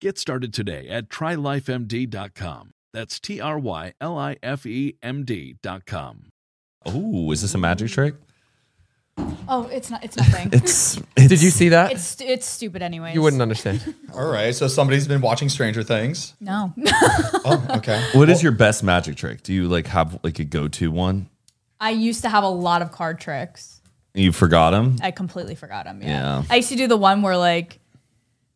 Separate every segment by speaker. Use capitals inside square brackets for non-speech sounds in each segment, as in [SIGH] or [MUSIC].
Speaker 1: Get started today at trylifemd.com. That's T R Y L I F E M D.com.
Speaker 2: Oh, is this a magic trick?
Speaker 3: Oh, it's not. It's nothing.
Speaker 2: It's, it's
Speaker 4: Did you see that?
Speaker 3: It's it's stupid anyway.
Speaker 4: you wouldn't understand.
Speaker 5: All right, so somebody's been watching
Speaker 3: [LAUGHS]
Speaker 5: Stranger Things.
Speaker 3: No.
Speaker 5: Oh, okay.
Speaker 2: What is your best magic trick? Do you like have like a go-to one?
Speaker 3: I used to have a lot of card tricks.
Speaker 2: You forgot them?
Speaker 3: I completely forgot them. Yeah.
Speaker 2: Yeah.
Speaker 3: I used to do the one where like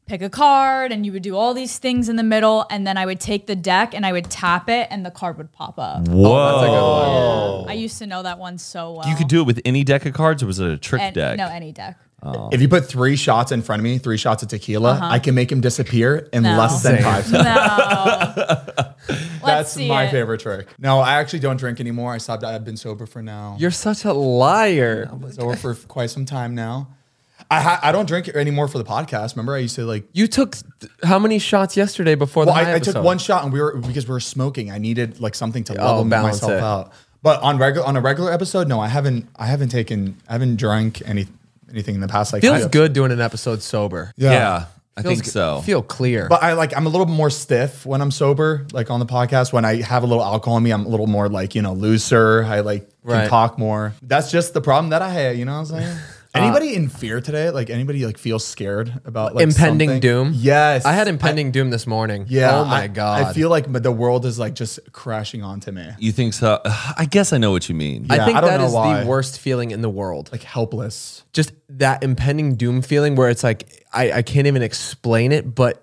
Speaker 3: pick a card and you would do all these things in the middle and then I would take the deck and I would tap it and the card would pop up.
Speaker 2: Whoa.
Speaker 3: I used to know that one so well.
Speaker 2: You could do it with any deck of cards, or was it a trick
Speaker 3: And-
Speaker 2: deck?
Speaker 3: No, any deck.
Speaker 5: If you put three shots in front of me, three shots of tequila, I can make him disappear in
Speaker 3: Uh-huh. No.
Speaker 5: less than
Speaker 4: Same.
Speaker 5: five
Speaker 3: No.
Speaker 5: seconds.
Speaker 3: Let's
Speaker 5: That's
Speaker 3: see
Speaker 5: my
Speaker 3: it.
Speaker 5: favorite trick. No, I actually don't drink anymore. I stopped. I've been sober for now.
Speaker 4: You're such a liar.
Speaker 5: sober for quite some time now. I ha- I don't drink anymore for the podcast. Remember, I used to like.
Speaker 4: You took th- how many shots yesterday before
Speaker 5: Well,
Speaker 4: the high
Speaker 5: I, I took
Speaker 4: episode?
Speaker 5: one shot, and we were because we were smoking. I needed like something to
Speaker 4: Oh,
Speaker 5: level
Speaker 4: balance
Speaker 5: myself
Speaker 4: it.
Speaker 5: out. But on regular on a regular episode, no, I haven't. I haven't taken. I haven't drank any anything in the past. Like
Speaker 4: Feels
Speaker 5: five-
Speaker 4: good doing an episode sober.
Speaker 2: yeah.
Speaker 5: Yeah.
Speaker 2: I
Speaker 4: Feels
Speaker 2: think
Speaker 4: g-
Speaker 2: so.
Speaker 4: Feel clear.
Speaker 5: But I like I'm a little more stiff when I'm sober, like on the podcast. When I have a little alcohol in me, I'm a little more like you know looser. I like
Speaker 4: Right.
Speaker 5: can talk more. That's just the problem that I had. You know what I'm
Speaker 4: [LAUGHS]
Speaker 5: saying?
Speaker 4: Uh,
Speaker 5: Anybody in fear today? Like anybody like feels scared about like
Speaker 4: impending
Speaker 5: something?
Speaker 4: doom.
Speaker 5: Yes,
Speaker 4: I had impending doom this morning.
Speaker 5: Yeah.
Speaker 4: Oh my
Speaker 5: I-
Speaker 4: god.
Speaker 5: I feel like the world is like just crashing onto me.
Speaker 2: you think so? [SIGHS] I guess I know what you mean.
Speaker 5: Yeah,
Speaker 4: I think
Speaker 5: I don't
Speaker 4: that
Speaker 5: know
Speaker 4: is
Speaker 5: why.
Speaker 4: the worst feeling in the world.
Speaker 5: Like helpless.
Speaker 4: Just that impending doom feeling where it's like I, I can't even explain it, but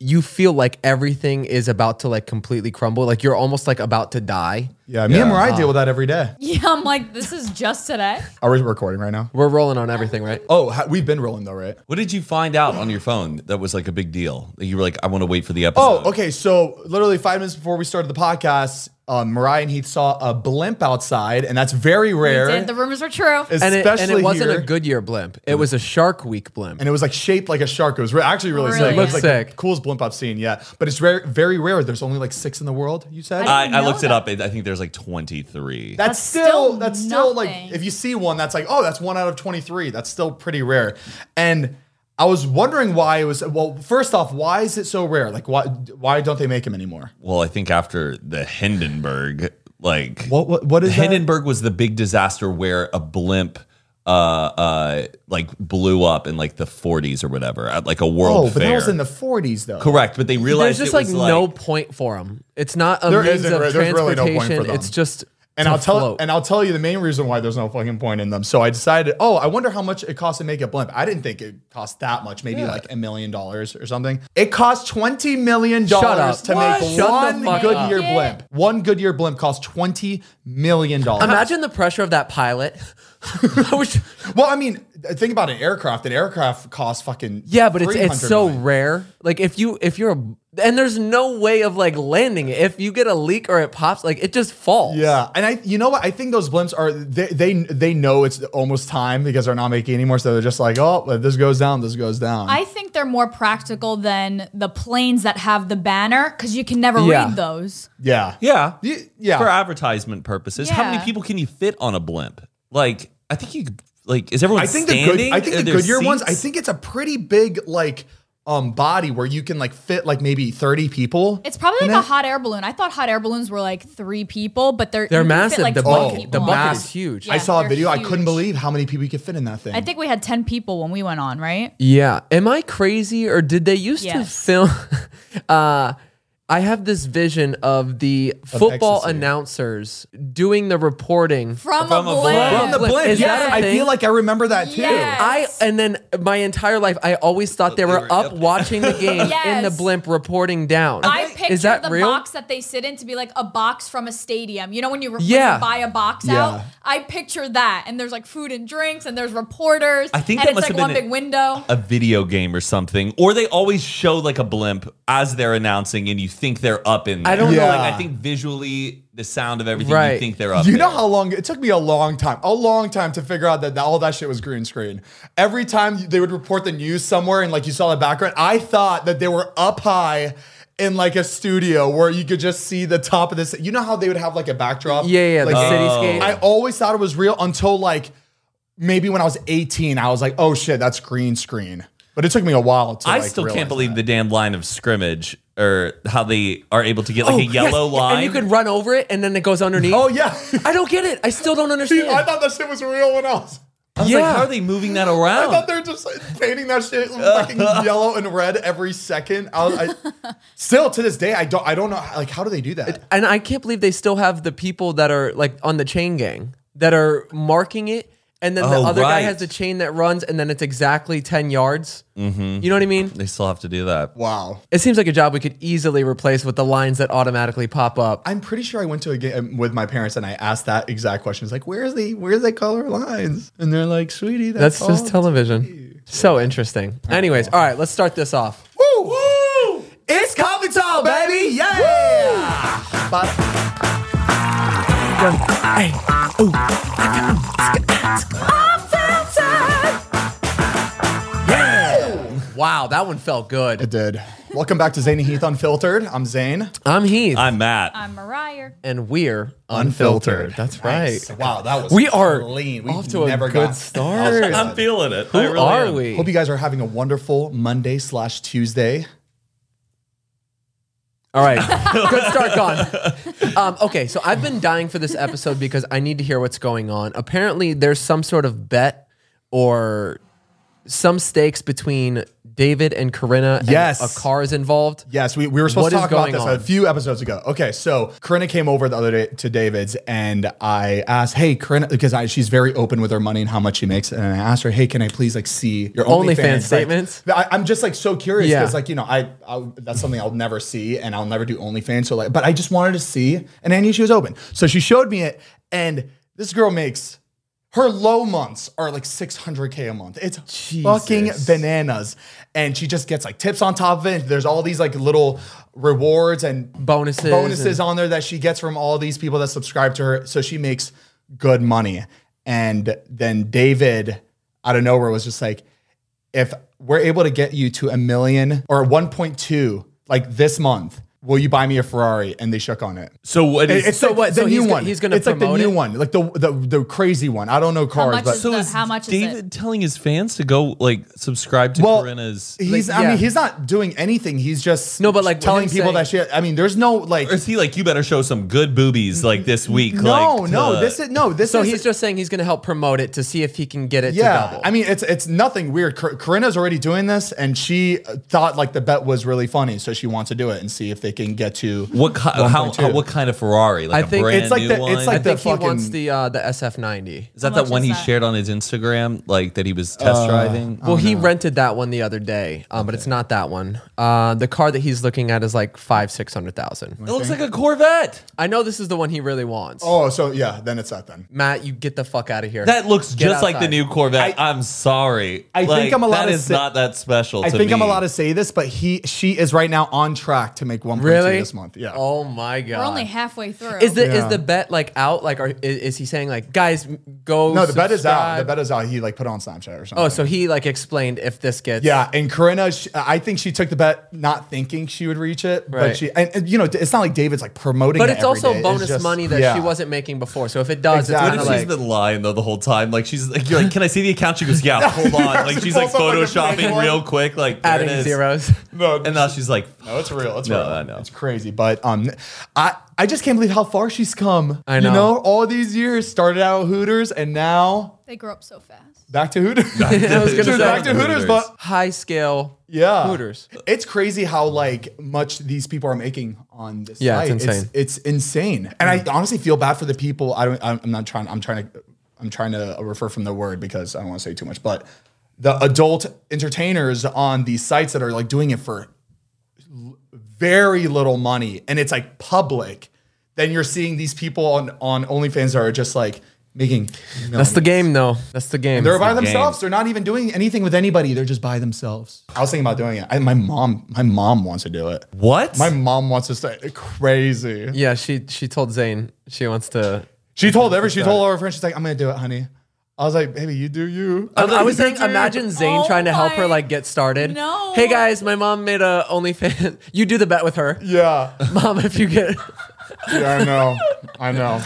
Speaker 4: you feel like everything is about to like completely crumble. Like you're almost like about to die.
Speaker 5: Yeah, me and Mariah deal with that every day.
Speaker 3: Yeah, I'm like, this is just today.
Speaker 5: Are we recording right now?
Speaker 4: We're rolling on everything, right?
Speaker 5: Oh, ha- we've been rolling though, right?
Speaker 2: What did you find out on your phone that was like a big deal? That you were like, I want to wait for the episode.
Speaker 5: Oh, okay. So literally five minutes before we started the podcast, um, Mariah and Heath saw a blimp outside, and that's very rare.
Speaker 3: Did- The rumors were true.
Speaker 4: And
Speaker 5: especially
Speaker 4: it, and it wasn't
Speaker 5: here.
Speaker 4: a Goodyear blimp. It was a Shark Week blimp.
Speaker 5: And it was like shaped like a shark. It was re- actually really,
Speaker 3: Really?
Speaker 5: sick.
Speaker 3: Looks
Speaker 5: It was like
Speaker 4: sick.
Speaker 5: the coolest blimp I've seen. Yeah, but it's very, very rare. There's only like six in the world. You said
Speaker 2: I,
Speaker 3: didn't
Speaker 2: I
Speaker 3: know
Speaker 2: looked it
Speaker 3: that.
Speaker 2: up. I I think there's like 23.
Speaker 5: that's,
Speaker 3: That's
Speaker 5: still,
Speaker 3: still
Speaker 5: that's still like
Speaker 3: nothing.
Speaker 5: if you see one, that's like oh, that's one out of twenty three. That's still pretty rare. And I was wondering why it was. Well, first off, why is it so rare? Like why why don't they make them anymore?
Speaker 2: well, I think after the Hindenburg, like
Speaker 5: What what, what is that?
Speaker 2: Hindenburg was the big disaster where a blimp uh uh like blew up in like the 40s or whatever at like a world
Speaker 5: Oh, but
Speaker 2: fair.
Speaker 5: that was in the forties though.
Speaker 2: Correct, but they
Speaker 4: There's
Speaker 2: realized
Speaker 4: just
Speaker 2: it
Speaker 4: like
Speaker 2: was like,
Speaker 4: no point for them. It's not a
Speaker 5: There
Speaker 4: means
Speaker 5: isn't,
Speaker 4: of
Speaker 5: right? There's really no point for
Speaker 4: transportation.
Speaker 5: them.
Speaker 4: it's just
Speaker 5: And
Speaker 4: to
Speaker 5: I'll tell
Speaker 4: float.
Speaker 5: and I'll tell you the main reason why there's no fucking point in them. So I decided, oh, I wonder how much it costs to make a blimp. I didn't think it cost that much, maybe like a million dollars or something. It cost twenty million dollars
Speaker 4: up.
Speaker 5: to
Speaker 4: What?
Speaker 5: make
Speaker 4: Shut the
Speaker 5: one
Speaker 4: fuck
Speaker 5: Goodyear
Speaker 3: up.
Speaker 5: blimp. One Goodyear blimp cost twenty million dollars.
Speaker 4: Imagine the pressure of that pilot. [LAUGHS]
Speaker 5: [LAUGHS]
Speaker 4: I wish-
Speaker 5: Well, I mean, think about an aircraft. An aircraft costs fucking
Speaker 4: yeah, but it's it's
Speaker 5: 300
Speaker 4: so
Speaker 5: million.
Speaker 4: rare. Like if you if you're a, and there's no way of like landing it. If you get a leak or it pops, like it just falls.
Speaker 5: Yeah, and I, you know what? I think those blimps are they they they know it's almost time because they're not making any more. So they're just like, oh, if this goes down, this goes
Speaker 4: Um,
Speaker 5: down.
Speaker 3: I think they're more practical than the planes that have the banner because you can never
Speaker 4: Yeah.
Speaker 3: read those.
Speaker 5: yeah,
Speaker 2: Yeah.
Speaker 5: Y- yeah.
Speaker 2: For advertisement purposes. How many
Speaker 3: Yeah.
Speaker 2: people can you fit on a blimp? Like, I think you could- like is everyone
Speaker 5: I think the
Speaker 2: standing?
Speaker 5: good. I
Speaker 4: uh,
Speaker 5: think
Speaker 2: Are
Speaker 5: the
Speaker 2: there
Speaker 5: Goodyear ones. I
Speaker 2: seats?
Speaker 5: think it's a pretty big like um body where you can like fit like maybe thirty people.
Speaker 3: It's probably
Speaker 5: in
Speaker 3: like a
Speaker 5: it.
Speaker 3: hot air balloon. I thought hot air balloons were like three people, but they're
Speaker 4: They're
Speaker 3: you can fit,
Speaker 4: massive. the
Speaker 3: 12
Speaker 5: Oh,
Speaker 4: bucket, the
Speaker 3: people on
Speaker 4: bucket
Speaker 3: it.
Speaker 4: is huge.
Speaker 5: I
Speaker 3: Yeah,
Speaker 5: saw a
Speaker 3: they're
Speaker 5: video. I couldn't
Speaker 3: huge.
Speaker 5: believe how many people you could fit in that thing.
Speaker 3: I think we had ten people when we went on, right?
Speaker 4: Yeah. Am I crazy or did they used to
Speaker 3: Yes.
Speaker 4: film? [LAUGHS] uh, I I have this vision of the football
Speaker 5: ecstasy.
Speaker 4: announcers doing the reporting.
Speaker 3: From,
Speaker 2: From
Speaker 3: a,
Speaker 2: a
Speaker 3: blimp.
Speaker 2: blimp.
Speaker 5: From the
Speaker 4: Like,
Speaker 5: blimp.
Speaker 4: is
Speaker 5: yes,
Speaker 4: that a
Speaker 5: I
Speaker 4: thing?
Speaker 5: feel like I remember that too.
Speaker 3: Yes.
Speaker 4: I and then my entire life I always thought they
Speaker 2: they
Speaker 4: were,
Speaker 2: were up.
Speaker 4: up watching the game in the
Speaker 3: Yes.
Speaker 4: blimp reporting down.
Speaker 3: I picture
Speaker 4: is that
Speaker 3: the
Speaker 4: real?
Speaker 3: box that they sit in to be like a box from a stadium. You know when you, when you
Speaker 4: Yeah.
Speaker 3: buy a box
Speaker 5: Yeah.
Speaker 3: out. I picture that, and there's like food and drinks, and there's reporters.
Speaker 2: I think
Speaker 3: and
Speaker 2: that
Speaker 3: it's
Speaker 2: must
Speaker 3: like
Speaker 2: have
Speaker 3: one
Speaker 2: been
Speaker 3: big window.
Speaker 2: a video game or something, or they always show like a blimp as they're announcing, and you think they're up in. There.
Speaker 4: I don't
Speaker 5: know.
Speaker 2: Like,
Speaker 5: Yeah.
Speaker 2: I think visually, the sound of everything,
Speaker 4: Right.
Speaker 2: you think they're up.
Speaker 5: You know
Speaker 2: there.
Speaker 5: how long it took me a long time, a long time to figure out that, that all that shit was green screen. Every time they would report the news somewhere and like you saw the background, I thought that they were up high in like a studio where you could just see the top of this. You know how they would have like a backdrop?
Speaker 4: yeah, yeah, like
Speaker 5: Like,
Speaker 4: cityscape.
Speaker 5: I always thought it was real until like maybe when I was 18, I was like, oh shit, that's green screen. But it took me a while to
Speaker 2: I
Speaker 5: like,
Speaker 2: still
Speaker 5: realize
Speaker 2: can't believe
Speaker 5: that.
Speaker 2: the damn line of scrimmage or how they are able to get like a yellow line.
Speaker 4: Oh, and you could run over it, and then it goes underneath.
Speaker 5: Oh yeah.
Speaker 4: I don't get it. I still don't understand.
Speaker 5: I thought that shit was real when I was
Speaker 2: I was
Speaker 4: Yeah.
Speaker 2: like, how are they moving that around?
Speaker 5: I thought they were just like, painting that shit fucking yellow and red every second. I, was- I still to this day I don't I don't know like how do they do that?
Speaker 4: and I can't believe they still have the people that are like on the chain gang that are marking it, and then the
Speaker 2: Oh,
Speaker 4: other guy
Speaker 2: right.
Speaker 4: has the chain that runs, and then it's exactly ten yards. Mm-hmm. You know what I mean?
Speaker 2: They still have to do that.
Speaker 5: Wow.
Speaker 4: It seems like a job we could easily replace with the lines that automatically pop up.
Speaker 5: I'm pretty sure I went to a game with my parents and I asked that exact question. It's like, where's the where's the color lines? And they're like, sweetie, that's,
Speaker 4: That's just
Speaker 5: all.
Speaker 4: television. So interesting. Anyways, all right, let's start this off.
Speaker 5: Woo! Woo! It's coffee time, baby! Yeah! But
Speaker 4: Wow, that one felt
Speaker 5: it
Speaker 4: good.
Speaker 5: did. Welcome back to Zane and Heath Unfiltered. I'm Zane.
Speaker 4: I'm Heath,
Speaker 2: I'm Matt.
Speaker 3: I'm Mariah.
Speaker 4: and we're
Speaker 5: Unfiltered.
Speaker 4: That's
Speaker 5: Nice.
Speaker 4: right.
Speaker 5: Wow, that was
Speaker 4: We are
Speaker 5: clean.
Speaker 4: off to a good
Speaker 5: got-
Speaker 4: start. Um,
Speaker 5: I was-
Speaker 2: I'm feeling it.
Speaker 4: Who
Speaker 2: I really
Speaker 4: are
Speaker 2: am.
Speaker 4: we?
Speaker 5: Hope you guys are having a wonderful Monday slash Tuesday.
Speaker 4: All right.
Speaker 5: [LAUGHS]
Speaker 4: Good start, gone. Um, okay, so I've been dying for this episode because I need to hear what's going on. Apparently, there's some sort of bet or some stakes between David and Corinna. and
Speaker 5: Yes.
Speaker 4: a car is involved.
Speaker 5: Yes, we, we were supposed
Speaker 4: What
Speaker 5: to
Speaker 4: is
Speaker 5: talk about
Speaker 4: going
Speaker 5: this
Speaker 4: on?
Speaker 5: a few episodes ago. Okay, so Corinna came over the other day to David's and I asked, hey, Corinna, because I, she's very open with her money and how much she makes. And I asked her, hey, can I please like see your
Speaker 4: OnlyFans
Speaker 5: OnlyFans like-
Speaker 4: statements?
Speaker 5: I, I'm just like so curious
Speaker 4: Yeah.
Speaker 5: because like, you know, I, I that's something I'll never see and I'll never do OnlyFans. So like, but I just wanted to see and I knew she was open. So she showed me it and this girl makes her low months are like 600k a month. It's fucking bananas. And she just gets like tips on top of it. There's all these like little rewards and
Speaker 4: Bonuses
Speaker 5: bonuses
Speaker 4: and-
Speaker 5: on there that she gets from all these people that subscribe to her. So she makes good money. And then David out of nowhere was just like, if we're able to get you to a million or 1.2 like this month, will you buy me a Ferrari? And they shook on it.
Speaker 2: So what
Speaker 5: It-
Speaker 2: is?
Speaker 5: It's
Speaker 4: So
Speaker 5: like
Speaker 4: what,
Speaker 5: The
Speaker 4: so
Speaker 5: new
Speaker 4: he's go-
Speaker 5: one.
Speaker 4: he's gonna
Speaker 5: It's like the
Speaker 4: promote
Speaker 5: new
Speaker 4: it?
Speaker 5: one, like the, the the crazy one. I don't know cars,
Speaker 3: much
Speaker 5: but
Speaker 3: is
Speaker 2: so
Speaker 3: the-
Speaker 2: is
Speaker 3: how much is
Speaker 2: David telling his fans to go like subscribe to
Speaker 5: Well,
Speaker 2: Corinna's?
Speaker 5: He's,
Speaker 4: Like,
Speaker 5: I
Speaker 4: yeah.
Speaker 5: mean, he's not doing anything. He's just
Speaker 4: No, but, like,
Speaker 5: telling
Speaker 4: him
Speaker 5: people that shit. I mean, there's no like,
Speaker 2: Or is he like you better show some good boobies like this week?
Speaker 5: no,
Speaker 2: like,
Speaker 5: no.
Speaker 2: to-
Speaker 5: This is no. This
Speaker 4: So
Speaker 5: is
Speaker 4: he's just saying he's going to help promote it to see if he can get it to
Speaker 5: yeah.
Speaker 4: double.
Speaker 5: I mean, it's it's nothing weird. Cor- Corinna's already doing this, and she thought like the bet was really funny, so she wants to do it and see if they can get to
Speaker 2: what ki- how,
Speaker 5: 1.2.
Speaker 2: how- what kind of Ferrari? Like
Speaker 4: I
Speaker 2: a
Speaker 4: think-
Speaker 2: brand
Speaker 4: It's
Speaker 5: like
Speaker 2: new
Speaker 5: the- it's
Speaker 2: one?
Speaker 5: like
Speaker 4: I think
Speaker 5: the
Speaker 4: he wants
Speaker 5: fucking-
Speaker 4: the uh, the SF90.
Speaker 2: Is that
Speaker 3: How
Speaker 2: that
Speaker 3: much
Speaker 2: one
Speaker 3: is
Speaker 2: he
Speaker 3: that?
Speaker 2: shared on his Instagram, like that he was test driving?
Speaker 5: Oh,
Speaker 4: Well, he rented that one the other day, um, but it's not that one. Uh, the car that he's looking at is like five, six hundred thousand.
Speaker 2: It looks like a Corvette.
Speaker 4: I know this is the one he really wants.
Speaker 5: Oh, so yeah, then it's that then.
Speaker 4: Matt, you get the fuck out of here.
Speaker 2: That looks
Speaker 4: Get
Speaker 2: just like the
Speaker 4: outside.
Speaker 2: new Corvette. I, am sorry.
Speaker 5: I think
Speaker 2: Like,
Speaker 5: I'm allowed
Speaker 2: That
Speaker 5: to
Speaker 2: is
Speaker 5: say-
Speaker 2: not that special.
Speaker 5: I
Speaker 2: to
Speaker 5: think I'm
Speaker 2: me.
Speaker 5: allowed to say this, but he she is right now on track to make one point two
Speaker 4: really
Speaker 5: this month. Yeah.
Speaker 4: Oh my god.
Speaker 3: We're only halfway through.
Speaker 4: is the
Speaker 5: Yeah.
Speaker 4: is the bet like out? Like, are is, is he saying like, guys, m- go?
Speaker 5: no, the bet is out. The
Speaker 4: subscribe?
Speaker 5: bet is out. He like put it on Snapchat or something.
Speaker 4: Oh, so he like explained if this gets.
Speaker 5: Yeah, and Corinna, sh I think she took the bet not thinking she would reach it,
Speaker 4: Right.
Speaker 5: but she and, and, you know it's not like David's like promoting.
Speaker 4: But
Speaker 5: it
Speaker 4: it's
Speaker 5: every
Speaker 4: also
Speaker 5: day. It's
Speaker 4: bonus
Speaker 5: just-
Speaker 4: money that
Speaker 5: yeah.
Speaker 4: she wasn't making before. So if it does,
Speaker 5: Exactly.
Speaker 2: What
Speaker 4: it's
Speaker 2: if
Speaker 4: kind
Speaker 2: she's
Speaker 4: of like.
Speaker 2: been lying though the whole time? Like she's like, you're like, can I see the account? She goes, yeah, hold on. Like she's like
Speaker 5: Pulls up, like, a blank
Speaker 2: photoshopping
Speaker 5: one.
Speaker 2: real quick, like there it
Speaker 4: Adding
Speaker 2: is.
Speaker 5: [LAUGHS]
Speaker 4: zeros. [LAUGHS]
Speaker 5: No,
Speaker 2: And now she's like,
Speaker 5: no, it's real. It's
Speaker 2: No,
Speaker 5: real.
Speaker 2: I know.
Speaker 5: It's crazy, but um, I I just can't believe how far she's come.
Speaker 4: I
Speaker 5: You
Speaker 4: know.
Speaker 5: know, all these years started out at Hooters and now
Speaker 3: They grow up so fast.
Speaker 5: Back to Hooters.
Speaker 4: I was gonna
Speaker 5: Dude,
Speaker 4: say
Speaker 5: back to Hooters, but
Speaker 4: high scale.
Speaker 5: yeah,
Speaker 4: Hooters.
Speaker 5: It's crazy how like much these people are making on this.
Speaker 4: Yeah, it's
Speaker 5: site.
Speaker 4: insane.
Speaker 5: It's, insane, and I honestly feel bad for the people. I don't. I'm I'm not trying. I'm trying to. I'm trying to refer from the word because I don't want to say too much, but the adult entertainers on these sites that are like doing it for l- very little money and it's like public, then you're seeing these people on on OnlyFans that are just like making.
Speaker 4: That's the
Speaker 5: millions.
Speaker 4: game, though. That's the game.
Speaker 5: They're by
Speaker 2: the
Speaker 5: themselves. They're not even doing anything with anybody. They're just by themselves. I was thinking about doing it. I, my mom, my mom wants to do it.
Speaker 2: What?
Speaker 5: My mom wants to stay crazy.
Speaker 4: yeah, she she told Zayn she wants to.
Speaker 5: She told every. She told all her friends. She's like, "I'm gonna do it, honey." I was like, "Baby, you do you." [LAUGHS]
Speaker 4: I, I was saying, imagine Zayn
Speaker 3: Oh
Speaker 4: trying to help her
Speaker 3: my-
Speaker 4: like get started.
Speaker 3: No.
Speaker 4: Hey guys, my mom made a OnlyFans. [LAUGHS] you do the bet with her,
Speaker 5: Yeah,
Speaker 4: [LAUGHS] mom. If you get,
Speaker 5: yeah, I know, I know.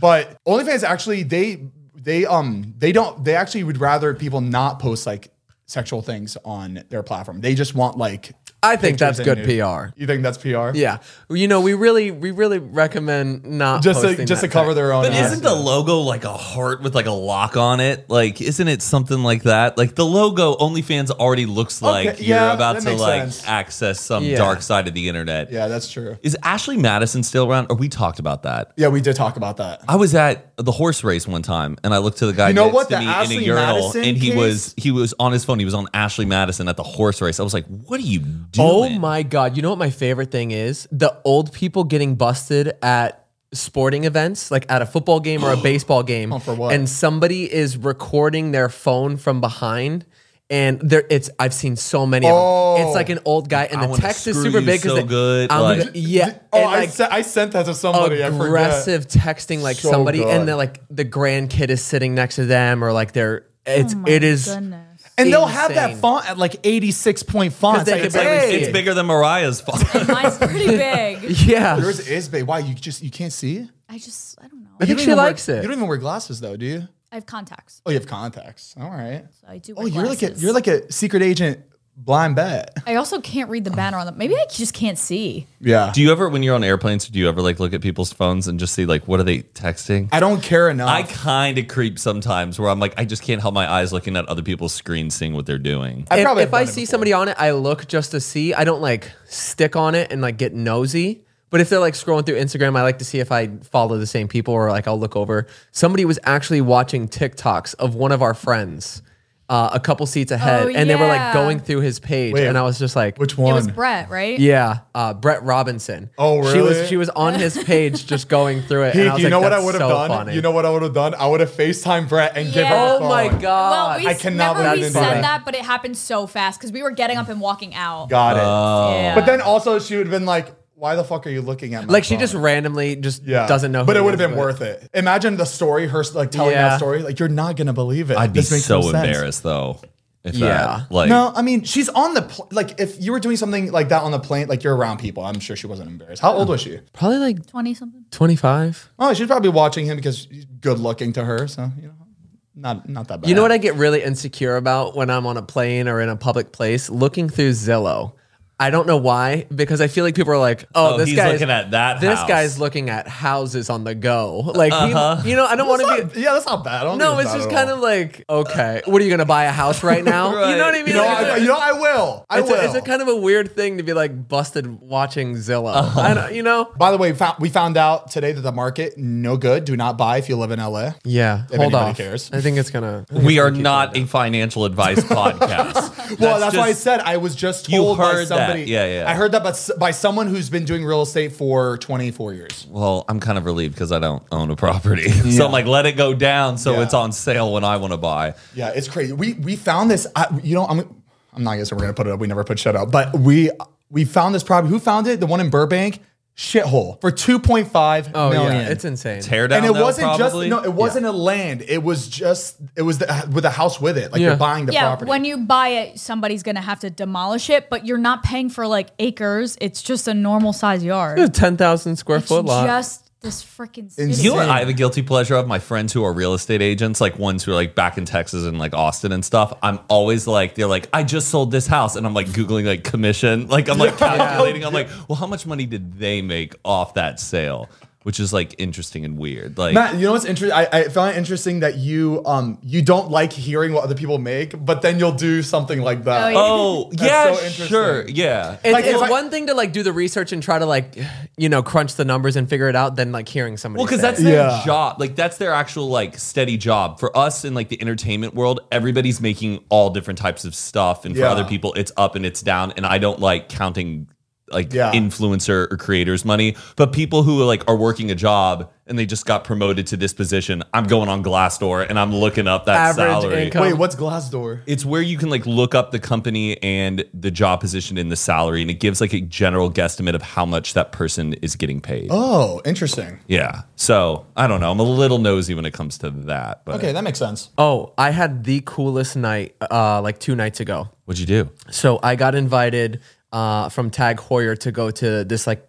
Speaker 5: But OnlyFans actually, they, they, um, they don't. They actually would rather people not post like sexual things on their platform. They just want like.
Speaker 4: I think that's
Speaker 5: pictures
Speaker 4: good
Speaker 5: and nude.
Speaker 4: PR.
Speaker 5: You think that's PR?
Speaker 4: Yeah, you know, we really we really recommend not
Speaker 5: Just to,
Speaker 4: posting
Speaker 5: just to
Speaker 4: that
Speaker 5: cover
Speaker 4: type.
Speaker 5: their own.
Speaker 2: But
Speaker 5: ass.
Speaker 2: isn't the logo like a heart with like a lock on it? Like, isn't it something like that? Like the logo OnlyFans already looks like
Speaker 5: yeah,
Speaker 2: you're about
Speaker 5: that
Speaker 2: to
Speaker 5: makes
Speaker 2: like
Speaker 5: sense.
Speaker 2: access some
Speaker 4: Yeah.
Speaker 2: dark side of the internet.
Speaker 5: Yeah, that's true.
Speaker 2: Is Ashley Madison still around? Or we talked about that.
Speaker 5: Yeah, we did talk about that.
Speaker 2: I was at the horse race one time, and I looked to the guy
Speaker 5: You know
Speaker 2: next
Speaker 5: what,
Speaker 2: to
Speaker 5: the
Speaker 2: me in
Speaker 5: Ashley
Speaker 2: a urinal,
Speaker 5: Madison
Speaker 2: and he
Speaker 5: case?
Speaker 2: was he was on his phone. He was on Ashley Madison at the horse race. I was like, "What are you doing?"
Speaker 4: Oh my god! You know what my favorite thing is? The old people getting busted at sporting events, like at a football
Speaker 5: [GASPS]
Speaker 4: game or a baseball game,
Speaker 5: Oh, for what?
Speaker 4: and somebody is recording their phone from behind. And there, it's I've seen so many of them.
Speaker 5: Oh.
Speaker 4: It's like an old guy, and
Speaker 2: I
Speaker 4: the
Speaker 2: wanna
Speaker 4: text is
Speaker 2: screw
Speaker 4: super
Speaker 2: you
Speaker 4: big. 'cause
Speaker 2: so
Speaker 4: they-
Speaker 2: good,
Speaker 4: I'm
Speaker 2: like-
Speaker 4: gonna- yeah.
Speaker 5: Oh,
Speaker 4: and,
Speaker 5: I,
Speaker 4: like,
Speaker 5: sent, I sent that to somebody. I forget.
Speaker 4: aggressive texting like
Speaker 5: So
Speaker 4: somebody
Speaker 5: good.
Speaker 4: and then like the grandkid is sitting next to them or like they're it's it is
Speaker 3: Goodness.
Speaker 5: And they'll have that
Speaker 4: insane.
Speaker 5: font at like 86 point font.
Speaker 4: 'Cause they
Speaker 5: Like,
Speaker 4: can
Speaker 5: it's like,
Speaker 4: barely
Speaker 5: hey,
Speaker 4: see
Speaker 2: It's
Speaker 4: it.
Speaker 2: bigger than Mariah's
Speaker 5: [LAUGHS]
Speaker 2: phone.
Speaker 3: Mine's pretty big.
Speaker 4: [LAUGHS] yeah
Speaker 5: Yours is big. Why you just you can't see?
Speaker 3: I just I don't know.
Speaker 4: I
Speaker 5: You don't
Speaker 4: think she
Speaker 5: even wear-
Speaker 4: likes it
Speaker 5: You don't even wear glasses though, do you?
Speaker 3: I have contacts,
Speaker 5: Oh, you have contacts. All right.
Speaker 3: so I do.
Speaker 5: Oh,
Speaker 3: wear
Speaker 5: you're like a
Speaker 3: glasses.
Speaker 5: you're like a secret agent blind bet.
Speaker 3: I also can't read the banner on them. Maybe I just can't see.
Speaker 5: Yeah.
Speaker 2: do you ever, when you're on airplanes, do you ever like look at people's phones and just see like what are they texting?
Speaker 5: I don't care enough.
Speaker 2: I kind of creep sometimes where I'm like, I just can't help my eyes looking at other people's screens, seeing what they're doing.
Speaker 5: I
Speaker 4: if,
Speaker 5: probably
Speaker 4: if
Speaker 5: have
Speaker 4: I
Speaker 5: done it
Speaker 4: see
Speaker 5: before.
Speaker 4: somebody on it, I look just to see. I don't like stick on it and like get nosy. But if they're like scrolling through Instagram, I like to see if I follow the same people or like I'll look over. Somebody was actually watching TikToks of one of our friends, uh, a couple seats ahead,
Speaker 3: Oh,
Speaker 4: and they were like
Speaker 3: yeah.
Speaker 4: going through his page,
Speaker 5: Wait,
Speaker 4: and I was just like,
Speaker 5: Which
Speaker 3: It
Speaker 5: one?
Speaker 3: was Brett, right?
Speaker 4: yeah, uh, Brett Robinson.
Speaker 5: Oh,
Speaker 4: She was
Speaker 5: really?
Speaker 4: she was on his page just going through it.
Speaker 5: Pete,
Speaker 4: and I was
Speaker 5: you
Speaker 4: like,
Speaker 5: know what I
Speaker 4: "That's
Speaker 5: would have
Speaker 4: so
Speaker 5: done?
Speaker 4: funny."
Speaker 5: You know what I would have done? I would have FaceTime Brett and give her
Speaker 3: Yeah.
Speaker 5: a
Speaker 4: Oh my
Speaker 5: phone.
Speaker 3: Well,
Speaker 4: god!
Speaker 3: we
Speaker 5: I cannot
Speaker 3: remember
Speaker 5: believe
Speaker 3: we
Speaker 5: they did
Speaker 3: said
Speaker 5: that.
Speaker 3: that, but it happened so fast because we were getting up and walking out.
Speaker 5: Got it.
Speaker 4: Oh.
Speaker 3: Yeah.
Speaker 5: But then also she would have been like, "Why the fuck are you looking at my?"
Speaker 4: like she
Speaker 5: phone?"
Speaker 4: just randomly just
Speaker 5: yeah
Speaker 4: doesn't know.
Speaker 5: But
Speaker 4: who
Speaker 5: it would
Speaker 4: is,
Speaker 5: have been worth it. Imagine the story, her like telling
Speaker 4: Yeah.
Speaker 5: that story. Like you're not gonna believe it.
Speaker 2: I'd be
Speaker 5: This makes
Speaker 2: so
Speaker 5: no sense.
Speaker 2: embarrassed though. If
Speaker 4: Yeah.
Speaker 2: That, like,
Speaker 5: No, I mean she's on the pl- like if you were doing something like that on the plane, like you're around people. I'm sure she wasn't embarrassed. How old was she?
Speaker 4: probably like
Speaker 3: Twenty something.
Speaker 4: twenty five.
Speaker 5: Oh, she's probably watching him because he's good looking to her. So you know, not not that bad.
Speaker 4: You know what I get really insecure about when I'm on a plane or in a public place? Looking through Zillow. I don't know why, because I feel like people are like, "Oh,
Speaker 2: Oh,
Speaker 4: this
Speaker 2: he's
Speaker 4: guy's
Speaker 2: looking at that
Speaker 4: This
Speaker 2: house.
Speaker 4: guy's looking at houses on the go." Like, he- you know, I don't want to
Speaker 5: Not-
Speaker 4: be.
Speaker 5: Uh-huh. yeah, that's not bad. I don't
Speaker 4: No,
Speaker 5: think
Speaker 4: it's
Speaker 5: bad
Speaker 4: just
Speaker 5: at
Speaker 4: kind
Speaker 5: all.
Speaker 4: of like, okay, what are you gonna buy a
Speaker 5: [LAUGHS]
Speaker 4: house right now? You know what I mean?
Speaker 5: You know,
Speaker 4: Like,
Speaker 5: I,
Speaker 4: it's,
Speaker 5: you know, I will. I
Speaker 4: a, it's,
Speaker 5: will.
Speaker 4: a, it's a kind of a weird thing to be like busted watching Zillow.
Speaker 5: Uh-huh.
Speaker 4: I don't, you know?
Speaker 5: By the way, we found, we found out today that the market no good. Do not buy if you live in LA.
Speaker 4: Yeah, hold
Speaker 5: anybody
Speaker 4: on.
Speaker 5: cares.
Speaker 4: I think it's gonna.
Speaker 2: we are not a
Speaker 5: [LAUGHS]
Speaker 2: financial advice podcast.
Speaker 5: Well, that's, why I
Speaker 2: just-
Speaker 5: said I was just
Speaker 2: You
Speaker 5: told by
Speaker 2: heard that.
Speaker 5: somebody.
Speaker 2: Yeah, yeah.
Speaker 5: I heard that, but s- by someone who's been doing real estate for 24 years.
Speaker 2: Well, I'm kind of relieved because I don't own a property, [LAUGHS] so I'm like, let it go down so
Speaker 5: Yeah.
Speaker 2: it's on sale when I want to buy.
Speaker 5: Yeah, it's crazy. We we found this. I, you know, I'm I'm not gonna say we're gonna put it up. We never put shut up, but we we found this property. Who found it? The one in Burbank, shithole for 2.5
Speaker 4: Oh
Speaker 5: million.
Speaker 4: yeah, it's insane.
Speaker 2: Tear down.
Speaker 5: and it
Speaker 2: though,
Speaker 5: wasn't
Speaker 2: probably?
Speaker 5: just no, it wasn't a land. It was just it was the, with a house with it. Like
Speaker 4: Yeah.
Speaker 5: you're buying the
Speaker 3: yeah,
Speaker 5: property.
Speaker 3: when you buy it, somebody's gonna have to demolish it, but you're not paying for like acres. It's just a normal size yard.
Speaker 4: A ten thousand square
Speaker 3: It's
Speaker 4: foot lot.
Speaker 3: just this freaking city.
Speaker 5: Insane.
Speaker 2: You know what I have a guilty pleasure of? My friends who are real estate agents, like ones who are like back in Texas and like Austin and stuff. I'm always like, they're like, I just sold this house. And I'm like Googling [LAUGHS] like commission. Like I'm like calculating. I'm like, well, how much money did they make off that sale? which is like interesting and weird. Like
Speaker 5: Matt, you know what's interesting? I, I found it interesting that you um you don't like hearing what other people make, but then you'll do something like that.
Speaker 2: oh yeah,
Speaker 5: so interesting.
Speaker 2: sure, yeah.
Speaker 4: It's,
Speaker 5: Like,
Speaker 4: it's
Speaker 5: if I-
Speaker 4: one thing to like do the research and try to like, you know, crunch the numbers and figure it out than like hearing somebody.
Speaker 2: Well, because
Speaker 4: say
Speaker 2: that's
Speaker 4: it.
Speaker 2: their
Speaker 5: Yeah.
Speaker 2: job. Like that's their actual like steady job. For us in like the entertainment world, everybody's making all different types of stuff, and for
Speaker 5: Yeah.
Speaker 2: other people, it's up and it's down. And I don't like counting like
Speaker 5: Yeah.
Speaker 2: influencer or creators money, but people who like are working a job and they just got promoted to this position, I'm going on Glassdoor and I'm looking up that
Speaker 4: Average
Speaker 2: salary.
Speaker 4: income.
Speaker 5: Wait, what's Glassdoor?
Speaker 2: It's where you can like look up the company and the job position and the salary, and it gives like a general guesstimate of how much that person is getting paid.
Speaker 5: Oh, interesting.
Speaker 2: Yeah. So I don't know. I'm a little nosy when it comes to that. But
Speaker 5: Okay, that makes sense.
Speaker 4: Oh, I had the coolest night uh, like two nights ago.
Speaker 2: what'd you do?
Speaker 4: So I got invited uh, from Tag Hoyer to go to this like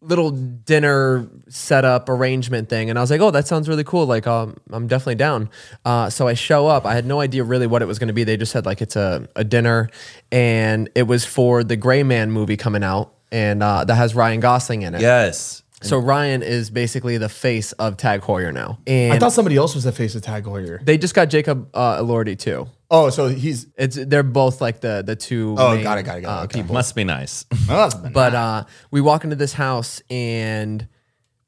Speaker 4: little dinner setup arrangement thing, and I was like, "Oh, that sounds really cool. Like, um, I'm definitely down." Uh, so I show up. I had no idea really what it was going to be. They just said like it's a a dinner, and it was for the Gray Man movie coming out, and uh, that has Ryan Gosling in it.
Speaker 2: Yes.
Speaker 4: So Ryan is basically the face of Tag Hoyer now, and
Speaker 5: I thought somebody else was the face of Tag Hoyer.
Speaker 4: they just got Jacob uh, Elordi too.
Speaker 5: Oh, so he's
Speaker 4: It's they're both like the the two.
Speaker 5: Oh,
Speaker 4: main,
Speaker 5: got it, got it, got it.
Speaker 4: uh,
Speaker 5: Okay.
Speaker 4: people.
Speaker 2: Must be
Speaker 4: [LAUGHS]
Speaker 2: nice. [LAUGHS]
Speaker 5: oh, that's-
Speaker 4: But uh, we walk into this house, and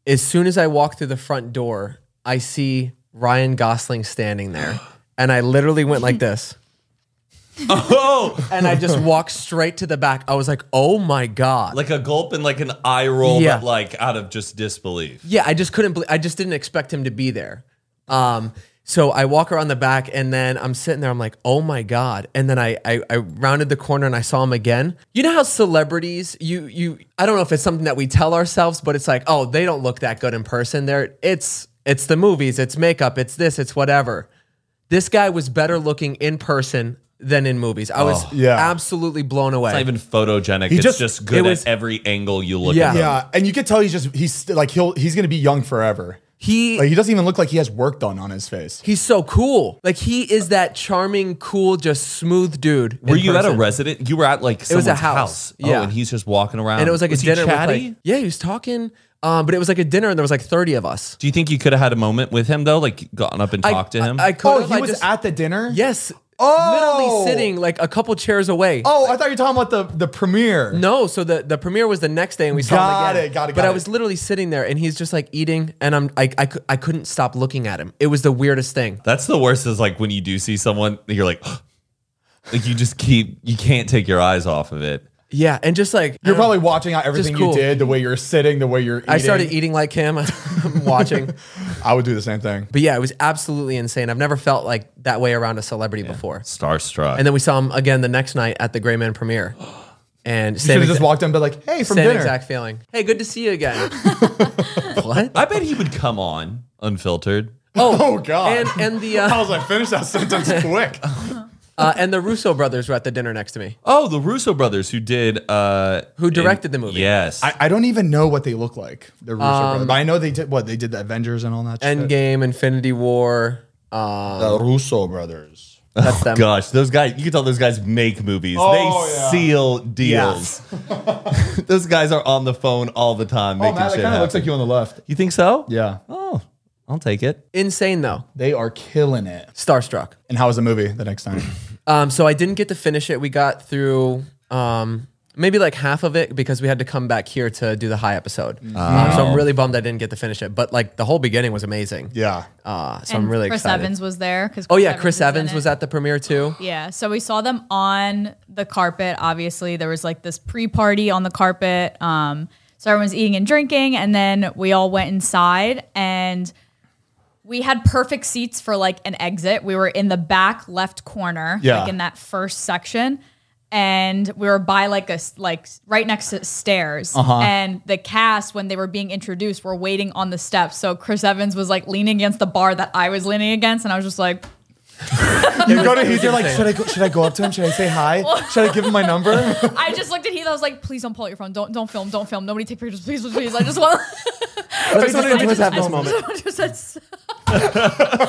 Speaker 4: as soon as I walk through the front door, I see Ryan Gosling standing there, and I literally went like this,
Speaker 2: oh,
Speaker 4: and I just walked straight to the back. I was like, "Oh my god!"
Speaker 2: like a gulp and like an eye roll,
Speaker 4: Yeah.
Speaker 2: but like out of just disbelief.
Speaker 4: Yeah, I just couldn't. Believe, I just didn't expect him to be there. Um, so I walk around the back, and then I'm sitting there. I'm like, "Oh my god!" And then I, I I rounded the corner and I saw him again. You know how celebrities, you you, I don't know if it's something that we tell ourselves, but it's like, oh, they don't look that good in person. They're it's it's the movies, it's makeup, it's this, it's whatever. This guy was better looking in person than in movies. I was
Speaker 5: yeah.
Speaker 4: absolutely blown away.
Speaker 2: Oh, It's not even photogenic. it's
Speaker 5: just-
Speaker 2: just,
Speaker 4: it
Speaker 2: good
Speaker 4: was-
Speaker 2: at every angle you look
Speaker 4: Yeah.
Speaker 2: at. them.
Speaker 5: yeah, and you could tell he's just he's st- like he'll he's gonna be young forever.
Speaker 4: he
Speaker 5: Like he doesn't even look like he has work done on his face.
Speaker 4: He's so cool. Like he is that charming, cool, just smooth dude.
Speaker 2: Were
Speaker 4: in
Speaker 2: you at a
Speaker 4: person.
Speaker 2: resident? You were at like
Speaker 4: It was
Speaker 2: someone's
Speaker 4: a house,
Speaker 2: house.
Speaker 4: yeah.
Speaker 2: Oh, and he's just walking around.
Speaker 4: And it was like
Speaker 2: was
Speaker 4: a
Speaker 2: he
Speaker 4: dinner. with,
Speaker 2: Chatty?
Speaker 4: like- yeah, he was talking. Um, but it was like a dinner, and there was like thirty of us.
Speaker 2: Do you think you could have had a moment with him though? Like gotten up and
Speaker 4: I-
Speaker 2: talked to him?
Speaker 4: I, I could.
Speaker 5: oh,
Speaker 4: have,
Speaker 5: he
Speaker 4: I
Speaker 5: was
Speaker 4: just-
Speaker 5: at the dinner.
Speaker 4: yes.
Speaker 5: Oh!
Speaker 4: literally sitting like a couple chairs away.
Speaker 5: Oh, I thought you were talking about the the premiere.
Speaker 4: No, so the, the premiere was the next day, and we saw
Speaker 5: Got
Speaker 4: him again.
Speaker 5: it, got it,
Speaker 4: But
Speaker 5: got
Speaker 4: I
Speaker 5: it.
Speaker 4: was literally sitting there, and he's just like eating, and I'm I, I, cou- I couldn't stop looking at him. It was the weirdest thing.
Speaker 2: That's the worst is like when you do see someone, you're like, [GASPS] like you just keep you can't take your eyes off of it.
Speaker 4: Yeah, and just like
Speaker 5: You're
Speaker 4: I don't-
Speaker 5: probably watching out everything
Speaker 4: cool.
Speaker 5: you did, the way you're sitting, the way you're. Eating.
Speaker 4: I started eating like him, [LAUGHS]
Speaker 5: [LAUGHS]
Speaker 4: watching.
Speaker 5: I would do the same thing.
Speaker 4: But yeah, it was absolutely insane. I've never felt like that way around a celebrity before.
Speaker 2: Starstruck.
Speaker 4: And then we saw him again the next night at the Gray Man
Speaker 5: [GASPS]
Speaker 4: premiere. And
Speaker 5: Should
Speaker 4: same,
Speaker 5: have just
Speaker 4: exa-
Speaker 5: walked in and be like, "Hey, from
Speaker 4: same
Speaker 5: dinner."
Speaker 4: exact feeling. Hey, good to see you
Speaker 5: [LAUGHS]
Speaker 4: again. [LAUGHS] what?
Speaker 2: I bet he would come on unfiltered.
Speaker 5: Oh God! Oh,
Speaker 4: And and
Speaker 5: [LAUGHS]
Speaker 4: the
Speaker 5: I
Speaker 4: uh,
Speaker 5: was like, finish that [LAUGHS] sentence quick.
Speaker 4: uh, and the Russo brothers were at the dinner next to me.
Speaker 2: Oh, the Russo brothers who did uh
Speaker 4: Who directed the movie?
Speaker 2: Yes.
Speaker 5: I, I don't even know what they look like. The Russo
Speaker 2: Um,
Speaker 5: brothers, but I know they did what they did the Avengers and all that. shit. Oh,
Speaker 4: Endgame, Infinity War. Uh,
Speaker 5: The Russo brothers.
Speaker 4: that's them.
Speaker 2: Gosh, those guys you can tell those guys make movies. they
Speaker 5: yeah.
Speaker 2: seal deals. [LAUGHS]
Speaker 4: [LAUGHS]
Speaker 2: those guys are on the phone all the time
Speaker 5: Oh,
Speaker 2: making
Speaker 5: Matt, that
Speaker 2: shit
Speaker 5: kind of
Speaker 2: happen.
Speaker 5: looks like you on the left.
Speaker 2: you think so?
Speaker 5: Yeah,
Speaker 2: Oh, I'll take it.
Speaker 4: Insane though.
Speaker 5: they are killing it.
Speaker 4: Starstruck.
Speaker 5: And how was the movie the next time?
Speaker 4: Um, so I didn't get to finish it. We got through um, maybe like half of it because we had to come back here to do the high episode. Um, so I'm really bummed I didn't get to finish it. But like the whole beginning was amazing.
Speaker 5: [LAUGHS]
Speaker 2: [LAUGHS]
Speaker 5: yeah,
Speaker 4: Uh, so
Speaker 3: and
Speaker 4: I'm really
Speaker 3: Chris
Speaker 4: excited.
Speaker 3: Evans was there because
Speaker 4: oh yeah, Chris Evans was
Speaker 3: at.
Speaker 4: at the premiere too.
Speaker 3: Yeah, so we saw them on the carpet. Obviously, there was like this pre-party on the carpet. Um, so everyone's eating and drinking, and then we all went inside, and we had perfect seats for like an exit. We were in the back left corner,
Speaker 5: Yeah.
Speaker 3: like in that first section, and we were by like a s- like s- right next to stairs. And the cast, when they were being introduced, were waiting on the steps. So Chris Evans was like leaning against the bar that I was leaning against, and I was just like.
Speaker 5: you go to he's like, should I go, should I go up to him? Should I say
Speaker 2: [LAUGHS]
Speaker 5: hi? Should I give him my number?
Speaker 3: I just looked at Heath. I was like, please don't pull out your phone. Don't don't film. Don't film. Nobody take pictures. Please, please, please. I just want.
Speaker 5: Let me just- let me just have
Speaker 3: I
Speaker 5: this
Speaker 3: just-
Speaker 5: moment.
Speaker 3: I just- I just- no,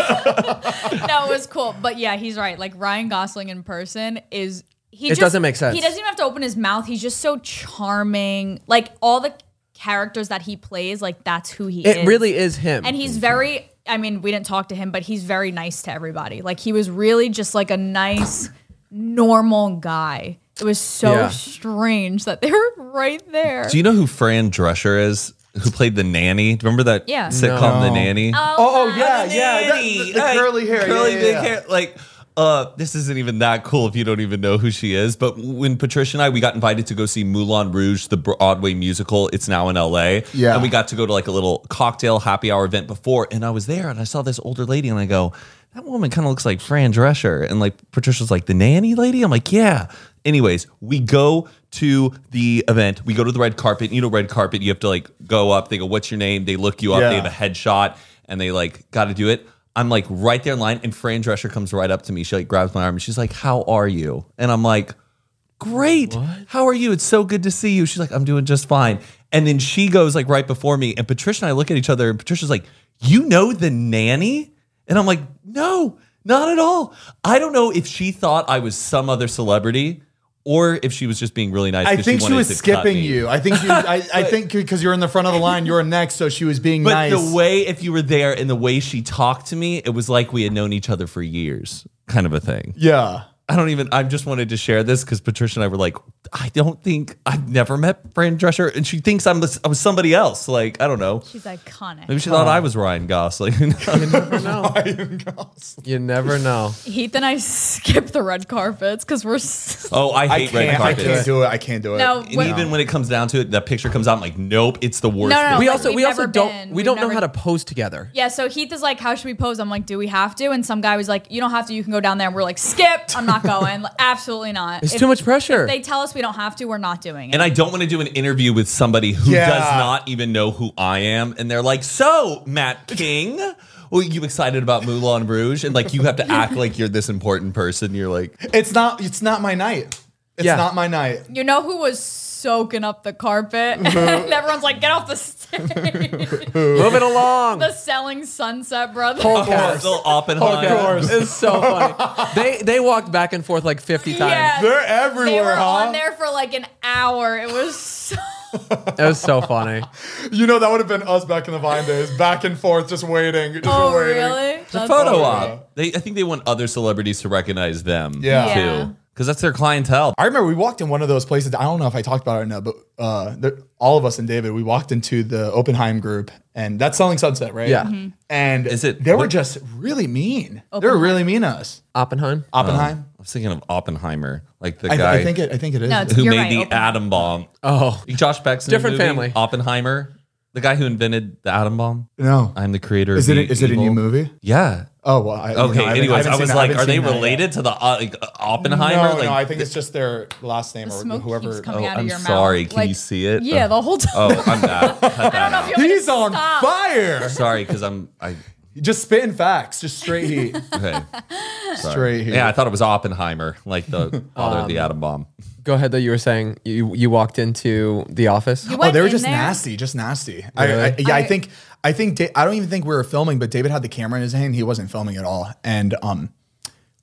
Speaker 3: it was cool. But yeah, he's right. Like Ryan Gosling in person is he
Speaker 4: It
Speaker 3: just-
Speaker 4: doesn't make sense.
Speaker 3: He doesn't even have to open his mouth. He's just so charming. Like all the characters that he plays, like that's who he is.
Speaker 4: It really is him. [LAUGHS]
Speaker 3: And he's very, I mean, we didn't talk to him, but he's very nice to everybody. Like he was really just like a nice, normal guy. It was so
Speaker 4: Yeah.
Speaker 3: strange that they were right there.
Speaker 2: Do you know who Fran Drescher is? Who played the nanny? Do you remember that
Speaker 3: Yeah. Uh,
Speaker 2: sitcom, The Nanny?
Speaker 5: Oh, oh yeah, yeah. that-
Speaker 2: Nanny,
Speaker 5: the, the
Speaker 2: like,
Speaker 5: curly hair.
Speaker 2: curly
Speaker 5: yeah, yeah,
Speaker 2: big
Speaker 5: yeah.
Speaker 2: hair. Like, uh, this isn't even that cool if you don't even know who she is. But when Patricia and I, we got invited to go see Moulin Rouge, the Broadway musical. It's now in L.A.
Speaker 5: Yeah.
Speaker 2: and we got to go to like a little cocktail happy hour event before, and I was there and I saw this older lady, and I go. That woman kind of looks like Fran Drescher. And like Patricia's like, the nanny lady? I'm like, yeah. Anyways, we go to the event. We go to the red carpet. You know, red carpet, you have to like go up. They go, what's your name? They look you up. They
Speaker 5: Yeah.
Speaker 2: have a headshot and they like got to do it. I'm like right there in line, and Fran Drescher comes right up to me. She like grabs my arm and she's like, "How are you?" And I'm like, "Great. How are you? It's so good to see you." She's like, "I'm doing just fine." And then she goes like right before me, and Patricia and I look at each other, and Patricia's like, "You know the nanny?" And I'm like, "No, not at all. I don't know if she thought I was some other celebrity." Or if she was just being really nice.
Speaker 5: I
Speaker 2: 'cause
Speaker 5: think she
Speaker 2: wanted
Speaker 5: was
Speaker 2: to cut
Speaker 5: skipping
Speaker 2: me.
Speaker 5: you. I think you. I, I think because you're in the front of the line, you're next, so she was being
Speaker 2: But
Speaker 5: nice.
Speaker 2: the way, if you were there, and the way she talked to me, it was like we had known each other for years, kind of a thing.
Speaker 5: [LAUGHS] yeah.
Speaker 2: I don't even. I just wanted to share this because Patricia and I were like, I don't think I've never met Fran Drescher, and she thinks I'm I'm somebody else. Like I don't know.
Speaker 3: She's iconic.
Speaker 2: Maybe she thought I was Ryan Gosling. [LAUGHS]
Speaker 4: you never [LAUGHS] know.
Speaker 3: Heath and I skipped the red carpets because we're. s- [LAUGHS]
Speaker 2: oh, I
Speaker 5: I
Speaker 2: hate red
Speaker 5: can't. I
Speaker 2: carpets.
Speaker 5: can't do it. I can't do it.
Speaker 3: No,
Speaker 2: And even when it comes down to it, that picture comes out. I'm like, nope, it's the worst.
Speaker 3: No, no, no.
Speaker 2: thing.
Speaker 4: We
Speaker 3: like,
Speaker 4: also
Speaker 3: we've
Speaker 4: we also
Speaker 3: never
Speaker 4: don't
Speaker 3: been.
Speaker 4: we
Speaker 3: We've
Speaker 4: don't know
Speaker 3: never-
Speaker 4: how to pose together.
Speaker 3: Yeah, so Heath is like, "How should we pose?" I'm like, "Do we have to?" And some guy was like, "You don't have to. You can go down there." And we're like, "Skip! I'm not going. [LAUGHS] Like, Absolutely not.
Speaker 4: It's
Speaker 3: If
Speaker 4: too much pressure. [LAUGHS]
Speaker 3: They tell us we don't have to. We're not doing it."
Speaker 2: And I don't want to do an interview with somebody who
Speaker 5: Yeah.
Speaker 2: does not even know who I am. And they're like, so, Matt King, were you excited about Moulin Rouge? And like, you have
Speaker 5: [LAUGHS]
Speaker 2: to act like you're this important person. You're like,
Speaker 5: it's not. It's not my night. It's
Speaker 4: Yeah.
Speaker 5: not my night.
Speaker 3: you know who was soaking up the
Speaker 2: [LAUGHS]
Speaker 3: carpet? and everyone's like, "Get off the stage!"
Speaker 4: Moving [LAUGHS]
Speaker 3: [LAUGHS]
Speaker 4: along.
Speaker 3: the selling sunset, brother.
Speaker 4: Of course.
Speaker 2: Bill Oppenheimer.
Speaker 4: Of course. It's so [LAUGHS] funny. They they walked back and forth like 50 times.
Speaker 3: Yeah,
Speaker 5: They're
Speaker 3: they
Speaker 5: everywhere,
Speaker 3: were
Speaker 5: huh?
Speaker 3: on there for like an hour. It was
Speaker 2: [LAUGHS]
Speaker 3: so
Speaker 4: That was so funny.
Speaker 5: You know that would have been us back in the Vine days, back and forth, just waiting. Just
Speaker 3: oh
Speaker 5: waiting.
Speaker 3: really?
Speaker 2: It's a
Speaker 3: That's-
Speaker 2: photo op. They, I think they want other celebrities to recognize them
Speaker 5: Yeah.
Speaker 3: Yeah.
Speaker 2: too. Because that's their clientele.
Speaker 5: I remember we walked in one of those places. I don't know if I talked about it or not, but uh, there, all of us and David, we walked into the Oppenheim group, and that's Selling Sunset, right?
Speaker 4: [LAUGHS] Yeah.
Speaker 3: Mm-hmm.
Speaker 5: And
Speaker 2: Is it-
Speaker 5: they were
Speaker 2: what-
Speaker 5: just really mean. They were really mean to us.
Speaker 4: Oppenheim.
Speaker 5: Oppenheim.
Speaker 2: Um, I was thinking of Oppenheimer, like the
Speaker 5: I, th-
Speaker 2: guy
Speaker 5: I think it. I think it is.
Speaker 3: No, it's-
Speaker 2: who
Speaker 3: You're
Speaker 2: made
Speaker 3: right,
Speaker 2: the
Speaker 3: Oppenheimer.
Speaker 2: atom bomb.
Speaker 4: Oh.
Speaker 2: Josh Beck's new
Speaker 4: Different
Speaker 2: movie,
Speaker 4: family.
Speaker 2: Oppenheimer, the guy who invented the atom bomb.
Speaker 5: no.
Speaker 2: I'm the creator.
Speaker 5: Is
Speaker 2: of
Speaker 5: it?
Speaker 2: the
Speaker 5: Is it a new
Speaker 2: evil.
Speaker 5: movie?
Speaker 2: Yeah.
Speaker 5: Oh well. I, you know,
Speaker 2: Okay.
Speaker 5: I haven't-
Speaker 2: anyways, I,
Speaker 5: haven't seen
Speaker 2: was
Speaker 5: that-
Speaker 2: like,
Speaker 5: haven't
Speaker 2: are they
Speaker 5: seen that yet.
Speaker 2: related to the uh, like, uh, Oppenheimer?
Speaker 5: No,
Speaker 2: like,
Speaker 5: no. I think it's just their last name
Speaker 3: The
Speaker 5: or
Speaker 3: smoke
Speaker 5: whoever.
Speaker 3: keeps coming
Speaker 2: Oh,
Speaker 3: out of
Speaker 2: I'm
Speaker 3: your mouth.
Speaker 2: sorry. Can you
Speaker 3: Like,
Speaker 2: see it?
Speaker 3: Yeah, the whole time. [LAUGHS]
Speaker 2: Oh, I'm bad. Cut that out.
Speaker 3: If you want me to
Speaker 5: He's on
Speaker 3: stop.
Speaker 5: fire.
Speaker 2: Sorry, because I'm. I
Speaker 5: just spitting facts. Just straight
Speaker 3: [LAUGHS]
Speaker 5: heat.
Speaker 2: okay. Sorry.
Speaker 5: Straight Um, heat.
Speaker 2: Yeah, I thought it was Oppenheimer, like
Speaker 5: [LAUGHS]
Speaker 2: the father of the atom bomb.
Speaker 4: Go ahead though. You were saying you you walked into the office.
Speaker 3: You
Speaker 5: Oh,
Speaker 3: went
Speaker 5: they were
Speaker 3: in
Speaker 5: just
Speaker 3: there?
Speaker 5: nasty, just nasty. I, I,
Speaker 4: Really?
Speaker 5: yeah, I,
Speaker 3: I-
Speaker 5: think, I think, da- I don't even think we were filming, but David had the camera in his hand. He wasn't filming at all, and um,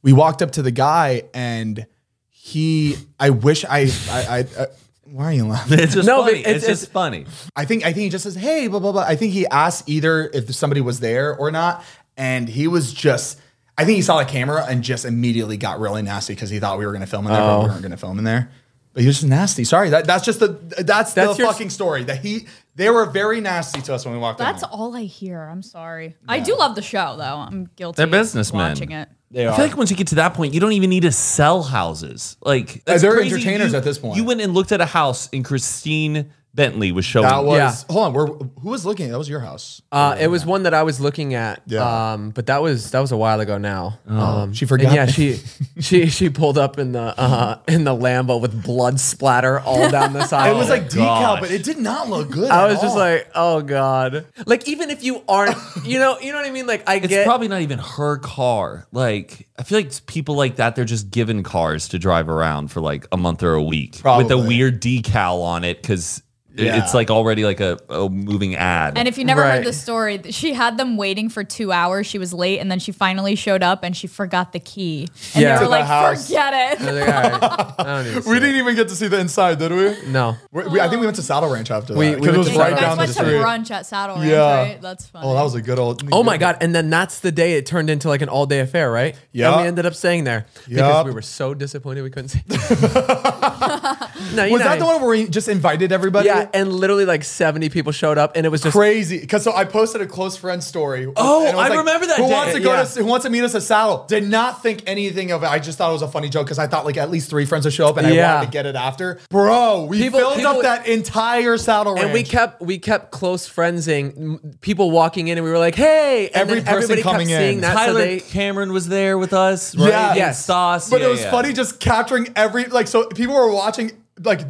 Speaker 5: we walked up to the guy, and he, I wish I, I, I, I why are you laughing?
Speaker 2: It's just
Speaker 4: No, but
Speaker 2: funny.
Speaker 4: it's-
Speaker 2: It's,
Speaker 4: it's-
Speaker 2: just funny.
Speaker 5: I think, I think he just says, "Hey, blah blah blah." I think he asked either if somebody was there or not, and he was just. I think he saw the camera and just immediately got really nasty because he thought we were going to film in there,
Speaker 4: Oh.
Speaker 5: but we weren't going to film in there. But he was just nasty. Sorry, that, that's just the that's,
Speaker 4: That's
Speaker 5: the
Speaker 4: your-
Speaker 5: fucking story. That he they were very nasty to us when we walked in.
Speaker 3: That's
Speaker 5: there.
Speaker 3: all I hear. I'm sorry. I do love the show though. I'm guilty.
Speaker 2: They're
Speaker 3: of
Speaker 2: businessmen.
Speaker 3: Watching it.
Speaker 5: They
Speaker 2: I feel like once you get to that point, you don't even need to sell houses. Like that's
Speaker 5: They're
Speaker 2: crazy.
Speaker 5: entertainers
Speaker 2: You-
Speaker 5: at this point.
Speaker 2: You went and looked at a house, and Christine Bentley was showing.
Speaker 5: That was
Speaker 4: Yeah.
Speaker 5: hold on. We're, who was looking? That was your house.
Speaker 4: Uh, it was one that I was looking at.
Speaker 5: Yeah. Oh,
Speaker 4: Um, but that was that was a while ago now. Um,
Speaker 5: She forgot.
Speaker 4: and yeah,
Speaker 5: [LAUGHS]
Speaker 4: she she she pulled up in the uh, in the Lambo with blood splatter all down the
Speaker 5: [LAUGHS]
Speaker 4: side.
Speaker 5: it was like
Speaker 2: gosh.
Speaker 5: decal, but it did not look good.
Speaker 4: Oh I
Speaker 5: at
Speaker 4: was just
Speaker 5: all.
Speaker 4: like, oh god. Like even if you aren't, you know, you know what I mean. Like I
Speaker 2: It's
Speaker 4: get
Speaker 2: probably not even her car. Like, I feel like people like that, they're just given cars to drive around for like a month or a week with
Speaker 5: Probably.
Speaker 2: a weird decal on it because It-
Speaker 5: Yeah.
Speaker 2: It's like already like a, a moving ad.
Speaker 3: And if you never
Speaker 4: Right.
Speaker 3: heard the story, th- she had them waiting for two hours. She was late, and then she finally showed up, and she forgot the key. And they
Speaker 4: Yeah. To
Speaker 3: were
Speaker 4: the
Speaker 3: like,
Speaker 5: house.
Speaker 3: "Forget
Speaker 4: I
Speaker 3: [LAUGHS] it."
Speaker 4: was like, all right, [LAUGHS] I don't need to
Speaker 5: We
Speaker 4: see
Speaker 5: didn't
Speaker 4: it.
Speaker 5: even get to see the inside, did we?
Speaker 4: No.
Speaker 5: We, we- I think we went to Saddle Ranch after
Speaker 4: We-
Speaker 5: that because it
Speaker 4: we went
Speaker 5: was
Speaker 4: to
Speaker 3: You
Speaker 4: Saddle
Speaker 5: right
Speaker 4: Ranch.
Speaker 3: guys
Speaker 5: down the
Speaker 3: went to
Speaker 5: street.
Speaker 3: brunch at Saddle Ranch,
Speaker 5: Yeah.
Speaker 3: right? That's funny.
Speaker 5: Oh, that was a good old.
Speaker 4: Oh my god! And then that's the day it turned into like an all-day affair, right?
Speaker 5: Yeah.
Speaker 4: And we ended up staying there
Speaker 5: Yup.
Speaker 4: because we were so disappointed we
Speaker 5: [LAUGHS]
Speaker 4: couldn't see. [LAUGHS] no, you
Speaker 5: Was
Speaker 4: know
Speaker 5: that the
Speaker 4: what I mean.
Speaker 5: one where we just invited everybody?
Speaker 4: Yeah, and literally like seventy people showed up, and it was just
Speaker 5: crazy because so I posted a close friend story.
Speaker 2: Oh,
Speaker 5: and it was
Speaker 2: I remember that
Speaker 5: Who
Speaker 2: day."
Speaker 5: wants to go
Speaker 4: Yeah.
Speaker 5: to Who wants to meet us at Saddle? Did not think anything of it. I just thought it was a funny joke because I thought like at least three friends would show up, and I
Speaker 4: Yeah.
Speaker 5: wanted to get it after. Bro, we
Speaker 4: People-
Speaker 5: filled up
Speaker 4: people-
Speaker 5: that entire Saddle Ranch.
Speaker 4: and we kept we kept close friendsing m- people walking in, and we were like, "Hey!" And
Speaker 5: Every
Speaker 4: then
Speaker 5: person
Speaker 4: everybody
Speaker 5: coming in.
Speaker 4: kept seeing that.
Speaker 2: Tyler
Speaker 4: so they,
Speaker 2: Cameron was there with us. Right?
Speaker 5: Yeah.
Speaker 2: And
Speaker 4: Yes.
Speaker 2: Sauce.
Speaker 5: But
Speaker 2: Yeah,
Speaker 5: it was
Speaker 2: yeah.
Speaker 5: funny just capturing every like so people were watching like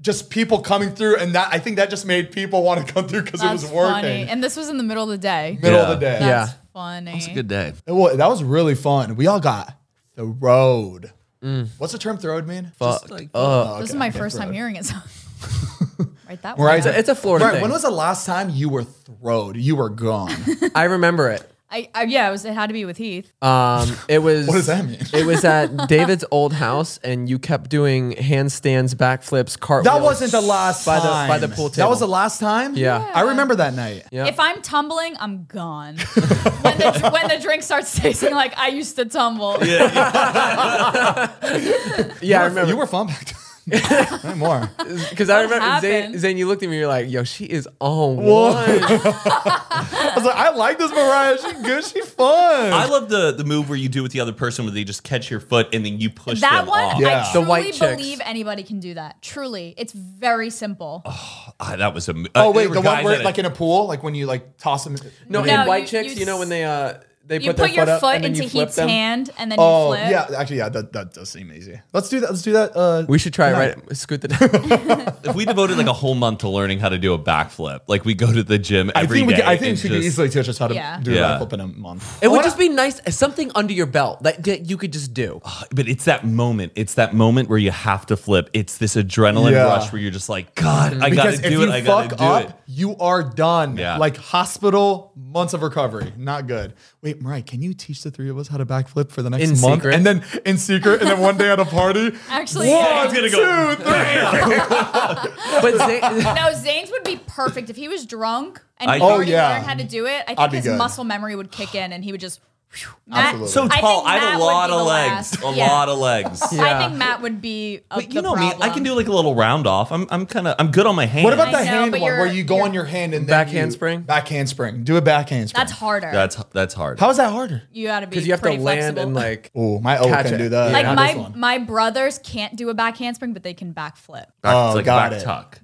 Speaker 5: just people coming through and that I think that just made people want to come through because it
Speaker 3: That's
Speaker 5: was working.
Speaker 3: funny. And this was in the middle of the day.
Speaker 5: Middle
Speaker 2: Yeah.
Speaker 5: of the day.
Speaker 4: Yeah.
Speaker 3: That's funny.
Speaker 2: It's a good day.
Speaker 5: It wa- that was really fun. We all got the road. What's the term throwed mean?
Speaker 4: Mm. fuck.
Speaker 3: This is my first time hearing
Speaker 5: [LAUGHS]
Speaker 3: it. So. right that
Speaker 5: Right,
Speaker 3: way.
Speaker 4: it's, a, it's a Florida
Speaker 5: Right,
Speaker 4: thing.
Speaker 5: when was the last time you were throwed? You were gone.
Speaker 4: [LAUGHS] I remember it.
Speaker 3: I, I yeah, it was. It had to be with Heath.
Speaker 5: [LAUGHS]
Speaker 4: Um, it was.
Speaker 5: What does that mean?
Speaker 4: It
Speaker 5: [LAUGHS]
Speaker 4: was at David's old house, and you kept doing handstands, backflips, cartwheels.
Speaker 5: that wasn't the last
Speaker 4: by
Speaker 5: time.
Speaker 4: the by the pool table.
Speaker 5: That was the last time?
Speaker 4: Yeah. Yeah.
Speaker 5: I remember that night.
Speaker 4: Yeah.
Speaker 3: If I'm tumbling, I'm
Speaker 4: [LAUGHS]
Speaker 3: gone. when, the, when the drink starts tasting like I used to tumble,
Speaker 5: [LAUGHS]
Speaker 4: [LAUGHS] Yeah, I
Speaker 5: You were-
Speaker 4: remember.
Speaker 5: You were fun back then.
Speaker 4: [LAUGHS]
Speaker 5: [LAUGHS] Not more.
Speaker 4: Because I remember Zane,
Speaker 3: happened?
Speaker 4: Zane, you looked at me, you're like, "Yo, she is on one."
Speaker 5: I was like, I like this Mariah. She good. She fun.
Speaker 2: I love the the move where you do with the other person where they just catch your foot and then you push
Speaker 3: that
Speaker 2: them
Speaker 3: one
Speaker 2: off.
Speaker 5: Yeah.
Speaker 3: I
Speaker 4: The
Speaker 3: truly
Speaker 4: white chicks.
Speaker 3: believe anybody can do that. Truly, it's very simple.
Speaker 2: Ah, that was a. m-
Speaker 5: Oh
Speaker 2: uh,
Speaker 5: wait,
Speaker 2: there were
Speaker 5: the
Speaker 2: guys
Speaker 5: one where
Speaker 2: at it-
Speaker 5: like in a pool, like when you like toss them.
Speaker 3: [LAUGHS]
Speaker 4: No,
Speaker 3: No,
Speaker 4: in white
Speaker 3: you-
Speaker 4: chicks,
Speaker 3: you
Speaker 4: you, know when they uh they
Speaker 3: you
Speaker 4: put, their
Speaker 3: put your
Speaker 4: foot,
Speaker 3: foot,
Speaker 4: up and then
Speaker 3: into
Speaker 4: you flip
Speaker 3: Heath's
Speaker 4: them.
Speaker 3: hand and then
Speaker 5: Oh
Speaker 3: you flip.
Speaker 5: yeah, actually yeah, that, that does seem easy. Let's do that. Let's do that. Uh,
Speaker 4: We should try it right. Scoot the.
Speaker 5: [LAUGHS]
Speaker 4: [LAUGHS]
Speaker 2: if we devoted like a whole month to learning how to do a backflip, like we go to the gym
Speaker 5: I
Speaker 2: every day.
Speaker 5: think we could, I think
Speaker 2: and
Speaker 5: she could
Speaker 2: just-
Speaker 5: easily teach us how to
Speaker 3: Yeah.
Speaker 5: do a
Speaker 2: Yeah.
Speaker 5: backflip in a month.
Speaker 4: it would just be nice, uh, something under your belt that, that you could
Speaker 5: [SIGHS]
Speaker 4: just do.
Speaker 2: But it's that moment. It's that moment where you have to flip. It's this adrenaline
Speaker 5: Yeah.
Speaker 2: rush where you're just like, God, I
Speaker 5: Because
Speaker 2: gotta
Speaker 5: if
Speaker 2: do it.
Speaker 5: you
Speaker 2: I gotta
Speaker 5: fuck
Speaker 2: do
Speaker 5: up,
Speaker 2: it.
Speaker 5: you are done.
Speaker 2: Yeah.
Speaker 5: Like hospital months of recovery, not good. Wait, Mariah, can you teach the three of us how to backflip for the next
Speaker 4: In
Speaker 5: month?
Speaker 4: secret?
Speaker 5: And then in secret, and then one day at a party.
Speaker 3: [LAUGHS] Actually,
Speaker 5: one,
Speaker 2: gonna
Speaker 3: Zane's-
Speaker 2: go-
Speaker 5: two, three.
Speaker 4: But Zane, [LAUGHS]
Speaker 3: no, Zane's would be perfect if he was drunk and
Speaker 2: I-
Speaker 3: he
Speaker 2: Oh,
Speaker 3: already
Speaker 5: yeah.
Speaker 3: learned how to do it. I
Speaker 5: I'd
Speaker 3: think
Speaker 5: be
Speaker 3: his
Speaker 5: good.
Speaker 3: muscle memory would kick in and he would just. whew, Matt-
Speaker 5: Absolutely.
Speaker 2: So
Speaker 3: I think
Speaker 2: tall. I, have
Speaker 3: Matt
Speaker 2: a
Speaker 3: would
Speaker 2: lot
Speaker 3: be
Speaker 2: of
Speaker 3: the
Speaker 2: legs.
Speaker 3: last.
Speaker 2: A
Speaker 3: Yeah.
Speaker 2: lot of
Speaker 3: [LAUGHS]
Speaker 2: legs.
Speaker 3: I
Speaker 4: Yeah.
Speaker 3: think Matt would be. a-
Speaker 2: But
Speaker 3: the
Speaker 2: you know me. I
Speaker 3: problem.
Speaker 2: can do like a little round off. I'm I'm kind of I'm good on my hands.
Speaker 5: What about the
Speaker 3: know,
Speaker 5: hand
Speaker 3: but
Speaker 5: one where
Speaker 3: you're-
Speaker 5: you go
Speaker 3: you're-
Speaker 5: on your hand and then
Speaker 4: Back
Speaker 5: you-
Speaker 4: handspring?
Speaker 5: Back handspring. Do a back handspring.
Speaker 3: That's harder.
Speaker 2: That's that's hard.
Speaker 5: How is that harder?
Speaker 3: you got to be.
Speaker 4: because you have to
Speaker 3: pretty
Speaker 4: land
Speaker 3: flexible.
Speaker 4: and like.
Speaker 5: Oh, my O
Speaker 4: Catch
Speaker 5: can
Speaker 4: it.
Speaker 5: do that.
Speaker 4: Yeah.
Speaker 3: Like
Speaker 5: Not this
Speaker 3: my
Speaker 5: one.
Speaker 3: my brothers can't do a back handspring, but they can backflip.
Speaker 2: Back-
Speaker 5: Oh,
Speaker 2: it's like a
Speaker 5: got
Speaker 2: back
Speaker 5: it.
Speaker 2: tuck.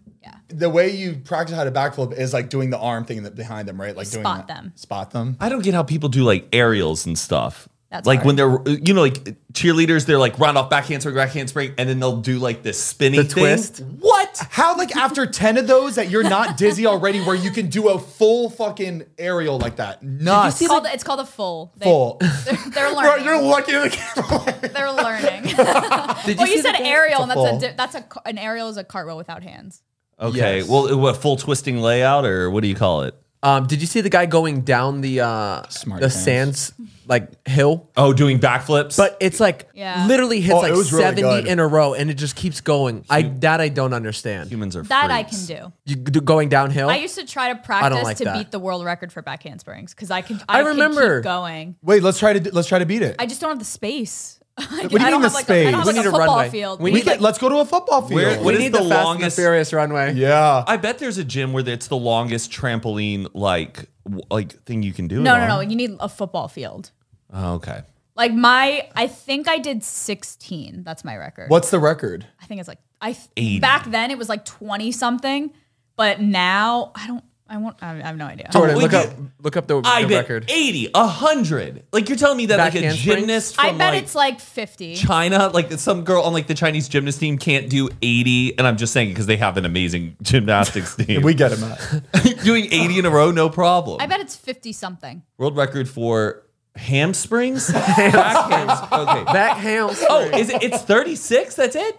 Speaker 5: the way you practice how to backflip is like doing the arm thing that behind them, right? Like doing
Speaker 3: Spot
Speaker 5: that-
Speaker 3: them.
Speaker 5: Spot them.
Speaker 2: I don't get how people do like aerials and stuff.
Speaker 3: That's
Speaker 2: like when
Speaker 3: hard.
Speaker 2: they're you know like cheerleaders, they're like round off back handspring, back handspring, and then they'll do like this spinny
Speaker 4: The
Speaker 2: thing.
Speaker 4: twist?
Speaker 2: What?
Speaker 5: How like after 10 of those that you're not dizzy already where you can do a full fucking aerial like that. Nuts.
Speaker 3: It's called, it's called a full. They,
Speaker 5: full.
Speaker 3: [LAUGHS] They're, they're
Speaker 5: Bro,
Speaker 3: learning.
Speaker 5: you're lucky in the camera.
Speaker 3: they're learning. well, you
Speaker 4: see
Speaker 3: said
Speaker 4: the-
Speaker 3: aerial, and
Speaker 5: It's a
Speaker 3: that's a di- that's
Speaker 5: full.
Speaker 3: a ca- an aerial is a cartwheel without hands.
Speaker 2: Okay.
Speaker 4: Yes.
Speaker 2: Well, what full twisting layout or what do you call it?
Speaker 4: Um, did you see the guy going down the uh,
Speaker 5: Smart
Speaker 4: the
Speaker 5: pants.
Speaker 4: sands like hill?
Speaker 2: Oh, doing backflips.
Speaker 4: But it's like
Speaker 3: Yeah.
Speaker 4: literally hits
Speaker 5: Oh, it
Speaker 4: like
Speaker 5: was really
Speaker 4: seventy
Speaker 5: good.
Speaker 4: in a row, and it just keeps going. I that I don't understand.
Speaker 2: humans are
Speaker 3: That I can
Speaker 2: freaks.
Speaker 3: do.
Speaker 4: You do going downhill.
Speaker 3: I used to try to practice
Speaker 4: like
Speaker 3: to
Speaker 4: that.
Speaker 3: beat the world record for back handsprings because I could. I, could
Speaker 4: remember.
Speaker 3: keep going.
Speaker 5: Wait, let's try to do, let's try to beat it.
Speaker 3: I just don't have the space. [LAUGHS] I,
Speaker 5: do you mean the
Speaker 3: have Like a, I
Speaker 5: space?
Speaker 3: don't have like
Speaker 5: We
Speaker 3: a
Speaker 4: need a
Speaker 3: football
Speaker 4: runway.
Speaker 3: field.
Speaker 4: We
Speaker 5: we
Speaker 4: need,
Speaker 5: get, let's go to a football field.
Speaker 2: Where- what
Speaker 4: we
Speaker 2: is
Speaker 4: need
Speaker 2: the
Speaker 4: the, Fast and
Speaker 2: longest-
Speaker 4: the Furious runway.
Speaker 5: yeah.
Speaker 2: I bet there's a gym where it's the longest trampoline like w- like thing you can do.
Speaker 3: no,
Speaker 2: it
Speaker 3: no, no.
Speaker 2: on.
Speaker 3: You need a football field.
Speaker 2: Oh, okay.
Speaker 3: Like my, I think I did 16. That's my record.
Speaker 5: What's the record?
Speaker 3: I think it's like I th- back then it was like 20 something, but now I don't. I won't. I I have no idea.
Speaker 4: Jordan,
Speaker 2: We
Speaker 4: look
Speaker 2: get-
Speaker 4: up look up the,
Speaker 2: I
Speaker 4: the
Speaker 2: bet
Speaker 4: record.
Speaker 2: 80, 100. Like you're telling me that
Speaker 4: Back
Speaker 2: like a
Speaker 4: handsprings?
Speaker 2: gymnast from
Speaker 3: I bet
Speaker 2: like,
Speaker 3: it's like 50.
Speaker 2: China, like some girl on like the Chinese gymnast team can't do 80. And I'm just saying because they have an amazing [LAUGHS] gymnastics team.
Speaker 5: We get it, Matt.
Speaker 2: [LAUGHS] doing 80 in a row, no problem.
Speaker 3: I bet it's 50 something.
Speaker 2: World record for hamstrings? Back hams- Okay.
Speaker 4: Back hams.
Speaker 5: Oh,
Speaker 2: Oh, is it? It's 36. That's it.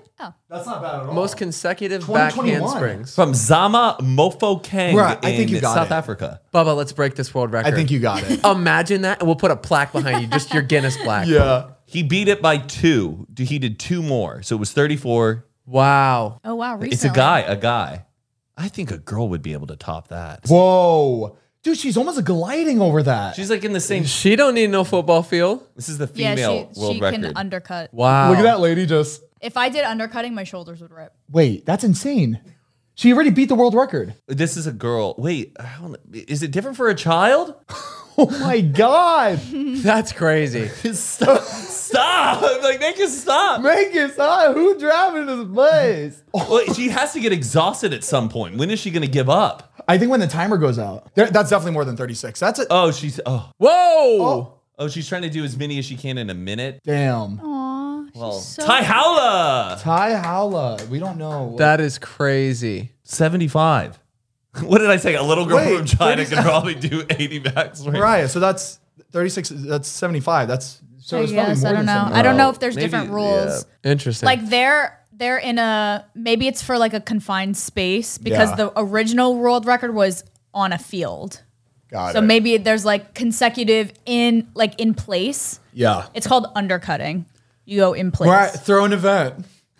Speaker 5: That's not bad at all.
Speaker 4: Most consecutive back
Speaker 5: 2021.
Speaker 4: handsprings.
Speaker 2: From Zama Mofo Kang
Speaker 5: Right, I think
Speaker 2: in
Speaker 5: you got
Speaker 2: South
Speaker 5: it.
Speaker 2: Africa.
Speaker 4: Bubba, let's break this world record.
Speaker 5: I think you got
Speaker 4: [LAUGHS]
Speaker 5: it.
Speaker 4: Imagine that, and we'll put a plaque behind you, just your Guinness plaque.
Speaker 5: yeah.
Speaker 2: He beat it by two. He did two more. So it was 34.
Speaker 4: Wow.
Speaker 3: Oh wow, recently.
Speaker 2: It's a guy, a guy. I think a girl would be able to top that.
Speaker 5: Whoa. Dude, she's almost gliding over that.
Speaker 2: She's like in the same.
Speaker 4: She don't need no football field.
Speaker 2: This is the
Speaker 3: Yeah,
Speaker 2: female
Speaker 3: she,
Speaker 2: world
Speaker 3: she
Speaker 2: record.
Speaker 3: can undercut.
Speaker 4: Wow.
Speaker 5: Look at that lady just.
Speaker 3: If I did undercutting, my shoulders would rip.
Speaker 5: Wait, that's insane. She already beat the world record.
Speaker 2: this is a girl. Wait, I don't, is it different for a child?
Speaker 5: [LAUGHS]
Speaker 2: [LAUGHS]
Speaker 5: Oh my God.
Speaker 4: That's crazy.
Speaker 2: stop! stop! [LAUGHS] I'm like make it
Speaker 5: [LAUGHS]
Speaker 2: stop.
Speaker 5: Make it stop. Who driving this bus?
Speaker 2: Well, she has to get exhausted at some point. When is she going to give up?
Speaker 5: I think when the timer goes out, there, that's definitely more than 36. That's it.
Speaker 2: Oh, she's oh
Speaker 4: Whoa.
Speaker 2: oh she's trying to do as many as she can in a minute.
Speaker 5: Damn.
Speaker 3: Aw,
Speaker 2: Well,
Speaker 3: she's so
Speaker 2: Ty Howla,
Speaker 5: Ty Howla. We don't know.
Speaker 4: That is crazy.
Speaker 2: seventy-five. [LAUGHS] What did I say? A little girl
Speaker 5: Wait,
Speaker 2: from China
Speaker 5: 37.
Speaker 2: can probably do eighty back swing.
Speaker 5: right. So that's 36. That's 75. That's. So
Speaker 3: I
Speaker 5: it's probably
Speaker 3: guess
Speaker 5: more
Speaker 3: I
Speaker 5: than
Speaker 3: don't know.
Speaker 5: 75.
Speaker 3: I don't know if there's
Speaker 2: Maybe-
Speaker 3: different rules.
Speaker 4: Interesting.
Speaker 3: Like they're they're in a maybe it's for like a confined space because
Speaker 5: Yeah.
Speaker 3: the original world record was on a field.
Speaker 5: Got
Speaker 3: So
Speaker 5: it.
Speaker 3: maybe there's like consecutive in like in place.
Speaker 5: Yeah.
Speaker 3: It's called undercutting. You go in place.
Speaker 5: All right. Throw an event.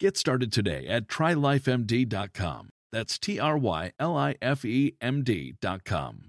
Speaker 1: Get started today at trylifemd.com. That's T R Y L I F E M D.com.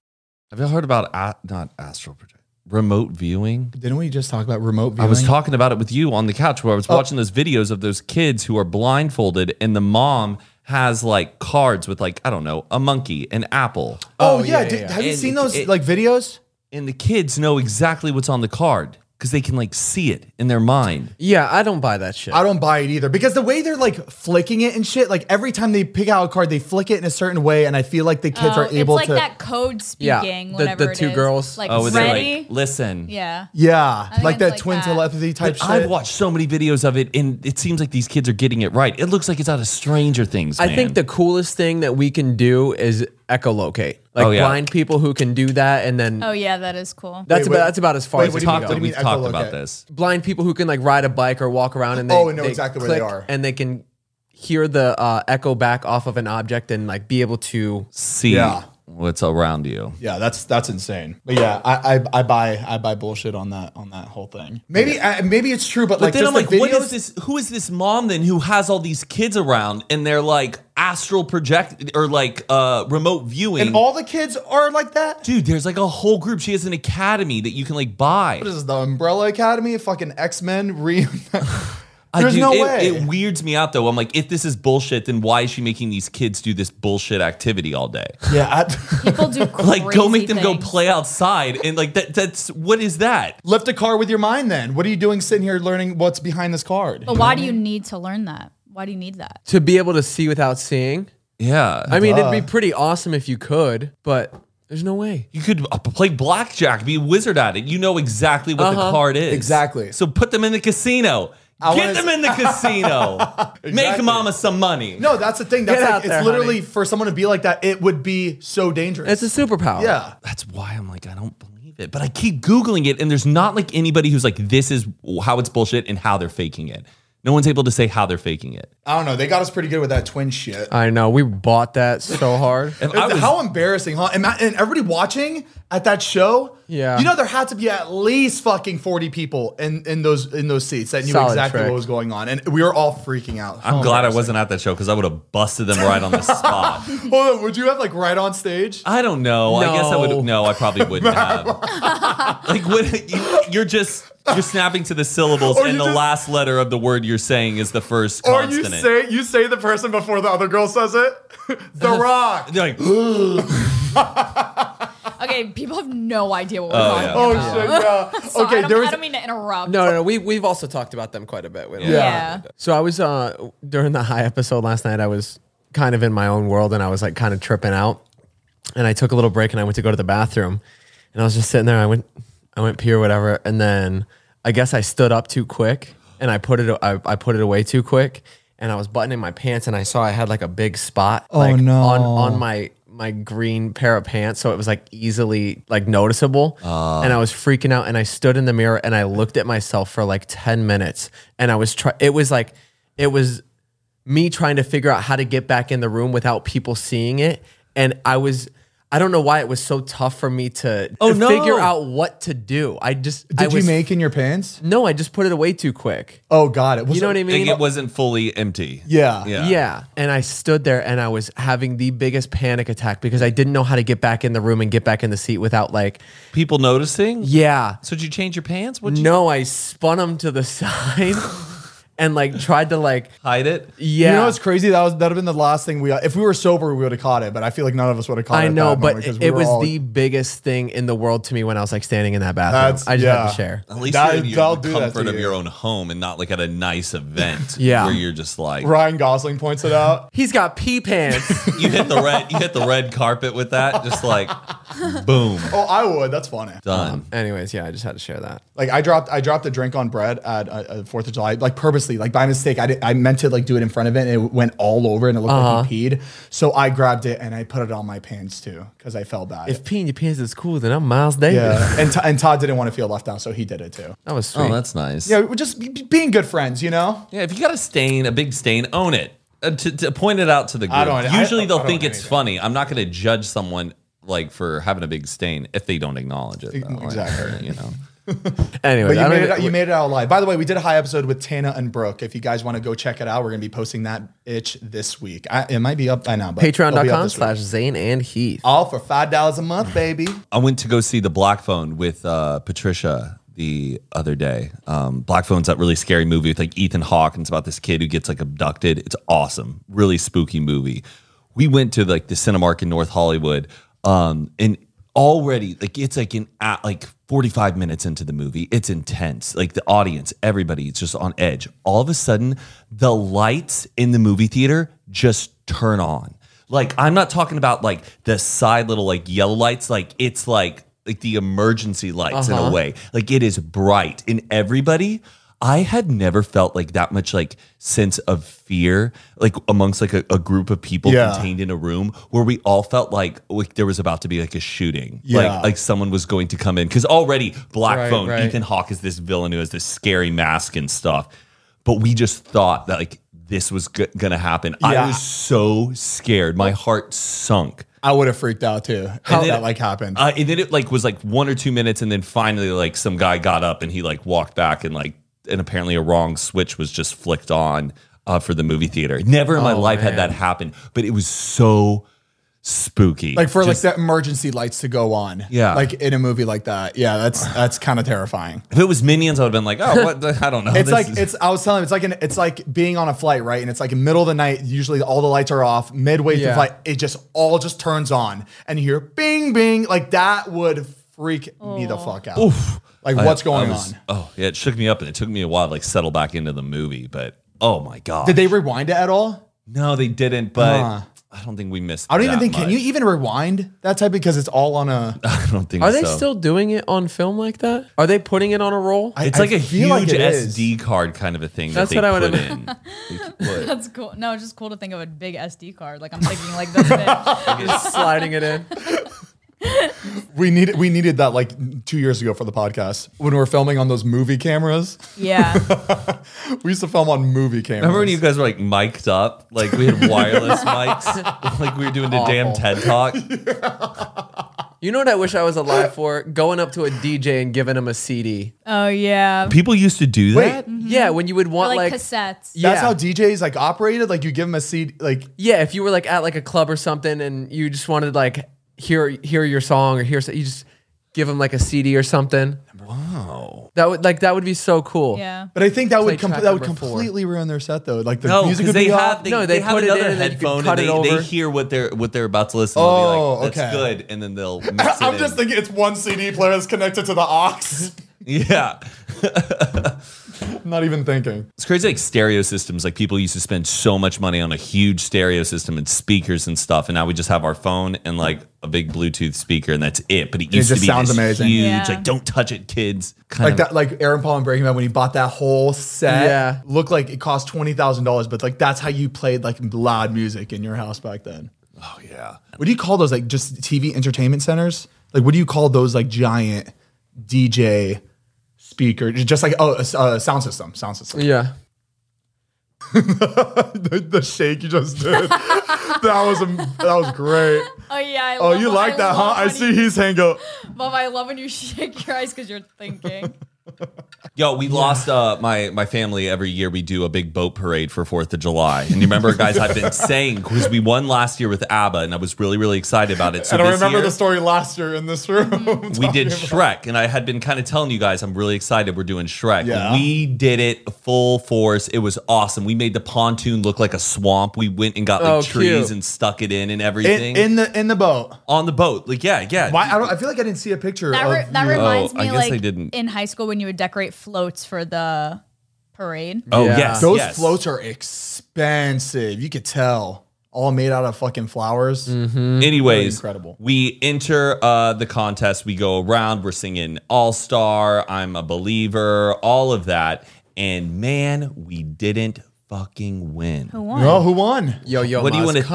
Speaker 2: Have you heard about a- not astral project remote viewing?
Speaker 5: Didn't we just talk about remote
Speaker 2: I
Speaker 5: viewing? Oh.
Speaker 2: was talking about it with you on the couch where I was watching those videos of those kids who are blindfolded and the mom has like cards with like I don't know a monkey, an apple,
Speaker 5: Oh,
Speaker 4: Oh,
Speaker 5: yeah.
Speaker 4: yeah,
Speaker 5: Did-
Speaker 4: yeah.
Speaker 5: Have you
Speaker 2: And
Speaker 5: seen
Speaker 2: it-
Speaker 5: those
Speaker 2: it-
Speaker 5: like videos?
Speaker 2: and the kids know exactly what's on the card because they can like see it in their mind.
Speaker 4: yeah, I don't buy that shit.
Speaker 5: I don't buy it either because the way they're like flicking it and shit. Like every time they pick out a card, they flick it in a certain way, and I feel like the kids
Speaker 3: Oh,
Speaker 5: are able
Speaker 3: it's like
Speaker 5: to.
Speaker 3: that code
Speaker 4: Yeah,
Speaker 3: speaking,
Speaker 4: the- the
Speaker 3: whatever it
Speaker 4: two
Speaker 3: is.
Speaker 4: girls.
Speaker 3: Like
Speaker 2: Oh, and they're
Speaker 3: ready?
Speaker 2: like, listen.
Speaker 3: yeah.
Speaker 5: yeah,
Speaker 3: think
Speaker 5: like
Speaker 3: it's
Speaker 5: that
Speaker 3: like
Speaker 5: twin
Speaker 3: that.
Speaker 5: telepathy type
Speaker 2: But
Speaker 5: shit.
Speaker 2: I've watched so many videos of it, and it seems like these kids are getting it right. It looks like it's out of Stranger Things.
Speaker 4: I
Speaker 2: man.
Speaker 4: think the coolest thing that we can do is echolocate. Like
Speaker 2: Oh, yeah.
Speaker 4: blind people who can do that, and then
Speaker 3: Oh yeah, that is cool.
Speaker 4: that's
Speaker 5: Wait, wait.
Speaker 4: about that's about as far
Speaker 5: Wait,
Speaker 4: as
Speaker 5: what
Speaker 4: we
Speaker 5: do you mean-
Speaker 4: can
Speaker 2: talked,
Speaker 5: what do
Speaker 4: go.
Speaker 5: you mean
Speaker 2: we've talked
Speaker 5: echolocate?
Speaker 2: about this.
Speaker 4: Blind people who can like ride a bike or walk around, and they
Speaker 5: Oh, I know
Speaker 4: they
Speaker 5: exactly where they
Speaker 4: click
Speaker 5: are.
Speaker 4: and they can hear the uh, echo back off of an object and like be able to.
Speaker 2: See
Speaker 5: Yeah.
Speaker 2: what's around you.
Speaker 5: yeah, that's that's insane. But yeah, I, I I buy I buy bullshit on that on that whole thing. Maybe I, maybe it's true, but,
Speaker 2: But
Speaker 5: like
Speaker 2: then I'm like,
Speaker 5: just the
Speaker 2: what
Speaker 5: videos-
Speaker 2: is this? Who is this mom then who has all these kids around and they're like astral project or like uh remote viewing?
Speaker 5: And all the kids are like that.
Speaker 2: Dude, there's like a whole group. She has an academy that you can like buy.
Speaker 5: What is this, the Umbrella Academy? Fucking X Men [LAUGHS] re.
Speaker 2: I
Speaker 5: There's
Speaker 2: do-
Speaker 5: no
Speaker 2: it,
Speaker 5: way.
Speaker 2: It weirds me out though. I'm like, if this is bullshit, then why is she making these kids do this bullshit activity all day?
Speaker 5: yeah, [LAUGHS]
Speaker 2: [LAUGHS]
Speaker 5: I,
Speaker 3: People do crazy
Speaker 2: Like, go make them go
Speaker 3: things.
Speaker 2: play outside and like that. That's what is that?
Speaker 5: lift a car with your mind. Then what are you doing sitting here learning what's behind this card?
Speaker 3: But why do you need to learn that? Why do you need that?
Speaker 4: To be able to see without seeing,
Speaker 2: Yeah,
Speaker 4: I mean, it'd be pretty awesome if you could, but there's no way.
Speaker 2: You could uh, play blackjack, be a wizard at it. You know exactly what
Speaker 3: Uh-huh.
Speaker 2: the card is.
Speaker 5: Exactly.
Speaker 2: So put them in the casino. Get
Speaker 5: wanna-
Speaker 2: them in the
Speaker 5: [LAUGHS]
Speaker 2: casino. Make mama some money.
Speaker 5: No, that's the thing. That's
Speaker 4: Get
Speaker 5: like,
Speaker 4: out
Speaker 5: it's
Speaker 4: there,
Speaker 5: literally
Speaker 4: honey.
Speaker 5: for someone to be like that, it would be so dangerous.
Speaker 4: It's a superpower.
Speaker 5: yeah.
Speaker 2: That's why I'm like, I don't believe it. But I keep Googling it, and there's not like anybody who's like, this is how it's bullshit and how they're faking it. No one's able to say how they're faking it.
Speaker 5: I don't know. They got us pretty good with that twin shit.
Speaker 4: I know. We bought that so hard.
Speaker 2: If I was- [LAUGHS]
Speaker 5: How embarrassing, huh? Ima- and everybody watching at that show,
Speaker 4: Yeah.
Speaker 5: you know there had to be at least fucking forty people in, in those in those seats that knew
Speaker 4: Solid
Speaker 5: exactly
Speaker 4: trick. Oh,
Speaker 5: what was going on, and we were all freaking out.
Speaker 2: I'm glad I wasn't at that show because I would have busted them right on
Speaker 5: [LAUGHS]
Speaker 2: the spot.
Speaker 5: Hold on, would you have like right on stage?
Speaker 2: I don't know. I guess I
Speaker 4: No.
Speaker 2: would. No, I probably
Speaker 5: [LAUGHS]
Speaker 2: wouldn't have. like when you, you're just you're snapping to the syllables,
Speaker 5: Or
Speaker 2: and
Speaker 5: you
Speaker 2: the
Speaker 5: just-
Speaker 2: last letter of the word you're saying is the first
Speaker 5: Or
Speaker 2: consonant.
Speaker 5: you say you say the person before the other girl says it. [LAUGHS] the
Speaker 4: [LAUGHS]
Speaker 5: Rock.
Speaker 2: They're like,
Speaker 3: Okay, people have no idea what we're
Speaker 2: Oh,
Speaker 3: talking
Speaker 2: yeah.
Speaker 5: Oh
Speaker 3: about. [LAUGHS]
Speaker 5: shit! Yeah.
Speaker 3: So I,
Speaker 5: okay,
Speaker 3: don't,
Speaker 5: there
Speaker 3: I
Speaker 5: was
Speaker 3: don't mean to interrupt.
Speaker 4: No, no, no. We we've also talked about them quite a bit. We don't-
Speaker 2: Yeah.
Speaker 3: Yeah.
Speaker 4: So I was uh during the high episode last night. I was kind of in my own world, and I was like kind of tripping out. And I took a little break, and I went to go to the bathroom, and I was just sitting there. I went, I went pee or whatever, and then I guess I stood up too quick, and I put it, I, I put it away too quick, and I was buttoning my pants, and I saw I had like a big spot, oh like,
Speaker 5: no.
Speaker 4: on on my my green pair of pants so it was like easily like noticeable
Speaker 5: Uh.
Speaker 4: and i was freaking out and i stood in the mirror and i looked at myself for like 10 minutes and i was try it was like it was me trying to figure out how to get back in the room without people seeing it and i was i don't know why it was so tough for me to,
Speaker 2: Oh,
Speaker 4: to
Speaker 2: no.
Speaker 4: figure out what to do i just I
Speaker 5: Did
Speaker 4: was-
Speaker 5: you make in your pants?
Speaker 4: no i just put it away too quick
Speaker 5: Oh god, it was.
Speaker 4: you know what i
Speaker 2: like
Speaker 4: mean
Speaker 2: it wasn't fully empty.
Speaker 5: Yeah.
Speaker 2: Yeah.
Speaker 4: yeah. And I stood there and I was having the biggest panic attack because I didn't know how to get back in the room and get back in the seat without like,
Speaker 2: People noticing.
Speaker 4: yeah.
Speaker 2: So did you change your pants? Would you
Speaker 4: No, I spun him to
Speaker 5: [LAUGHS]
Speaker 4: the [LAUGHS] side and like tried to like,
Speaker 2: hide it?
Speaker 4: yeah.
Speaker 5: You know what's crazy? That was that'd have been the last thing we. If we were sober, we would have caught it. But I feel like none of us would have caught it.
Speaker 4: I
Speaker 5: at
Speaker 4: know,
Speaker 5: that
Speaker 4: but
Speaker 5: moment 'cause
Speaker 4: it,
Speaker 5: we
Speaker 4: it
Speaker 5: were
Speaker 4: was
Speaker 5: all-
Speaker 4: the biggest thing in the world to me when I was like standing in that bathroom.
Speaker 5: That's-
Speaker 4: I just had
Speaker 5: yeah.
Speaker 4: to share.
Speaker 2: At least
Speaker 5: That-
Speaker 2: you're in
Speaker 5: that'll
Speaker 2: your
Speaker 5: do that to
Speaker 2: comfort of
Speaker 5: you.
Speaker 2: your own home and not like at a nice
Speaker 5: [LAUGHS]
Speaker 2: event.
Speaker 4: Yeah.
Speaker 2: Where you're just like
Speaker 5: Ryan Gosling points it out.
Speaker 4: He's got
Speaker 5: [LAUGHS]
Speaker 4: pee pants.
Speaker 2: you hit the red you hit the red carpet with that, just like boom.
Speaker 5: Oh, I would. That's funny.
Speaker 2: Done.
Speaker 4: Um, Anyways, yeah, I just had to share that.
Speaker 5: Um, Like I dropped, I dropped a drink on bread at uh, Fourth of July, like purposely, like by mistake. I, did, I meant to like do it in front of it, and it went all over, and it looked like he
Speaker 4: Uh-huh.
Speaker 5: peed. So I grabbed it and I put it on my pants too because I felt bad.
Speaker 4: If peeing your pants is cool, then I'm Miles Davis.
Speaker 5: yeah, and, T- and Todd didn't want to feel left out, so he did it too.
Speaker 4: That was sweet.
Speaker 2: Oh, that's nice.
Speaker 5: Yeah, we're just be- be- being good friends, you know.
Speaker 2: Yeah, if you got a stain, a big stain, own it. Uh, to, to point it out to the group.
Speaker 5: I don't- I-
Speaker 2: Usually
Speaker 5: I
Speaker 2: they'll
Speaker 5: don't
Speaker 2: think
Speaker 5: do
Speaker 2: it's
Speaker 5: anything.
Speaker 2: funny. I'm not going to judge someone like for having a big stain if they don't acknowledge it. though. Like,
Speaker 5: E
Speaker 2: [LAUGHS]
Speaker 5: Exactly.
Speaker 2: you know.
Speaker 5: But
Speaker 4: anyway, I
Speaker 5: you
Speaker 4: don't
Speaker 5: made, it
Speaker 4: even-
Speaker 5: out, you made it out alive. By the way, we did a high episode with Tana and Brooke. If you guys want to go check it out, we're going to be posting that itch this week. I, it might be up by now, but it'll be up
Speaker 4: Patreon.com
Speaker 5: this week.
Speaker 4: slash Zane and Heath.
Speaker 5: All for five dollars a
Speaker 4: [LAUGHS]
Speaker 5: month, baby.
Speaker 2: I went to go see the Black Phone with uh, Patricia the other day. Um, Black Phone's that really scary movie with like Ethan Hawke, and it's about this kid who gets like abducted. It's awesome, really spooky movie. We went to like the Cinemark in North Hollywood, um, and already like it's like an at like 45 minutes into the movie it's intense like the audience everybody it's just on edge all of a sudden the lights in the movie theater just turn on like i'm not talking about like the side little like yellow lights like it's like like the emergency lights in a way like it is bright and everybody i had never felt like that much like sense of fear like amongst like a, a group of people
Speaker 5: Yeah.
Speaker 2: contained in a room where we all felt like like there was about to be like a shooting
Speaker 5: Yeah.
Speaker 2: like like someone was going to come in because already black
Speaker 4: Right,
Speaker 2: phone
Speaker 4: right.
Speaker 2: ethan hawke is this villain who has this scary mask and stuff but we just thought that like this was g- gonna happen
Speaker 5: Yeah.
Speaker 2: i was so scared my heart sunk
Speaker 5: I would have freaked out too. How
Speaker 2: then-
Speaker 5: that like happened?
Speaker 2: uh, and then it like was like one or two minutes, and then finally like some guy got up and he like walked back and like and apparently a wrong switch was just flicked on uh, for the movie theater. Never in
Speaker 5: Oh,
Speaker 2: my life had that happen, but it was so spooky.
Speaker 5: like for
Speaker 2: Just-
Speaker 5: like the emergency lights to go on.
Speaker 2: Yeah.
Speaker 5: like in a movie like that.
Speaker 2: [SIGHS]
Speaker 5: Yeah, that's that's kind of terrifying.
Speaker 2: if it was Minions, I would have been like,
Speaker 5: [LAUGHS]
Speaker 2: oh, what? The, I don't know.
Speaker 5: It's
Speaker 2: This
Speaker 5: like
Speaker 2: is-
Speaker 5: it's. I was telling him it's like an. It's like being on a flight, right? And it's like middle of the night. Usually all the lights are off. Midway through
Speaker 4: Yeah.
Speaker 5: flight, it just all just turns on, and you hear bing bing. Like that would freak me the fuck out. Like what's going
Speaker 2: I was-
Speaker 5: on?
Speaker 2: Oh yeah, it shook me up, and it took me a while to like settle back into the movie. But oh my god,
Speaker 5: Did they rewind it at all?
Speaker 2: No, they didn't. But
Speaker 5: Uh.
Speaker 2: I don't think we missed.
Speaker 5: I don't even
Speaker 2: that
Speaker 5: think. Can you
Speaker 2: much.
Speaker 5: even rewind that type because it's all on a.
Speaker 2: [LAUGHS] I don't think.
Speaker 4: Are they
Speaker 2: so.
Speaker 4: still doing it on film like that? Are they putting it on a roll?
Speaker 5: I-
Speaker 2: It's
Speaker 5: I
Speaker 2: like a
Speaker 5: feel
Speaker 2: huge
Speaker 5: like it is.
Speaker 2: SD card kind of a thing.
Speaker 4: That's
Speaker 2: that they
Speaker 4: what I
Speaker 2: put
Speaker 4: would've- [LAUGHS]
Speaker 2: in. They- what?
Speaker 3: That's cool. No, it's just cool to think of a big SD card. Like I'm thinking like this
Speaker 5: [LAUGHS]
Speaker 3: big.
Speaker 4: [LAUGHS] Just sliding it in.
Speaker 5: We needed we needed that like two years ago for the podcast when we were filming on those movie cameras.
Speaker 3: Yeah.
Speaker 5: [LAUGHS] We used to film on movie cameras.
Speaker 2: Remember when you guys were like mic'd up? Like
Speaker 5: [LAUGHS]
Speaker 2: we had wireless mics, like we were doing the damn TED talk.
Speaker 4: You You know what I wish I was alive for? Going up to a DJ and giving him a CD.
Speaker 3: Oh yeah.
Speaker 2: People used to do
Speaker 5: Wait,
Speaker 2: that.
Speaker 4: Yeah, when you would
Speaker 3: Mm-hmm. Or,
Speaker 4: want
Speaker 3: like,
Speaker 4: like,
Speaker 3: cassettes.
Speaker 4: yeah,
Speaker 5: That's how DJs like operated. Like you give them a seed. Like
Speaker 4: yeah. If you were like at like a club or something and you just wanted like hear hear your song or hear so- you just give him like a CD or something. Wow. That would like that would be so cool.
Speaker 3: Yeah.
Speaker 5: but I think that would
Speaker 4: Play
Speaker 5: com-
Speaker 4: track
Speaker 5: that would
Speaker 4: number four.
Speaker 5: completely ruin their set though. Like the
Speaker 2: No,
Speaker 5: music
Speaker 2: because
Speaker 5: would
Speaker 2: they
Speaker 5: be
Speaker 2: have
Speaker 5: off.
Speaker 2: they,
Speaker 4: No,
Speaker 2: they
Speaker 4: they
Speaker 2: have
Speaker 4: put it
Speaker 2: another
Speaker 4: in and then you can
Speaker 2: headphone and
Speaker 4: cut it
Speaker 2: they,
Speaker 4: over.
Speaker 2: they hear what they're what they're about to listen. to.
Speaker 5: Oh,
Speaker 2: Oh, like, That's
Speaker 5: okay.
Speaker 2: good, and then
Speaker 5: [LAUGHS]
Speaker 2: they'll. Mix it
Speaker 5: [LAUGHS] I'm
Speaker 2: in.
Speaker 5: just thinking it's one CD player that's connected to the aux.
Speaker 2: [LAUGHS] Yeah,
Speaker 5: I'm not even thinking.
Speaker 2: it's crazy. Like stereo systems, like people used to spend so much money on a huge stereo system and speakers and stuff, and now we just have our phone and like a big Bluetooth speaker, and that's it. But it used to
Speaker 5: just
Speaker 2: be
Speaker 5: sounds
Speaker 2: this
Speaker 5: amazing.
Speaker 2: huge,
Speaker 3: Yeah.
Speaker 2: like don't touch it, kids. Kind
Speaker 5: Like
Speaker 2: of
Speaker 5: that, like Aaron Paul and Breaking Bad when he bought that whole set.
Speaker 4: Yeah.
Speaker 5: looked like it cost twenty thousand dollars, but like that's how you played like loud music in your house back then.
Speaker 2: Oh yeah.
Speaker 5: What do you call those? Like just TV entertainment centers? Like what do you call those? Like giant DJ speaker, just like oh, a s- a sound system, sound system.
Speaker 4: Yeah.
Speaker 5: [LAUGHS] the, the shake you just did. [LAUGHS] that was am- that was great.
Speaker 3: Oh yeah. I
Speaker 5: Oh,
Speaker 3: love-
Speaker 5: you
Speaker 3: I
Speaker 5: like that, huh?
Speaker 3: love
Speaker 5: I
Speaker 3: when [LAUGHS]
Speaker 5: see he's hang up.
Speaker 3: You, Mom, I love when you [LAUGHS] shake your eyes because you're
Speaker 2: [LAUGHS]
Speaker 3: thinking.
Speaker 2: Yo, we lost uh, my my family every year. We do a big boat parade for Fourth of July, and you remember, guys, I've been [LAUGHS] saying because we won last year with ABBA, and I was really really excited about it. So
Speaker 5: and I
Speaker 2: this
Speaker 5: remember
Speaker 2: year,
Speaker 5: the story last year in this room.
Speaker 2: [LAUGHS] We did Shrek, and I had been kind of telling you guys I'm really excited. We're doing Shrek.
Speaker 5: Yeah.
Speaker 2: We did it full force. It was awesome. We made the pontoon look like a swamp. We went and got like
Speaker 4: Oh,
Speaker 2: trees
Speaker 4: cute.
Speaker 2: and stuck it in and
Speaker 5: [LAUGHS] in,
Speaker 2: everything
Speaker 5: in the in the boat.
Speaker 2: on the boat. Like yeah, yeah.
Speaker 5: Why I don't I feel like I didn't see a picture
Speaker 3: That,
Speaker 5: of
Speaker 3: re- that
Speaker 5: you.
Speaker 3: reminds
Speaker 2: Oh, I
Speaker 3: me,
Speaker 2: guess I
Speaker 3: like
Speaker 2: didn't.
Speaker 3: in high school when you would decorate floats for the parade.
Speaker 2: Oh
Speaker 4: Yeah.
Speaker 2: yes,
Speaker 5: Those
Speaker 2: yes.
Speaker 5: floats are expensive. You could tell. All made out of fucking flowers.
Speaker 2: Anyways,
Speaker 5: incredible.
Speaker 2: we enter uh, the contest. We go around. We're singing All Star, I'm a Believer, all of that. And man, we didn't fucking win.
Speaker 3: Who won?
Speaker 5: No, who won?
Speaker 4: Yo, yo,
Speaker 2: What do you
Speaker 4: Ma's
Speaker 2: wanna think-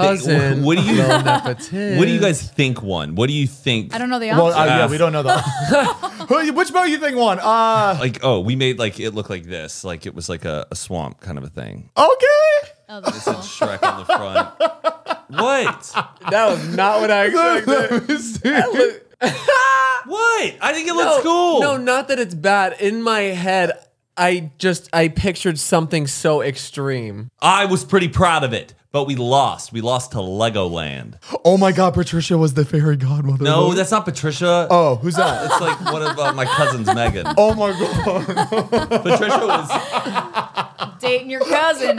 Speaker 2: [LAUGHS]
Speaker 4: cousin.
Speaker 2: what do you-
Speaker 4: Lil
Speaker 2: What do you
Speaker 4: Nefertiti.
Speaker 2: guys think won? What do you think?
Speaker 3: I don't know the answer.
Speaker 5: Well, uh, yeah,
Speaker 2: Yes.
Speaker 5: we
Speaker 3: [LAUGHS]
Speaker 5: don't know that. [LAUGHS] Who- Which boat you think won? Uh,
Speaker 2: Like, oh, we made like it look like this, like it was like a, a swamp kind of a thing.
Speaker 5: okay.
Speaker 3: oh, that's
Speaker 2: It
Speaker 3: cool.
Speaker 2: said Shrek on the front. what?
Speaker 4: That was
Speaker 2: [LAUGHS]
Speaker 4: not what I expected. That look-
Speaker 2: What? I think it looks
Speaker 4: no,
Speaker 2: cool.
Speaker 4: No, not that it's bad. In my head, I just I pictured something so extreme.
Speaker 2: I was pretty proud of it, but we lost. We lost to Legoland.
Speaker 5: Oh my God, Patricia was the fairy godmother.
Speaker 2: No, that's not Patricia.
Speaker 5: Oh, who's that? [LAUGHS]
Speaker 2: It's like one of uh, my cousins,
Speaker 4: [LAUGHS]
Speaker 2: Megan.
Speaker 5: oh my God.
Speaker 2: Patricia was.
Speaker 3: Dating your cousin,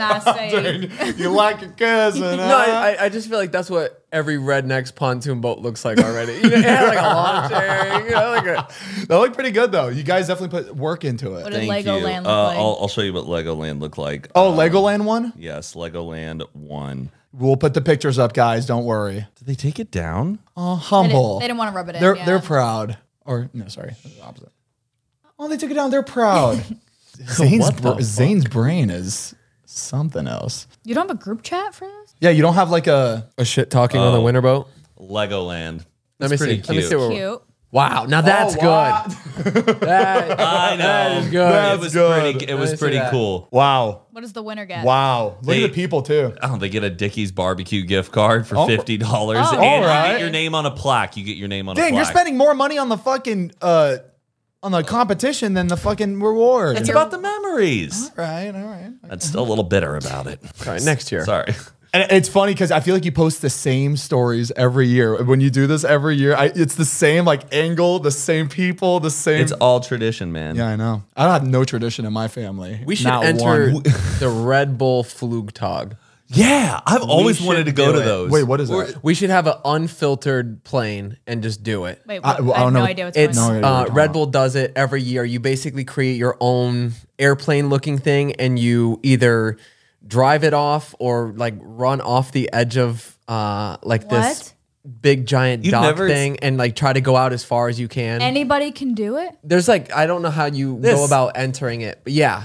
Speaker 2: [LAUGHS]
Speaker 3: I say.
Speaker 5: you like your
Speaker 3: [LAUGHS]
Speaker 5: cousin.
Speaker 4: No,
Speaker 5: huh?
Speaker 4: I, I- I just feel like that's what every redneck's pontoon boat looks like already. You know, it had like a lawn chair, you know,
Speaker 2: [LAUGHS]
Speaker 4: like [LAUGHS] a,
Speaker 5: That looked pretty good though. You guys definitely put work into
Speaker 3: What
Speaker 5: it.
Speaker 3: did
Speaker 2: Thank you.
Speaker 3: Legoland look
Speaker 2: Uh,
Speaker 3: like?
Speaker 2: I'll, I'll show you what Legoland looked like.
Speaker 5: Oh,
Speaker 2: Um,
Speaker 5: Legoland one?
Speaker 2: Yes, Legoland one.
Speaker 5: We'll put the pictures up, guys. Don't worry.
Speaker 2: Did they take it down?
Speaker 5: Oh,
Speaker 3: they,
Speaker 5: humble.
Speaker 3: didn't, they didn't want to rub it in.
Speaker 5: They're
Speaker 3: yeah.
Speaker 5: they're proud. Or no, sorry, that's the opposite. Oh, they took it down. They're [LAUGHS] proud. Zane's,
Speaker 2: What the
Speaker 5: br-
Speaker 2: fuck?
Speaker 5: Zane's brain is something else.
Speaker 3: you don't have a group chat for this?
Speaker 5: Yeah, you don't have like a.
Speaker 4: a shit talking on the winter boat. [LAUGHS]
Speaker 2: Legoland.
Speaker 4: Let me
Speaker 2: It's
Speaker 4: see.
Speaker 2: Oh. pretty
Speaker 4: Let me
Speaker 2: cute.
Speaker 4: see where we're.
Speaker 3: Cute.
Speaker 4: Wow, now that's
Speaker 5: Oh, wow.
Speaker 4: good. That-
Speaker 2: I know.
Speaker 4: is good.
Speaker 2: it
Speaker 4: That's
Speaker 2: was
Speaker 5: good.
Speaker 2: pretty. It was
Speaker 4: see
Speaker 2: pretty
Speaker 4: that.
Speaker 2: cool.
Speaker 5: [LAUGHS] Wow.
Speaker 3: What does the winner get?
Speaker 5: Wow. Look
Speaker 2: They-
Speaker 5: at the people too.
Speaker 2: Oh, they get a Dickie's barbecue gift card for
Speaker 5: Oh.
Speaker 2: fifty dollars,
Speaker 3: Oh,
Speaker 2: and
Speaker 5: alright.
Speaker 2: you get your name on a plaque. You get your name on a
Speaker 5: Dang,
Speaker 2: plaque.
Speaker 5: you're spending more money on the fucking uh on the competition than the fucking reward.
Speaker 2: It's about the memories.
Speaker 5: right, all right.
Speaker 2: I'm still a little bitter about it.
Speaker 4: [LAUGHS] All right, next year.
Speaker 2: Sorry.
Speaker 5: And it's funny because I feel like you post the same stories every year. When you do this every year, I, it's the same like angle, the same people, the same.
Speaker 2: It's all tradition, man.
Speaker 5: yeah, I know. I don't have no tradition in my family.
Speaker 4: We should
Speaker 5: Not
Speaker 4: [LAUGHS] enter
Speaker 5: one.
Speaker 4: the Red Bull Flugtag.
Speaker 2: Yeah, I've always
Speaker 4: should
Speaker 2: wanted to go
Speaker 4: do
Speaker 2: to
Speaker 4: it.
Speaker 2: those.
Speaker 5: Wait, what is that?
Speaker 4: We should have an unfiltered plane and just do it.
Speaker 3: Wait, what? I,
Speaker 5: I- well, I
Speaker 3: have
Speaker 5: don't
Speaker 3: no
Speaker 5: know.
Speaker 3: idea what's
Speaker 4: It's
Speaker 3: going on.
Speaker 5: No, yeah,
Speaker 4: uh,
Speaker 5: yeah.
Speaker 4: Red Bull does it every year. You basically create your own airplane looking thing and you either drive it off or like run off the edge of uh like this big giant
Speaker 2: You've
Speaker 4: dock
Speaker 2: never ex-
Speaker 4: thing and like try to go out as far as you can.
Speaker 3: Anybody can do it?
Speaker 4: There's like I don't know how you
Speaker 2: This.
Speaker 4: go about entering it, but yeah.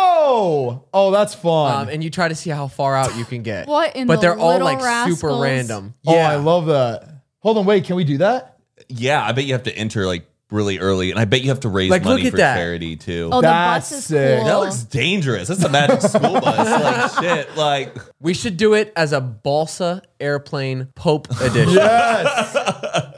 Speaker 5: Oh, oh, that's fun.
Speaker 4: Um, and you try to see how far out you can get.
Speaker 3: What in
Speaker 4: but
Speaker 3: the
Speaker 4: they're all
Speaker 3: little
Speaker 4: like super
Speaker 3: rascals?
Speaker 4: random.
Speaker 5: oh, I love that. Hold on, wait. Can we do that?
Speaker 2: Yeah, I bet you have to enter like really early, and I bet you have to raise
Speaker 4: Like,
Speaker 2: money
Speaker 4: look at
Speaker 2: for
Speaker 4: that.
Speaker 2: charity too.
Speaker 3: Oh,
Speaker 5: That's
Speaker 3: the bus is
Speaker 5: sick.
Speaker 3: cool.
Speaker 2: That looks dangerous. That's a magic school bus.
Speaker 3: [LAUGHS]
Speaker 2: Like shit. Like
Speaker 5: [LAUGHS]
Speaker 4: we should do it as a balsa airplane Pope edition.
Speaker 5: Yes.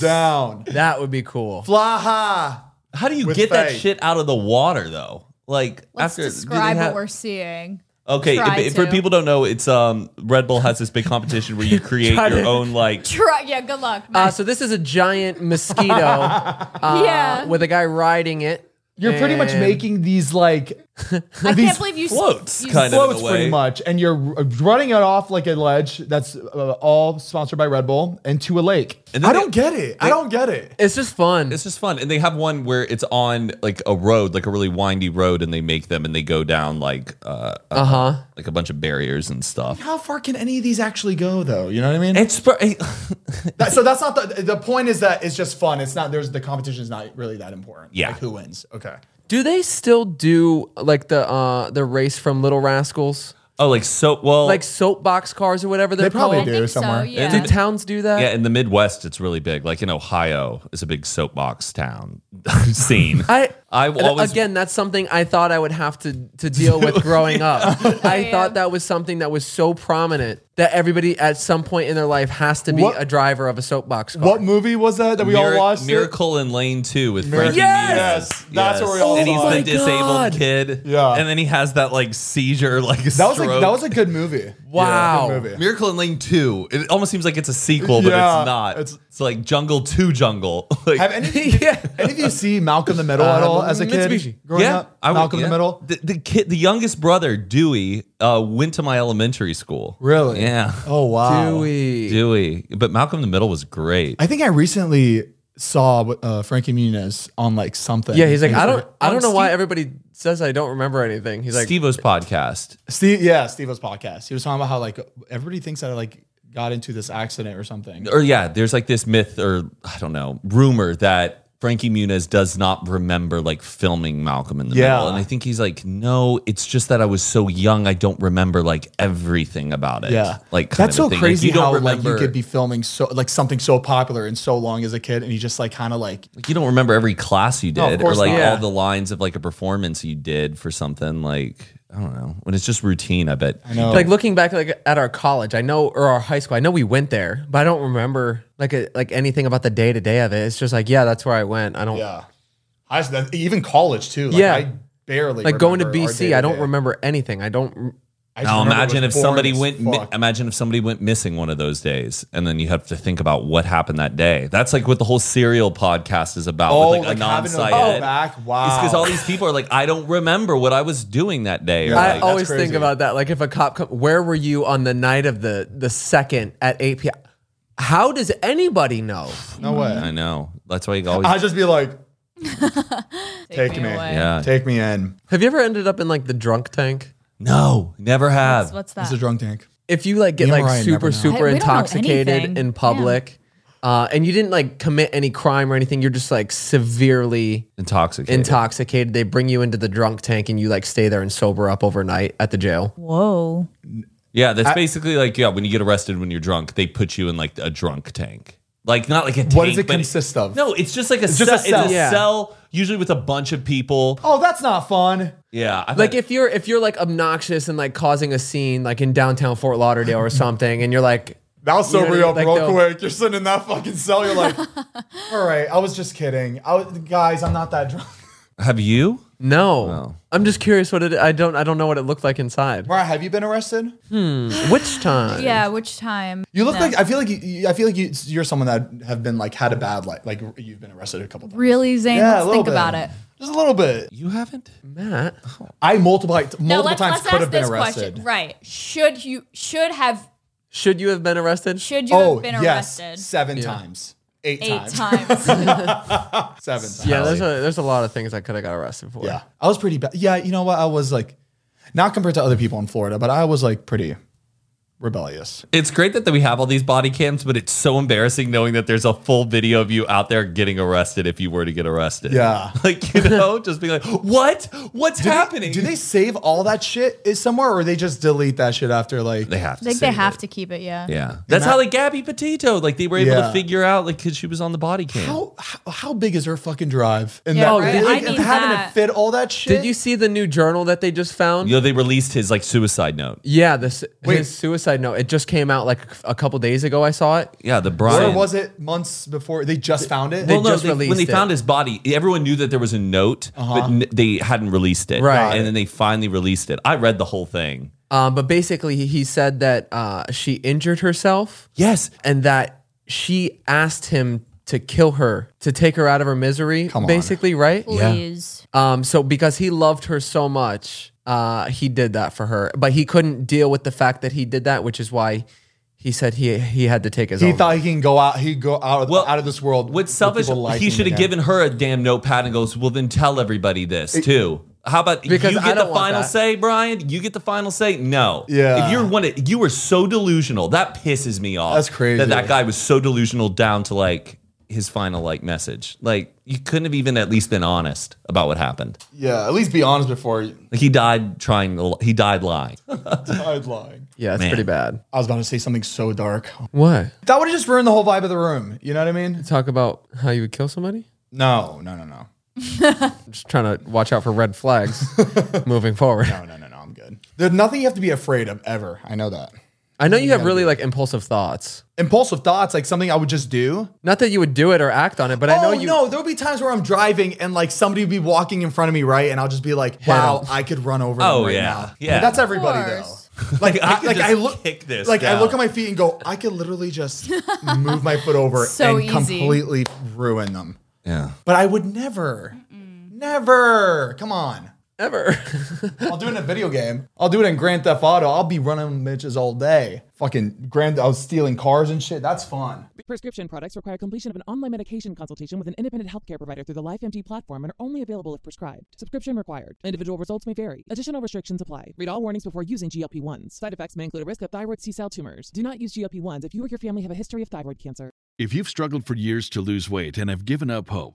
Speaker 5: [LAUGHS] down.
Speaker 4: That would be cool.
Speaker 5: Flaha.
Speaker 2: How do you
Speaker 5: With
Speaker 2: get that
Speaker 5: faith.
Speaker 2: shit out of the water though? Like
Speaker 3: Let's
Speaker 2: after do they
Speaker 3: describe
Speaker 2: have-
Speaker 3: what we're seeing.
Speaker 2: Okay,
Speaker 3: Try
Speaker 2: if, if for
Speaker 3: to.
Speaker 2: people don't know, it's um Red Bull has this big competition where you create
Speaker 4: Try
Speaker 2: your
Speaker 4: to-
Speaker 2: own like
Speaker 3: Try, yeah, good luck.
Speaker 4: Uh, so this is a giant mosquito uh,
Speaker 3: Yeah.
Speaker 4: with a guy riding it.
Speaker 5: You're pretty much
Speaker 4: And-
Speaker 5: making these like
Speaker 3: I
Speaker 5: these
Speaker 3: can't believe you s-
Speaker 2: floats,
Speaker 3: you
Speaker 2: kind of. in
Speaker 5: floats
Speaker 2: a way.
Speaker 5: pretty much, and you're r- running it off like a ledge. That's uh, all sponsored by Red Bull and to a lake.
Speaker 2: And then
Speaker 5: I
Speaker 2: they-
Speaker 5: don't get it. I don't get it.
Speaker 4: It's just fun.
Speaker 2: It's just fun, and they have one where it's on like a road, like a really windy road, and they make them and they go down like uh
Speaker 4: Uh huh.
Speaker 2: like a bunch of barriers and stuff.
Speaker 5: How far can any of these actually go, though? You know what I mean?
Speaker 2: It's
Speaker 5: That- so that's not the the point. Is that it's just fun. It's not. There's the competition is not really that important.
Speaker 2: Yeah.
Speaker 5: Like who wins? Okay.
Speaker 4: Do they still do like the uh the race from Little Rascals,
Speaker 2: oh like so well
Speaker 4: like soapbox cars or whatever they're
Speaker 5: They probably
Speaker 4: called?
Speaker 5: do somewhere.
Speaker 3: So, yeah.
Speaker 4: Do towns do that?
Speaker 2: yeah in the Midwest it's really big. Like in Ohio is a big soapbox town [LAUGHS] scene.
Speaker 4: I
Speaker 2: I've
Speaker 4: and
Speaker 2: always-
Speaker 4: again that's something I thought I would have to to deal with growing up. I thought that was something that was so prominent that everybody at some point in their life has to be
Speaker 5: What-
Speaker 4: a driver of a soapbox car.
Speaker 5: What movie was that that we all
Speaker 2: Mirac-
Speaker 5: watched?
Speaker 2: Miracle in Lane Two with Frankie Muniz.
Speaker 5: Yes! Yes, that's what we all
Speaker 2: And
Speaker 5: saw.
Speaker 2: he's
Speaker 5: Oh my
Speaker 2: the disabled
Speaker 4: God.
Speaker 2: kid.
Speaker 5: Yeah.
Speaker 2: and then he has that like seizure, like
Speaker 5: That was a,
Speaker 2: stroke.
Speaker 5: that was a
Speaker 2: [LAUGHS]
Speaker 5: good movie.
Speaker 4: Wow.
Speaker 5: Good movie.
Speaker 2: Miracle in Lane Two. It almost seems like it's a sequel, but
Speaker 5: Yeah,
Speaker 2: it's not. It's,
Speaker 5: it's-
Speaker 2: like Jungle Two Jungle. [LAUGHS] like,
Speaker 5: Have any, did any of you see Malcolm in the Middle
Speaker 2: Uh,
Speaker 5: at all
Speaker 4: Um,
Speaker 5: as a kid?
Speaker 4: Mitsubishi.
Speaker 5: Growing up,
Speaker 2: I would-
Speaker 5: Malcolm in
Speaker 2: yeah.
Speaker 5: the Middle.
Speaker 2: The, the kid, the youngest brother Dewey, uh, went to my elementary school.
Speaker 5: Really?
Speaker 2: Yeah,
Speaker 5: Oh wow.
Speaker 4: Dewey.
Speaker 2: Dewey. But Malcolm in the Middle was great.
Speaker 5: I think I recently saw uh, Frankie Muniz on like something.
Speaker 4: Yeah, he's like I
Speaker 5: like-
Speaker 4: don't I don't know why
Speaker 2: Steve-
Speaker 4: everybody says I don't remember anything. He's like
Speaker 2: Steve-O's podcast.
Speaker 5: Steve. Yeah, Steve was podcast. He was talking about how like everybody thinks that I like got into this accident or something.
Speaker 2: or yeah, there's like this myth or I don't know rumor that Frankie Muniz does not remember like filming Malcolm in the
Speaker 5: Yeah.
Speaker 2: Middle, and I think he's like, no, it's just that I was so young, I don't remember like everything about it.
Speaker 5: Yeah,
Speaker 2: like kind
Speaker 5: that's
Speaker 2: of a
Speaker 5: so
Speaker 2: thing. Like,
Speaker 5: crazy
Speaker 2: you don't
Speaker 5: how
Speaker 2: remember.
Speaker 5: like you could be filming so like something so popular and so long as a kid, and you just like kind of like
Speaker 2: like, you don't remember every class you
Speaker 5: No, of
Speaker 2: did, or
Speaker 5: course
Speaker 2: like
Speaker 5: not.
Speaker 2: all
Speaker 4: Yeah.
Speaker 2: the lines of like a performance you did for something. Like I don't know when it's just routine. I bet.
Speaker 5: I know
Speaker 4: like looking back like at our college, I know or our high school, I know we went there, but I don't remember like a, like anything about the day to day of it. It's just like yeah, that's where I went. I don't
Speaker 5: yeah, I s- that- even college too. Like,
Speaker 4: Yeah.
Speaker 5: I barely
Speaker 4: like going to
Speaker 5: remember our
Speaker 4: BC. I don't
Speaker 5: day-to-day.
Speaker 4: remember anything. I don't.
Speaker 5: I just
Speaker 2: Now
Speaker 5: remember it
Speaker 2: imagine if
Speaker 5: was
Speaker 2: somebody
Speaker 5: boring
Speaker 2: went.
Speaker 5: as
Speaker 2: Mi-
Speaker 5: fuck.
Speaker 2: imagine if somebody went missing one of those days, and then you have to think about what happened that day. That's like what the whole serial podcast is about.
Speaker 5: oh,
Speaker 2: with
Speaker 5: like,
Speaker 2: like, a
Speaker 5: having to go
Speaker 2: non-sighted.
Speaker 5: back.
Speaker 2: It's
Speaker 5: Wow,
Speaker 2: because all these people are like, I don't remember what I was doing that day. Or
Speaker 5: Yeah. Oh,
Speaker 4: I
Speaker 2: like,
Speaker 5: that's
Speaker 4: always think
Speaker 5: crazy.
Speaker 4: about that. Like if a cop come, where were you on the night of the the second at eight p.m. How does anybody know?
Speaker 5: no way.
Speaker 2: I know. That's why you always.
Speaker 5: I'd just be like, [LAUGHS] take, me,
Speaker 3: away.
Speaker 2: yeah.
Speaker 5: take me in.
Speaker 4: Have you ever ended up in like the drunk tank?
Speaker 2: No, never have.
Speaker 3: What's
Speaker 5: It's
Speaker 3: that?
Speaker 5: a drunk tank.
Speaker 4: If you like get
Speaker 5: Me and
Speaker 4: like
Speaker 5: Ryan never
Speaker 4: super
Speaker 5: know.
Speaker 4: super
Speaker 3: I- we don't know anything.
Speaker 4: intoxicated
Speaker 3: Yeah.
Speaker 4: in public, uh, and you didn't like commit any crime or anything, you're just like severely
Speaker 2: Intoxicated.
Speaker 4: intoxicated. They bring you into the drunk tank and you like stay there and sober up overnight at the jail.
Speaker 3: Whoa.
Speaker 2: yeah, that's basically like, yeah, when you get arrested when you're drunk, they put you in like a drunk tank. Like, not like a tank.
Speaker 5: What does it
Speaker 2: but
Speaker 5: consist of?
Speaker 2: No, it's just like a,
Speaker 5: just
Speaker 2: cell,
Speaker 5: a cell.
Speaker 2: It's a
Speaker 4: Yeah.
Speaker 2: cell, usually with a bunch of people.
Speaker 5: Oh, that's not fun.
Speaker 2: Yeah. I've
Speaker 4: Like
Speaker 2: had-
Speaker 4: if you're if you're like obnoxious and like causing a scene like in downtown Fort
Speaker 5: [LAUGHS]
Speaker 4: Lauderdale or something, and you're like,
Speaker 5: That was so
Speaker 4: You know,
Speaker 5: real,
Speaker 4: like
Speaker 5: real
Speaker 4: the-
Speaker 5: quick. You're sitting in that fucking cell. You're [LAUGHS] like, all right, I was just kidding. I was, guys, I'm not that drunk.
Speaker 2: have you?
Speaker 4: no, I'm just curious what it. I don't I don't know what it looked like inside.
Speaker 5: Mariah, have you been arrested?
Speaker 4: Which time?
Speaker 3: Yeah, which time?
Speaker 5: You look like I feel like you- you, I feel like you, you're someone that have been like had a bad life. Like you've been arrested a couple times.
Speaker 3: Really, Zane?
Speaker 5: Yeah, a
Speaker 3: let's
Speaker 5: little
Speaker 3: think
Speaker 5: bit.
Speaker 3: about it.
Speaker 5: Just a little bit.
Speaker 2: You haven't?
Speaker 4: Matt.
Speaker 5: I multiple multiple
Speaker 3: No, let's,
Speaker 5: times
Speaker 3: let's
Speaker 5: could
Speaker 3: ask
Speaker 5: have been
Speaker 3: this
Speaker 5: arrested.
Speaker 3: question. Right. Should you should have
Speaker 4: Should you have been arrested?
Speaker 3: should you
Speaker 5: Oh
Speaker 3: have been
Speaker 5: yes,
Speaker 3: arrested
Speaker 5: seven times, eight,
Speaker 3: eight
Speaker 5: times,
Speaker 3: times?
Speaker 5: seven times.
Speaker 4: Yeah, there's a, there's a lot of things I could have got arrested for.
Speaker 5: Yeah, I was pretty bad. Yeah, you know what? I was like, not compared to other people in Florida, but I was like pretty rebellious.
Speaker 2: It's great that, that we have all these body cams, but it's so embarrassing knowing that there's a full video of you out there getting arrested if you were to get arrested.
Speaker 5: Yeah.
Speaker 2: [LAUGHS] Like, you know, just being like, what? What's happening?
Speaker 5: Do they save all that shit is somewhere, or they just delete that shit after like?
Speaker 2: They have to.
Speaker 3: I think they
Speaker 2: save
Speaker 3: have
Speaker 2: it.
Speaker 3: to keep it, yeah.
Speaker 2: Yeah. That's how like Gabby Petito, like they were able
Speaker 5: Yeah.
Speaker 2: to figure out, like, because she was on the body cam.
Speaker 5: How, how how big is her fucking drive? And
Speaker 3: Yeah,
Speaker 5: that,
Speaker 3: right.
Speaker 5: like,
Speaker 3: I need
Speaker 5: having
Speaker 3: that.
Speaker 5: to fit all that shit.
Speaker 4: Did you see the new journal that they just found?
Speaker 2: You know, they released his like suicide note.
Speaker 4: Yeah, this
Speaker 5: Wait,
Speaker 4: his side note, it just came out like a couple days ago. I saw it.
Speaker 2: Yeah, the
Speaker 5: Or
Speaker 2: Brian.
Speaker 5: was it months before they just found it?
Speaker 4: They just
Speaker 2: when they
Speaker 4: released it.
Speaker 2: found his body, everyone knew that there was a note, but n- they hadn't released it.
Speaker 4: Right.
Speaker 2: and then they finally released it. I read the whole thing.
Speaker 4: Um, but basically, he- he said that uh, she injured herself
Speaker 2: Yes,
Speaker 4: and that she asked him to kill her to take her out of her misery.
Speaker 5: on.
Speaker 4: basically, right?
Speaker 6: Please.
Speaker 4: Um, so because he loved her so much, uh, he did that for her. But he couldn't deal with the fact that he did that, which is why he said he he had to take his
Speaker 5: he
Speaker 4: own.
Speaker 5: thought he can go out. He go out of
Speaker 2: Well,
Speaker 5: out of this world.
Speaker 2: With selfish,
Speaker 5: people liking
Speaker 2: he should have
Speaker 5: him.
Speaker 2: given her a damn notepad and goes, "Well, then tell everybody this too." How about
Speaker 4: Because
Speaker 2: you
Speaker 4: I
Speaker 2: get the
Speaker 4: don't want
Speaker 2: final
Speaker 4: that.
Speaker 2: say, Brian? You get the final say. No,
Speaker 5: Yeah.
Speaker 2: If you're one, of- you were so delusional. That pisses me off.
Speaker 5: That's crazy.
Speaker 2: That that guy was so delusional down to like his final like message. Like you couldn't have even at least been honest about what happened.
Speaker 5: Yeah, at least be honest before [LAUGHS] you
Speaker 2: Like he died trying to. li- He died lying.
Speaker 5: died lying.
Speaker 4: yeah, it's
Speaker 2: Man.
Speaker 4: pretty bad.
Speaker 5: I was about to say something so dark.
Speaker 4: What?
Speaker 5: That would have just ruined the whole vibe of the room. You know what I mean?
Speaker 4: Talk about how you would kill somebody?
Speaker 5: No, no, no, no,
Speaker 4: I'm just trying to watch out for
Speaker 5: [LAUGHS]
Speaker 4: red flags moving forward.
Speaker 5: no, no, no, no. I'm good. There's nothing you have to be afraid of ever. I know that.
Speaker 4: I know you have really like impulsive thoughts.
Speaker 5: Impulsive thoughts, like something I would just do.
Speaker 4: Not that you would do it or act on it, but I know
Speaker 5: oh
Speaker 4: you.
Speaker 5: no, there'll be times where I'm driving and like somebody would be walking in front of me, right? And I'll just be like, "Wow, I could run over." them
Speaker 2: Oh,
Speaker 5: right
Speaker 2: yeah.
Speaker 5: now.
Speaker 2: Yeah.
Speaker 5: That's everybody though. [LAUGHS]
Speaker 6: course.
Speaker 2: [LAUGHS]
Speaker 5: Like,
Speaker 2: I
Speaker 5: I,
Speaker 2: could
Speaker 5: like
Speaker 2: just
Speaker 5: I look
Speaker 2: kick this
Speaker 5: Like I look
Speaker 2: down.
Speaker 5: at my feet and go, I could
Speaker 3: [LAUGHS]
Speaker 5: literally just move my foot over
Speaker 3: So
Speaker 5: and
Speaker 3: easy.
Speaker 5: completely ruin them.
Speaker 2: Yeah.
Speaker 5: But I would never, never. Come on.
Speaker 4: Ever.
Speaker 5: I'll do it in a video game. I'll do it in Grand Theft Auto. I'll be running bitches all day. Fucking grand. I was stealing cars and shit. That's fun.
Speaker 7: Prescription products require completion of an online medication consultation with an independent healthcare provider through the LifeMD platform and are only available if prescribed. Subscription required. Individual results may vary. Additional restrictions apply. Read all warnings before using GLP-1s. Side effects may include a risk of thyroid C-cell tumors. Do not use GLP-1s if you or your family have a history of thyroid cancer.
Speaker 1: If you've struggled for years to lose weight and have given up hope,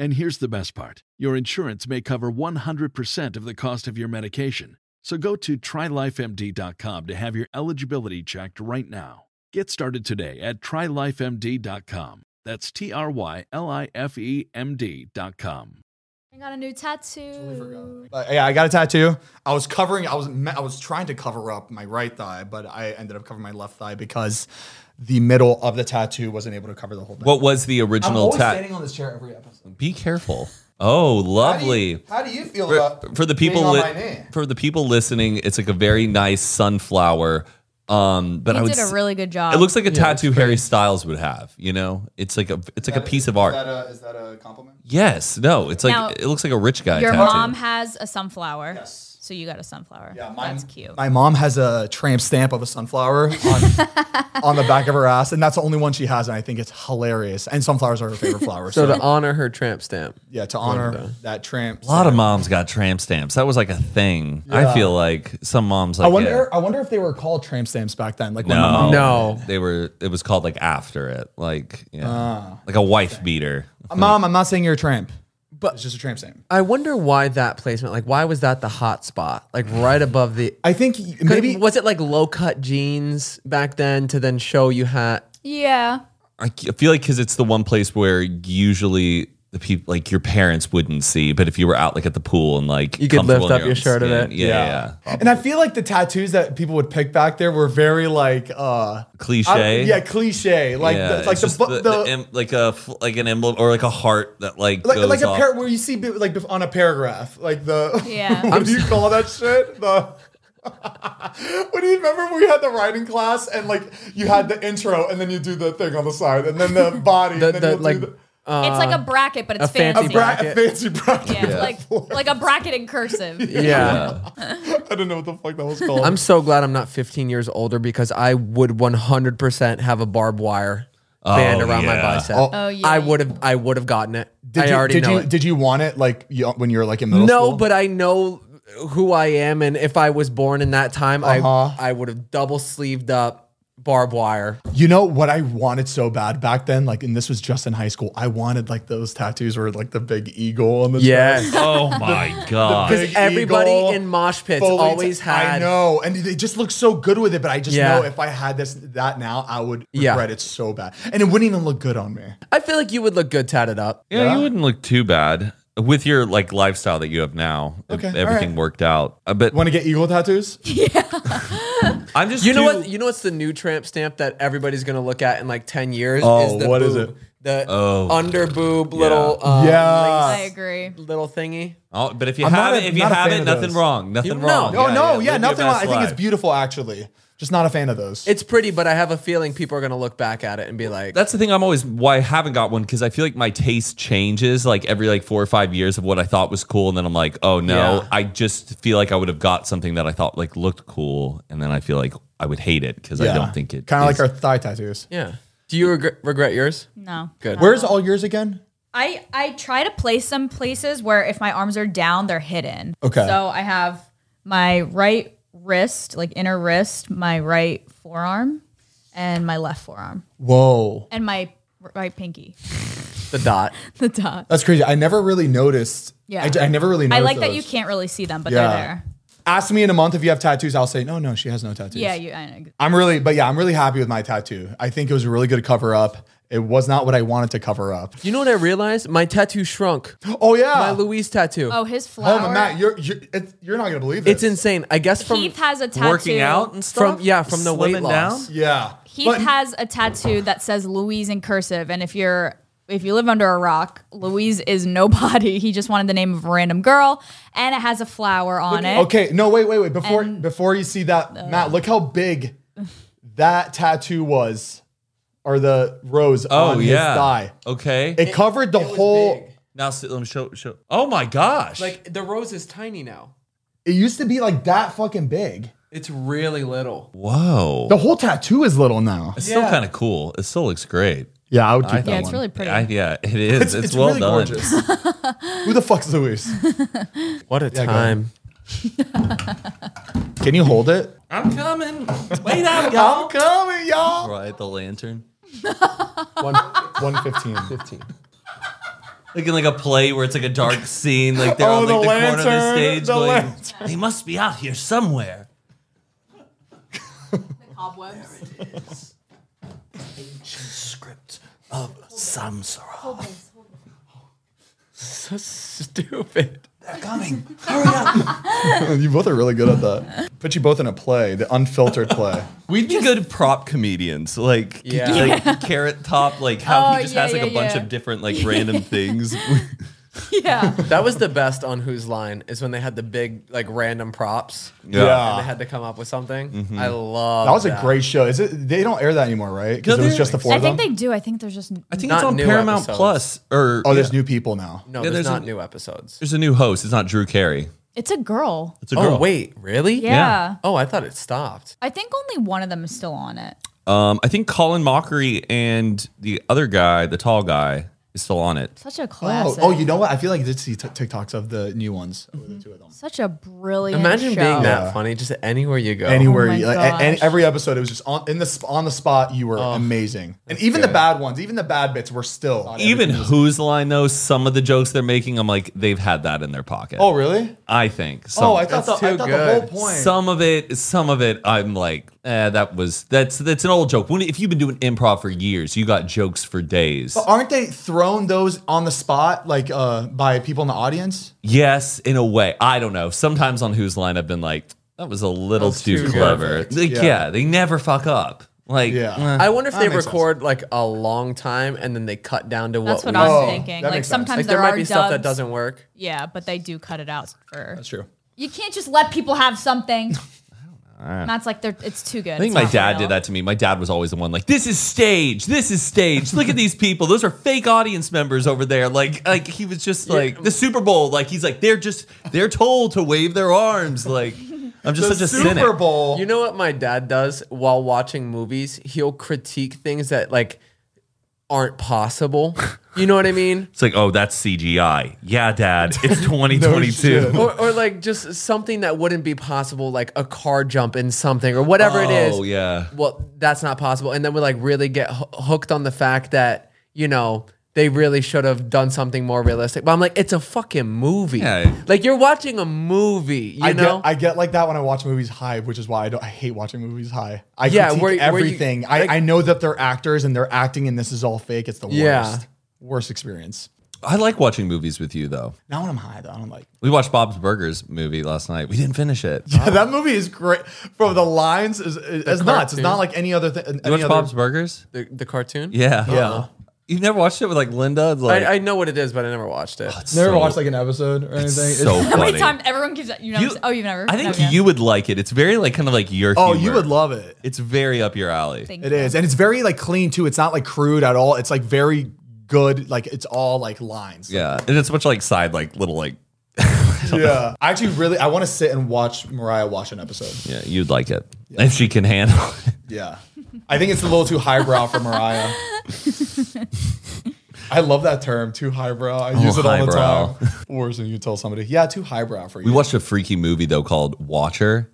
Speaker 1: And here's the best part your insurance may cover 100% of the cost of your medication. So go to trylifemd.com to have your eligibility checked right now. Get started today at trylifemd.com. That's T R Y L I F E M D.com.
Speaker 3: I got a new tattoo.
Speaker 5: But, yeah, I got a tattoo. I was covering. I was. I was trying to cover up my right thigh, but I ended up covering my left thigh because the middle of the tattoo wasn't able to cover the whole thing.
Speaker 2: What was the
Speaker 5: I'm
Speaker 2: original
Speaker 5: always
Speaker 2: tag?
Speaker 5: standing on this chair every episode.
Speaker 2: Be careful. Oh, lovely.
Speaker 5: How do you, how do you feel
Speaker 2: for,
Speaker 5: about
Speaker 2: for the people
Speaker 5: uh, being
Speaker 2: li-
Speaker 5: on my knee?
Speaker 2: for the people listening, it's like a very nice sunflower. Um, but I
Speaker 3: He
Speaker 2: would
Speaker 3: did a
Speaker 2: s-
Speaker 3: really good job.
Speaker 2: it looks like a tattoo Harry Styles would have. You know, it's like a it's like a piece of art.
Speaker 5: Is that a, is that a compliment?
Speaker 2: yes, no, it's like
Speaker 3: Now,
Speaker 2: it looks like a rich guy.
Speaker 3: Your
Speaker 2: tattoo.
Speaker 3: mom has a sunflower. Yes. So you got a sunflower. Yeah,
Speaker 5: mine-
Speaker 3: That's cute.
Speaker 5: My mom has a tramp stamp of a sunflower on, [LAUGHS] on the back of her ass, and that's the only one she has, and I think it's hilarious. And sunflowers are her
Speaker 2: [LAUGHS]
Speaker 5: favorite flower.
Speaker 4: [LAUGHS] So
Speaker 5: so,
Speaker 4: to honor her tramp stamp.
Speaker 5: yeah, to honor that tramp.
Speaker 2: a lot of moms got tramp stamps. That was like a thing. I feel like some moms like
Speaker 5: I wonder.
Speaker 2: yeah.
Speaker 5: I wonder if they were called tramp stamps back then. Like when
Speaker 2: No,
Speaker 5: my mom,
Speaker 4: No.
Speaker 2: They were. It was called like after it, like yeah,
Speaker 5: Ah,
Speaker 2: like a wife beater.
Speaker 5: mom, I'm not saying you're a tramp, but it's just a tramp stamp.
Speaker 4: I wonder why that placement. Like, why was that the hot spot? Like, right above the.
Speaker 5: I think maybe.
Speaker 4: was it like low cut jeans back then to then show you had
Speaker 3: Yeah.
Speaker 2: I c- I feel like because it's the one place where usually the people, like your parents, wouldn't see. But if you were out like at the pool and like
Speaker 4: You could
Speaker 2: comfortable in
Speaker 4: lift up your
Speaker 2: own
Speaker 4: shirt a
Speaker 2: skin.
Speaker 4: bit.
Speaker 2: yeah, yeah, yeah.
Speaker 5: And I feel like the tattoos that people would pick back there were very like, uh, I don't-
Speaker 2: cliche.
Speaker 5: yeah, cliche. Like,
Speaker 2: Yeah,
Speaker 5: the-
Speaker 2: it's
Speaker 5: like the,
Speaker 2: just
Speaker 5: bu-
Speaker 2: the,
Speaker 5: the,
Speaker 2: the em- like a f- like an emblem or like a heart that like
Speaker 5: like,
Speaker 2: goes
Speaker 5: like a
Speaker 2: off.
Speaker 5: pair where you see bit- like bef- on a paragraph, like the [LAUGHS]
Speaker 3: Yeah.
Speaker 5: what do you call that shit? The [LAUGHS] what do you remember when we had the writing class and like you had the intro and then you do the thing on the side and then the body
Speaker 4: the,
Speaker 5: and then
Speaker 4: the
Speaker 5: you'll
Speaker 4: like uh,
Speaker 5: do
Speaker 3: it's like a bracket, but it's
Speaker 4: a
Speaker 5: the,
Speaker 4: fancy
Speaker 3: fancy.
Speaker 5: a bra-
Speaker 4: bracket.
Speaker 5: fancy
Speaker 3: [LAUGHS]
Speaker 5: bracket.
Speaker 3: yeah, like like a bracket in [LAUGHS] cursive.
Speaker 4: yeah.
Speaker 5: [LAUGHS] I don't know what the fuck that was called.
Speaker 4: I'm so glad I'm not 15 years older because I would 100% have a barbed wire band
Speaker 2: Oh,
Speaker 4: around my
Speaker 2: yeah.
Speaker 4: bicep.
Speaker 5: Oh,
Speaker 3: yeah.
Speaker 4: I would have I would have gotten it.
Speaker 5: did
Speaker 4: I
Speaker 5: you
Speaker 4: already
Speaker 5: did
Speaker 4: know
Speaker 5: you
Speaker 4: it.
Speaker 5: did you want it like you, when you were like in middle
Speaker 4: no,
Speaker 5: school?
Speaker 4: but I know who I am and if I was born in that time,
Speaker 5: Uh-huh.
Speaker 4: I I would have double sleeved up barbed wire.
Speaker 5: You know what I wanted so bad back then? Like, and this was just in high school. I wanted like those tattoos were like the big eagle on the
Speaker 4: [LAUGHS]
Speaker 5: chest.
Speaker 2: Oh
Speaker 5: [LAUGHS]
Speaker 2: my god.
Speaker 5: Big
Speaker 4: Because everybody
Speaker 5: eagle,
Speaker 4: in mosh pits
Speaker 5: fully
Speaker 4: always
Speaker 5: t-
Speaker 4: had.
Speaker 5: I know, and they just look so good with it. But I just
Speaker 4: Yeah.
Speaker 5: know if I had this that now, I would
Speaker 4: Yeah.
Speaker 5: regret it so bad, and it wouldn't even look good on me.
Speaker 4: I feel like you would look good tatted up.
Speaker 2: Yeah, you wouldn't look too bad with your like lifestyle that you have now. if
Speaker 5: Okay, all
Speaker 2: everything
Speaker 5: right.
Speaker 2: worked out. Uh, But
Speaker 5: Want to get eagle tattoos?
Speaker 2: I'm just
Speaker 4: You know
Speaker 2: too-
Speaker 4: what? You know what's the new tramp stamp that everybody's gonna look at in like ten years?
Speaker 5: Oh,
Speaker 4: the
Speaker 5: what is
Speaker 4: boob.
Speaker 5: it?
Speaker 4: The
Speaker 2: Oh.
Speaker 4: under boob little um,
Speaker 5: Yeah.
Speaker 3: I
Speaker 4: lace
Speaker 3: agree.
Speaker 4: little thingy.
Speaker 2: Oh, but if you
Speaker 5: I'm
Speaker 2: have
Speaker 5: not
Speaker 2: it,
Speaker 5: a-
Speaker 2: if you
Speaker 5: not a
Speaker 2: have
Speaker 5: fan
Speaker 2: it,
Speaker 5: of
Speaker 2: nothing
Speaker 5: those.
Speaker 2: wrong. Nothing
Speaker 4: You-
Speaker 2: wrong.
Speaker 5: Oh
Speaker 4: no.
Speaker 5: no, yeah,
Speaker 2: live your
Speaker 5: nothing. Wrong. I
Speaker 2: best
Speaker 5: think it's
Speaker 2: life.
Speaker 5: beautiful, actually. Just not a fan of those.
Speaker 4: It's pretty, but I have a feeling people are gonna look back at it and be like,
Speaker 2: That's the thing I'm always why I haven't got one because I feel like my taste changes like every like four or five years of what I thought was cool, and then I'm like, oh no,
Speaker 4: Yeah.
Speaker 2: I just feel like I would have got something that I thought like looked cool, and then I feel like I would hate it because I don't think it
Speaker 5: Kind of like
Speaker 2: is- Oh,
Speaker 5: our thigh tattoos.
Speaker 4: "Yeah." Do you regret, regret yours?
Speaker 3: No.
Speaker 4: Good.
Speaker 5: Where's all yours again?
Speaker 3: I I try to place some places where if my arms are down, they're hidden.
Speaker 5: Okay.
Speaker 3: So I have my right wrist, like inner wrist, my right forearm, and my left forearm,
Speaker 5: Whoa.
Speaker 3: and my r- right pinky, [LAUGHS]
Speaker 4: the dot?
Speaker 3: the dot.
Speaker 5: That's crazy. I never really noticed.
Speaker 3: Yeah.
Speaker 5: I, I never really
Speaker 3: I
Speaker 5: noticed.
Speaker 3: like that
Speaker 5: those.
Speaker 3: you can't really see them, but
Speaker 5: Yeah.
Speaker 3: they're there.
Speaker 5: Ask me in a month if you have tattoos. I'll say, no, no, she has no tattoos.
Speaker 3: Yeah, you. I,
Speaker 5: I'm really, but yeah, I'm really happy with my tattoo. I think it was a really good cover up. It was not what I wanted to cover up.
Speaker 4: You know what I realized? My tattoo shrunk.
Speaker 5: Oh yeah.
Speaker 4: My Louise tattoo.
Speaker 3: oh, his flower.
Speaker 5: Oh, but Matt, you're you're, it's, you're not gonna believe this.
Speaker 4: It's insane. I guess from
Speaker 3: Heath has a tattoo.
Speaker 2: working out and stuff
Speaker 4: From- yeah, from the weight
Speaker 2: Slimming
Speaker 4: loss.
Speaker 2: down?
Speaker 5: Yeah.
Speaker 3: Heath
Speaker 5: But-
Speaker 3: has a tattoo that says Louise in cursive, and if you're if you live under a rock, Louise is nobody. [LAUGHS] He just wanted the name of a random girl, and it has a flower on it.
Speaker 5: Okay. No, wait, wait, wait. Before before you see that, Matt, look
Speaker 3: [LAUGHS]
Speaker 5: how big that tattoo was, or the rose
Speaker 2: Oh
Speaker 5: on his
Speaker 2: yeah.
Speaker 5: thigh.
Speaker 2: Okay.
Speaker 5: It, covered the whole.
Speaker 2: now s- let me show show. Oh my gosh.
Speaker 4: Like the rose is tiny now.
Speaker 5: It used to be like that fucking big.
Speaker 4: It's really little.
Speaker 2: whoa.
Speaker 5: The whole tattoo is little now.
Speaker 2: It's still kind of cool. It still looks great.
Speaker 5: Yeah, I would keep
Speaker 2: I
Speaker 5: that
Speaker 2: thought
Speaker 3: Yeah, it's
Speaker 5: one.
Speaker 3: really pretty.
Speaker 2: I, yeah, it is. It's,
Speaker 5: it's,
Speaker 2: well
Speaker 5: really
Speaker 2: done.
Speaker 5: gorgeous. Who the fuck's Luis?
Speaker 4: What a
Speaker 5: go
Speaker 4: time.
Speaker 5: Can you hold it?
Speaker 2: I'm coming. Wait up,
Speaker 5: I'm coming, y'all.
Speaker 2: Right, the lantern.
Speaker 5: One, one fifteen. Fifteen.
Speaker 2: Looking like a play where it's like a dark
Speaker 5: [LAUGHS]
Speaker 2: scene, like they're
Speaker 5: Oh,
Speaker 2: on like the,
Speaker 5: the
Speaker 2: corner of the
Speaker 5: lantern,
Speaker 2: stage.
Speaker 5: the
Speaker 2: going,
Speaker 5: lantern.
Speaker 2: They must be out here somewhere.
Speaker 3: Cobwebs. [LAUGHS]
Speaker 2: Script of Samsara.
Speaker 4: So stupid.
Speaker 2: They're coming.
Speaker 5: [LAUGHS] you both are really good at that. Put you both in a play, the unfiltered play.
Speaker 2: We'd be good prop comedians, like,
Speaker 4: Yeah.
Speaker 5: [LAUGHS]
Speaker 2: like Carrot Top, like how
Speaker 3: Oh,
Speaker 2: he just
Speaker 3: yeah,
Speaker 2: has like a
Speaker 3: yeah,
Speaker 2: bunch
Speaker 3: yeah.
Speaker 2: of different
Speaker 3: [LAUGHS]
Speaker 2: like random things.
Speaker 3: Yeah.
Speaker 4: That was the best on Whose Line is when they had the big like random props.
Speaker 2: Yeah.
Speaker 5: [LAUGHS] Yeah. Mm-hmm.
Speaker 4: And they had to come up with something. I love
Speaker 5: That was a great show. Is it? They don't air that anymore, right? Because
Speaker 2: No,
Speaker 5: it was
Speaker 2: they-
Speaker 5: just the four
Speaker 3: I
Speaker 5: of them.
Speaker 3: think they do. I think there's just
Speaker 2: I think
Speaker 4: Not
Speaker 2: it's on
Speaker 4: new
Speaker 2: Paramount
Speaker 4: episodes.
Speaker 2: Plus or
Speaker 5: oh, there's new people now.
Speaker 4: No,
Speaker 2: Yeah, there's
Speaker 4: there's, not
Speaker 2: a-
Speaker 4: new episodes.
Speaker 2: there's a new host. It's not Drew Carey.
Speaker 3: it's a girl.
Speaker 2: It's a girl.
Speaker 4: Oh wait, really?
Speaker 3: Yeah.
Speaker 4: Oh, I thought it stopped.
Speaker 3: I think only one of them is still on it.
Speaker 2: Um, I think Colin Mockery and the other guy, the tall guy, is still on it.
Speaker 3: Such a
Speaker 5: Oh,
Speaker 3: classic.
Speaker 5: oh, you know what? I feel like I did see t- TikToks of the new ones. The two of them.
Speaker 3: Such a brilliant.
Speaker 4: Imagine
Speaker 3: show.
Speaker 4: being that funny just anywhere you go.
Speaker 5: Anywhere,
Speaker 3: my
Speaker 5: you, like, a- and
Speaker 3: gosh.
Speaker 5: every episode, it was just on in the sp- on the spot. You were amazing, and even the bad ones, even the bad bits, were still. E-
Speaker 2: Even Who's Line though, some of the jokes they're making, I'm like, they've had that in their pocket.
Speaker 5: oh, really?
Speaker 2: I think. Some,
Speaker 5: Oh, I thought, the,
Speaker 4: That's
Speaker 5: I
Speaker 4: too
Speaker 5: thought the whole
Speaker 4: good.
Speaker 5: point.
Speaker 2: some of it, some of it, I'm like, eh, that was that's that's an old joke. When if you've been doing improv for years, you got jokes for days.
Speaker 5: Aren't they thrown those on the spot, like uh, by people in the audience?
Speaker 2: Yes, in a way. I don't know. Sometimes on Who's Line, I've been like, that was a little
Speaker 4: That's
Speaker 2: too,
Speaker 4: too
Speaker 2: clever.
Speaker 4: perfect.
Speaker 2: Like, yeah.
Speaker 5: Yeah.
Speaker 2: they never fuck up. Like,
Speaker 5: Yeah.
Speaker 4: I wonder if
Speaker 5: That
Speaker 4: they
Speaker 5: makes sense.
Speaker 4: record like a long time and then they cut down to
Speaker 3: That's
Speaker 4: what,
Speaker 3: what
Speaker 4: we-
Speaker 5: Oh,
Speaker 3: I'm thinking.
Speaker 5: that
Speaker 3: Like
Speaker 5: makes sense.
Speaker 3: sometimes
Speaker 4: like there,
Speaker 3: are
Speaker 4: might be stuff that
Speaker 3: dubs.
Speaker 4: doesn't work.
Speaker 3: Yeah, but they do cut it out for.
Speaker 5: That's true.
Speaker 3: You can't just let people have something. That's like they're. It's too good.
Speaker 2: I think my dad did that to me. My dad was always the one like, "This is stage. This is stage. Look at these people. Those are fake audience members over there." Like, like he was just like the Super Bowl. Like he's like, they're just they're told to wave their arms. Like I'm just
Speaker 5: The
Speaker 2: such a
Speaker 5: Super
Speaker 2: cynic.
Speaker 5: Bowl.
Speaker 4: You know what my dad does
Speaker 2: [LAUGHS]
Speaker 4: while watching movies? He'll critique things that like aren't possible. You know what I mean?
Speaker 2: It's like, oh, that's CGI. Yeah, Dad, [LAUGHS] it's 2022.
Speaker 4: or, or like just something that wouldn't be possible, like a car jump in something or whatever it is.
Speaker 2: Oh, yeah.
Speaker 4: Well, that's not possible. And then we like really get ho- hooked on the fact that you know they really should have done something more realistic. But I'm like, it's a fucking movie.
Speaker 2: Yeah.
Speaker 4: Like you're watching a movie. You
Speaker 5: I
Speaker 4: know.
Speaker 5: get, I get like that when I watch movies high, which is why I don't. I hate watching movies high. I
Speaker 4: Yeah,
Speaker 5: critique
Speaker 4: where- where you-
Speaker 5: everything. I,
Speaker 4: like-
Speaker 5: I know that they're actors and they're acting, and this is all fake. It's the worst,
Speaker 4: Yeah.
Speaker 5: worst experience.
Speaker 2: I like watching movies with you, though.
Speaker 5: Now when I'm high, though, I
Speaker 4: [LAUGHS]
Speaker 5: don't like.
Speaker 2: We watched Bob's Burgers movie last night. We didn't finish it. You
Speaker 5: Yeah, that movie is great. From the lines is, is, is nuts. It's not like any other thing. Any
Speaker 2: watched
Speaker 5: other,
Speaker 2: Bob's Burgers?
Speaker 4: the, the cartoon.
Speaker 2: Yeah.
Speaker 5: Yeah.
Speaker 2: You've never watched it with like Linda? It's like, Oh,
Speaker 4: I, I know what it is, but I never watched it.
Speaker 5: Never
Speaker 2: so-
Speaker 5: watched like an episode or anything. It's-
Speaker 2: so
Speaker 5: [LAUGHS]
Speaker 4: [LAUGHS]
Speaker 3: How
Speaker 2: funny.
Speaker 3: many times everyone keeps you never?
Speaker 2: You-
Speaker 3: oh, you've never.
Speaker 2: I think
Speaker 3: never-
Speaker 2: you would like it. It's very like kind of like your.
Speaker 5: oh, you
Speaker 2: humor.
Speaker 5: would love it.
Speaker 2: It's very up your alley.
Speaker 3: Thank
Speaker 5: It
Speaker 3: you.
Speaker 5: is, and it's very like clean too. It's not like crude at all. It's like very good. Like it's all like lines.
Speaker 2: Yeah, and it's much like side like little like.
Speaker 5: [LAUGHS] yeah. I actually really I want to sit and watch Mariah watch an episode.
Speaker 2: Yeah, you'd like it if she can handle. [LAUGHS] it.
Speaker 5: Yeah. I think it's a little too highbrow for
Speaker 3: [LAUGHS]
Speaker 5: Mariah. I love that term, too highbrow. I use it all
Speaker 2: Oh, highbrow. [LAUGHS]
Speaker 5: the time. Worse than you tell somebody, yeah, too highbrow for you.
Speaker 2: We watched a freaky movie though called Watcher.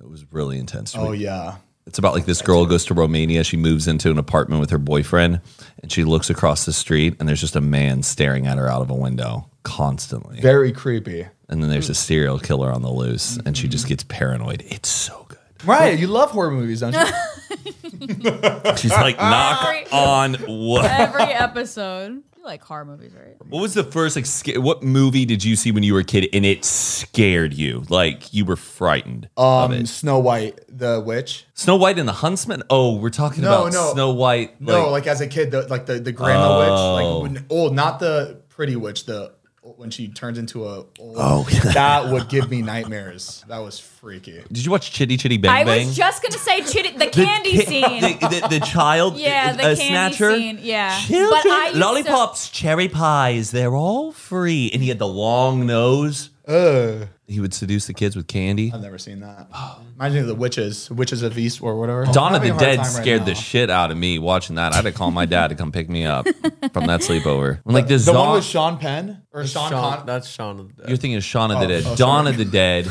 Speaker 2: It was really intense.
Speaker 5: oh yeah.
Speaker 2: It's about like this girl goes to Romania. She moves into an apartment with her boyfriend, and she looks across the street, and there's just a man staring at her out of a window constantly.
Speaker 5: Very creepy.
Speaker 2: And then there's a serial killer on the loose, and she just gets paranoid. It's so good.
Speaker 5: Mariah, you love horror movies, don't you?
Speaker 2: [LAUGHS] She's like, knock on wood.
Speaker 3: Every episode. You like horror movies, right?
Speaker 2: What was the first like? Sca- what movie did you see when you were a kid and it scared you? Like you were frightened of
Speaker 5: um,
Speaker 2: it.
Speaker 5: Snow White, the witch.
Speaker 2: Snow White and the Huntsman. Oh, we're talking
Speaker 5: No,
Speaker 2: about
Speaker 5: no.
Speaker 2: Snow White.
Speaker 5: no, like as a kid, the like the, the grandma
Speaker 2: Oh.
Speaker 5: witch, like when, oh, not the pretty witch, the when she turns into a old,
Speaker 2: Oh, yeah.
Speaker 5: [LAUGHS] that would give me nightmares. That was freaky.
Speaker 2: did you watch Chitty Chitty Bang
Speaker 3: I
Speaker 2: Bang?
Speaker 3: was just gonna say chitty, the candy
Speaker 2: ki-
Speaker 3: scene.
Speaker 2: The, the, the child.
Speaker 3: yeah,
Speaker 2: uh,
Speaker 3: the candy
Speaker 2: snatcher.
Speaker 3: scene. Yeah,
Speaker 2: Children,
Speaker 3: But I used to-
Speaker 2: lollipops, cherry pies, they're all free. And he had the long nose.
Speaker 5: Ugh.
Speaker 2: He would seduce the kids with candy.
Speaker 5: I've never seen that. Reminds me of the witches, witches of East or whatever.
Speaker 2: Dawn of the
Speaker 5: I'm having a hard
Speaker 2: Dead
Speaker 5: time right
Speaker 2: scared the
Speaker 5: now.
Speaker 2: shit out of me watching that. I had to call my dad to come pick me up from that sleepover. When, like
Speaker 5: The
Speaker 2: this
Speaker 5: one with Sean Penn or Sean,
Speaker 4: Sean-
Speaker 5: Con-
Speaker 4: that's Sean. of the
Speaker 2: You're
Speaker 4: Dead.
Speaker 2: thinking of Shaun of the
Speaker 5: Oh,
Speaker 2: Dead.
Speaker 5: oh,
Speaker 2: Dawn
Speaker 5: sorry.
Speaker 2: of the Dead.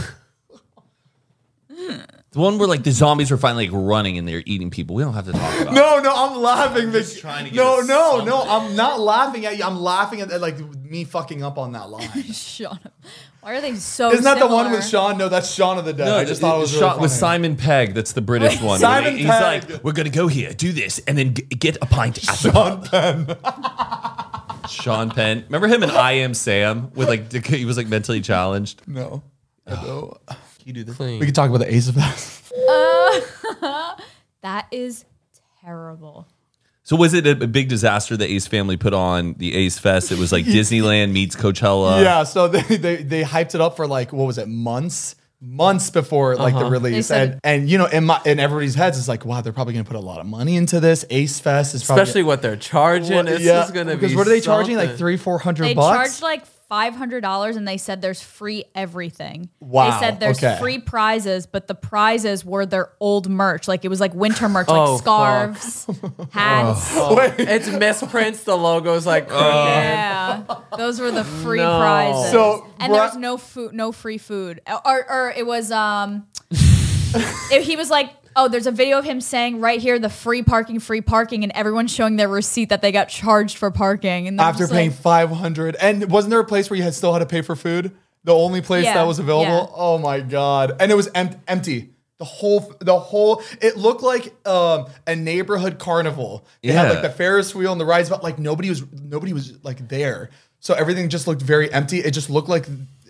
Speaker 2: the one where like the zombies were finally like running and they're eating people. We don't have to talk about. it.
Speaker 5: No, no, I'm laughing. Vic.
Speaker 2: trying to get
Speaker 5: no,
Speaker 2: us
Speaker 5: no, no, I'm not laughing at you. I'm laughing at, at, like me fucking up on
Speaker 2: [LAUGHS]
Speaker 5: that line.
Speaker 3: Sean, why are they so?
Speaker 5: Isn't that the one
Speaker 3: similar?
Speaker 5: with Sean? No, that's Shaun of the Dead.
Speaker 2: No,
Speaker 5: I just thought it was really
Speaker 2: shot with
Speaker 5: funny.
Speaker 2: Simon Pegg. That's the
Speaker 5: [LAUGHS]
Speaker 2: British one.
Speaker 5: Simon
Speaker 2: he's
Speaker 5: Pegg.
Speaker 2: like, "We're gonna go here, do this, and then g- get a pint." At the
Speaker 5: Sean
Speaker 2: pub." Sean Penn. Remember him in I Am Sam with like Dick- he was like mentally challenged.
Speaker 5: No, no.
Speaker 4: you do the clean.
Speaker 5: We could talk about the Ace of Us.
Speaker 3: That is terrible.
Speaker 2: So was it a, a big disaster that Ace Family put on the Ace Fest? It was
Speaker 5: [LAUGHS]
Speaker 2: like Disneyland meets Coachella.
Speaker 5: yeah, so they, they they hyped it up for like what was it months. Months before like the release,
Speaker 3: said-
Speaker 5: and and you know in my in everybody's heads it's like wow they're probably gonna put a lot of money into this. Ace Fest is probably
Speaker 4: Especially what they're charging.
Speaker 5: What-
Speaker 4: this is gonna
Speaker 5: because
Speaker 4: be
Speaker 5: what are they charging? Like
Speaker 4: something.
Speaker 5: three, four
Speaker 3: They
Speaker 5: hundred bucks.
Speaker 3: charged like five hundred dollars, and they said there's free everything.
Speaker 5: Wow,
Speaker 3: They said there's
Speaker 5: okay.
Speaker 3: free prizes, but the prizes were their old merch. Like it was like winter merch, like
Speaker 4: Oh, fuck.
Speaker 3: scarves, hats.
Speaker 4: It's misprints. The
Speaker 5: [LAUGHS]
Speaker 4: logo's like
Speaker 5: Uh.
Speaker 2: Uh,
Speaker 3: Yeah, those were the free
Speaker 4: No.
Speaker 3: prizes.
Speaker 5: So,
Speaker 3: and
Speaker 5: Bri-
Speaker 3: there was no food, no free food, or or it was um, [LAUGHS] it- he was like. Oh, there's a video of him saying right here the free parking, free parking, and everyone's showing their receipt that they got charged for parking. And they're
Speaker 5: after
Speaker 3: just
Speaker 5: paying
Speaker 3: like,
Speaker 5: five hundred, and wasn't there a place where you had still had to pay for food? The only place
Speaker 3: Yeah,
Speaker 5: that was
Speaker 3: yeah.
Speaker 5: available. Oh my god! And it was em- empty. The whole, the whole. It looked like um, a neighborhood carnival. They had
Speaker 2: Yeah.
Speaker 5: like the Ferris wheel and the rides, but like nobody was, nobody was like there. So everything just looked very empty. It just looked like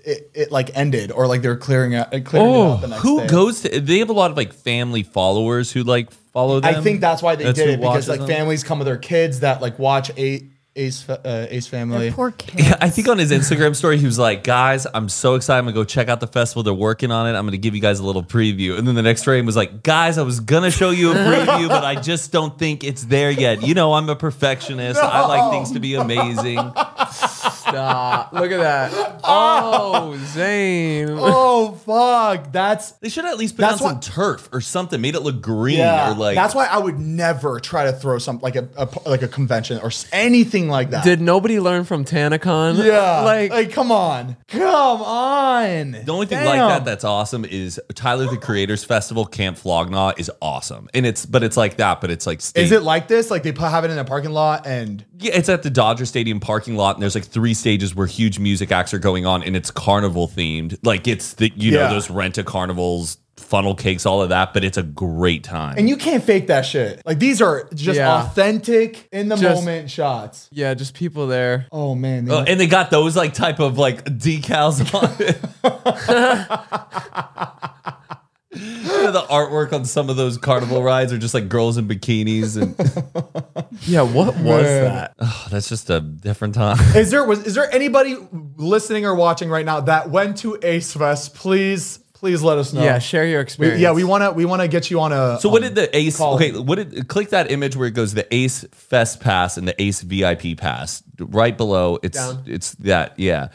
Speaker 5: it, it like ended, or like they were clearing out, clearing it out the next
Speaker 2: Oh, who
Speaker 5: day.
Speaker 2: goes to? They have a lot of like family followers who like follow them.
Speaker 5: I think that's why they
Speaker 2: That's
Speaker 5: did
Speaker 2: who
Speaker 5: it because
Speaker 2: watches
Speaker 5: like
Speaker 2: them.
Speaker 5: families come with their kids that like watch A- Ace Fa- uh, Ace Family.
Speaker 3: Poor kid.
Speaker 2: Yeah, [LAUGHS] I think on his Instagram story, he was like, "Guys, I'm so excited! I'm gonna go check out the festival. They're working on it. I'm gonna give you guys a little preview." And then the next frame was like, "Guys, I was gonna show you
Speaker 5: [LAUGHS]
Speaker 2: a preview, but I just don't think it's there yet. You know, I'm a perfectionist. I like things to be amazing."
Speaker 4: Stop. Look at
Speaker 5: [LAUGHS]
Speaker 4: that. Oh, Zane.
Speaker 5: Oh fuck! That's
Speaker 2: They should at least put down
Speaker 5: That's
Speaker 2: some
Speaker 5: what-
Speaker 2: turf or something, made it look green or like.
Speaker 5: that's why I would never try to throw some like a, a like a convention or s- anything like that.
Speaker 4: Did nobody learn from Tanacon?
Speaker 5: yeah,
Speaker 4: [LAUGHS] Like,
Speaker 5: like, come on, come on.
Speaker 2: The only thing like that that's awesome is Tyler the Creators Festival Camp Flognaw is awesome, and it's but it's like that, but it's like state.
Speaker 5: is it like this? Like they pu- have it in a parking lot and
Speaker 2: Yeah, it's at the Dodger Stadium parking lot, and there's like three stages where huge music acts are going on, and it's carnival themed. Like it's the you
Speaker 5: Yeah.
Speaker 2: know those rent a carnivals, funnel cakes, all of that, but it's a great time.
Speaker 5: and you can't fake that shit. Like these are just
Speaker 4: Yeah.
Speaker 5: authentic in the
Speaker 4: Just-
Speaker 5: moment shots.
Speaker 4: yeah, just people there.
Speaker 5: Oh man, they-
Speaker 2: Oh, and they got those like type of like decals on it. [LAUGHS] You know, the artwork on some of those carnival rides are just like girls in bikinis,
Speaker 5: [LAUGHS]
Speaker 2: and
Speaker 4: Yeah, what was that?
Speaker 2: oh, that's just a different time. [LAUGHS]
Speaker 5: Is there was is there anybody listening or watching right now that went to Ace Fest? Please, please let us know.
Speaker 4: Yeah, share your
Speaker 5: We,
Speaker 4: experience.
Speaker 5: yeah, we wanna we wanna get you on a.
Speaker 2: So what
Speaker 5: on-
Speaker 2: did the Ace?
Speaker 5: Um, call
Speaker 2: Okay,
Speaker 5: it.
Speaker 2: what did click that image where it goes the Ace Fest Pass and the Ace VIP Pass right below? It's
Speaker 5: Down.
Speaker 2: it's that yeah.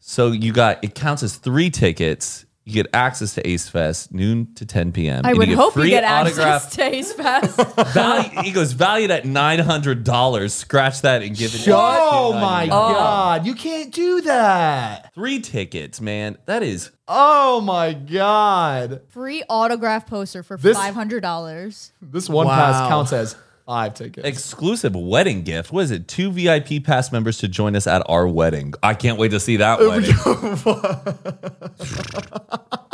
Speaker 2: So you got it counts as three tickets. You get access to Ace Fest noon to 10 p.m.
Speaker 3: I
Speaker 2: and
Speaker 3: would hope you
Speaker 2: free
Speaker 3: get
Speaker 2: autograph-
Speaker 3: access [LAUGHS] to Ace Fest.
Speaker 5: [LAUGHS]
Speaker 2: Value, he goes valued at nine hundred dollars. Scratch that and give it.
Speaker 5: Oh my
Speaker 2: $2.99.
Speaker 5: god, you can't do that.
Speaker 2: Three tickets, man. That is
Speaker 5: Oh my god.
Speaker 6: Free autograph poster for
Speaker 5: This-
Speaker 6: five hundred dollars.
Speaker 5: This one
Speaker 4: Wow.
Speaker 5: pass counts as five tickets.
Speaker 2: exclusive wedding gift. What is it? Two VIP pass members to join us at our wedding. I can't wait to see that wedding.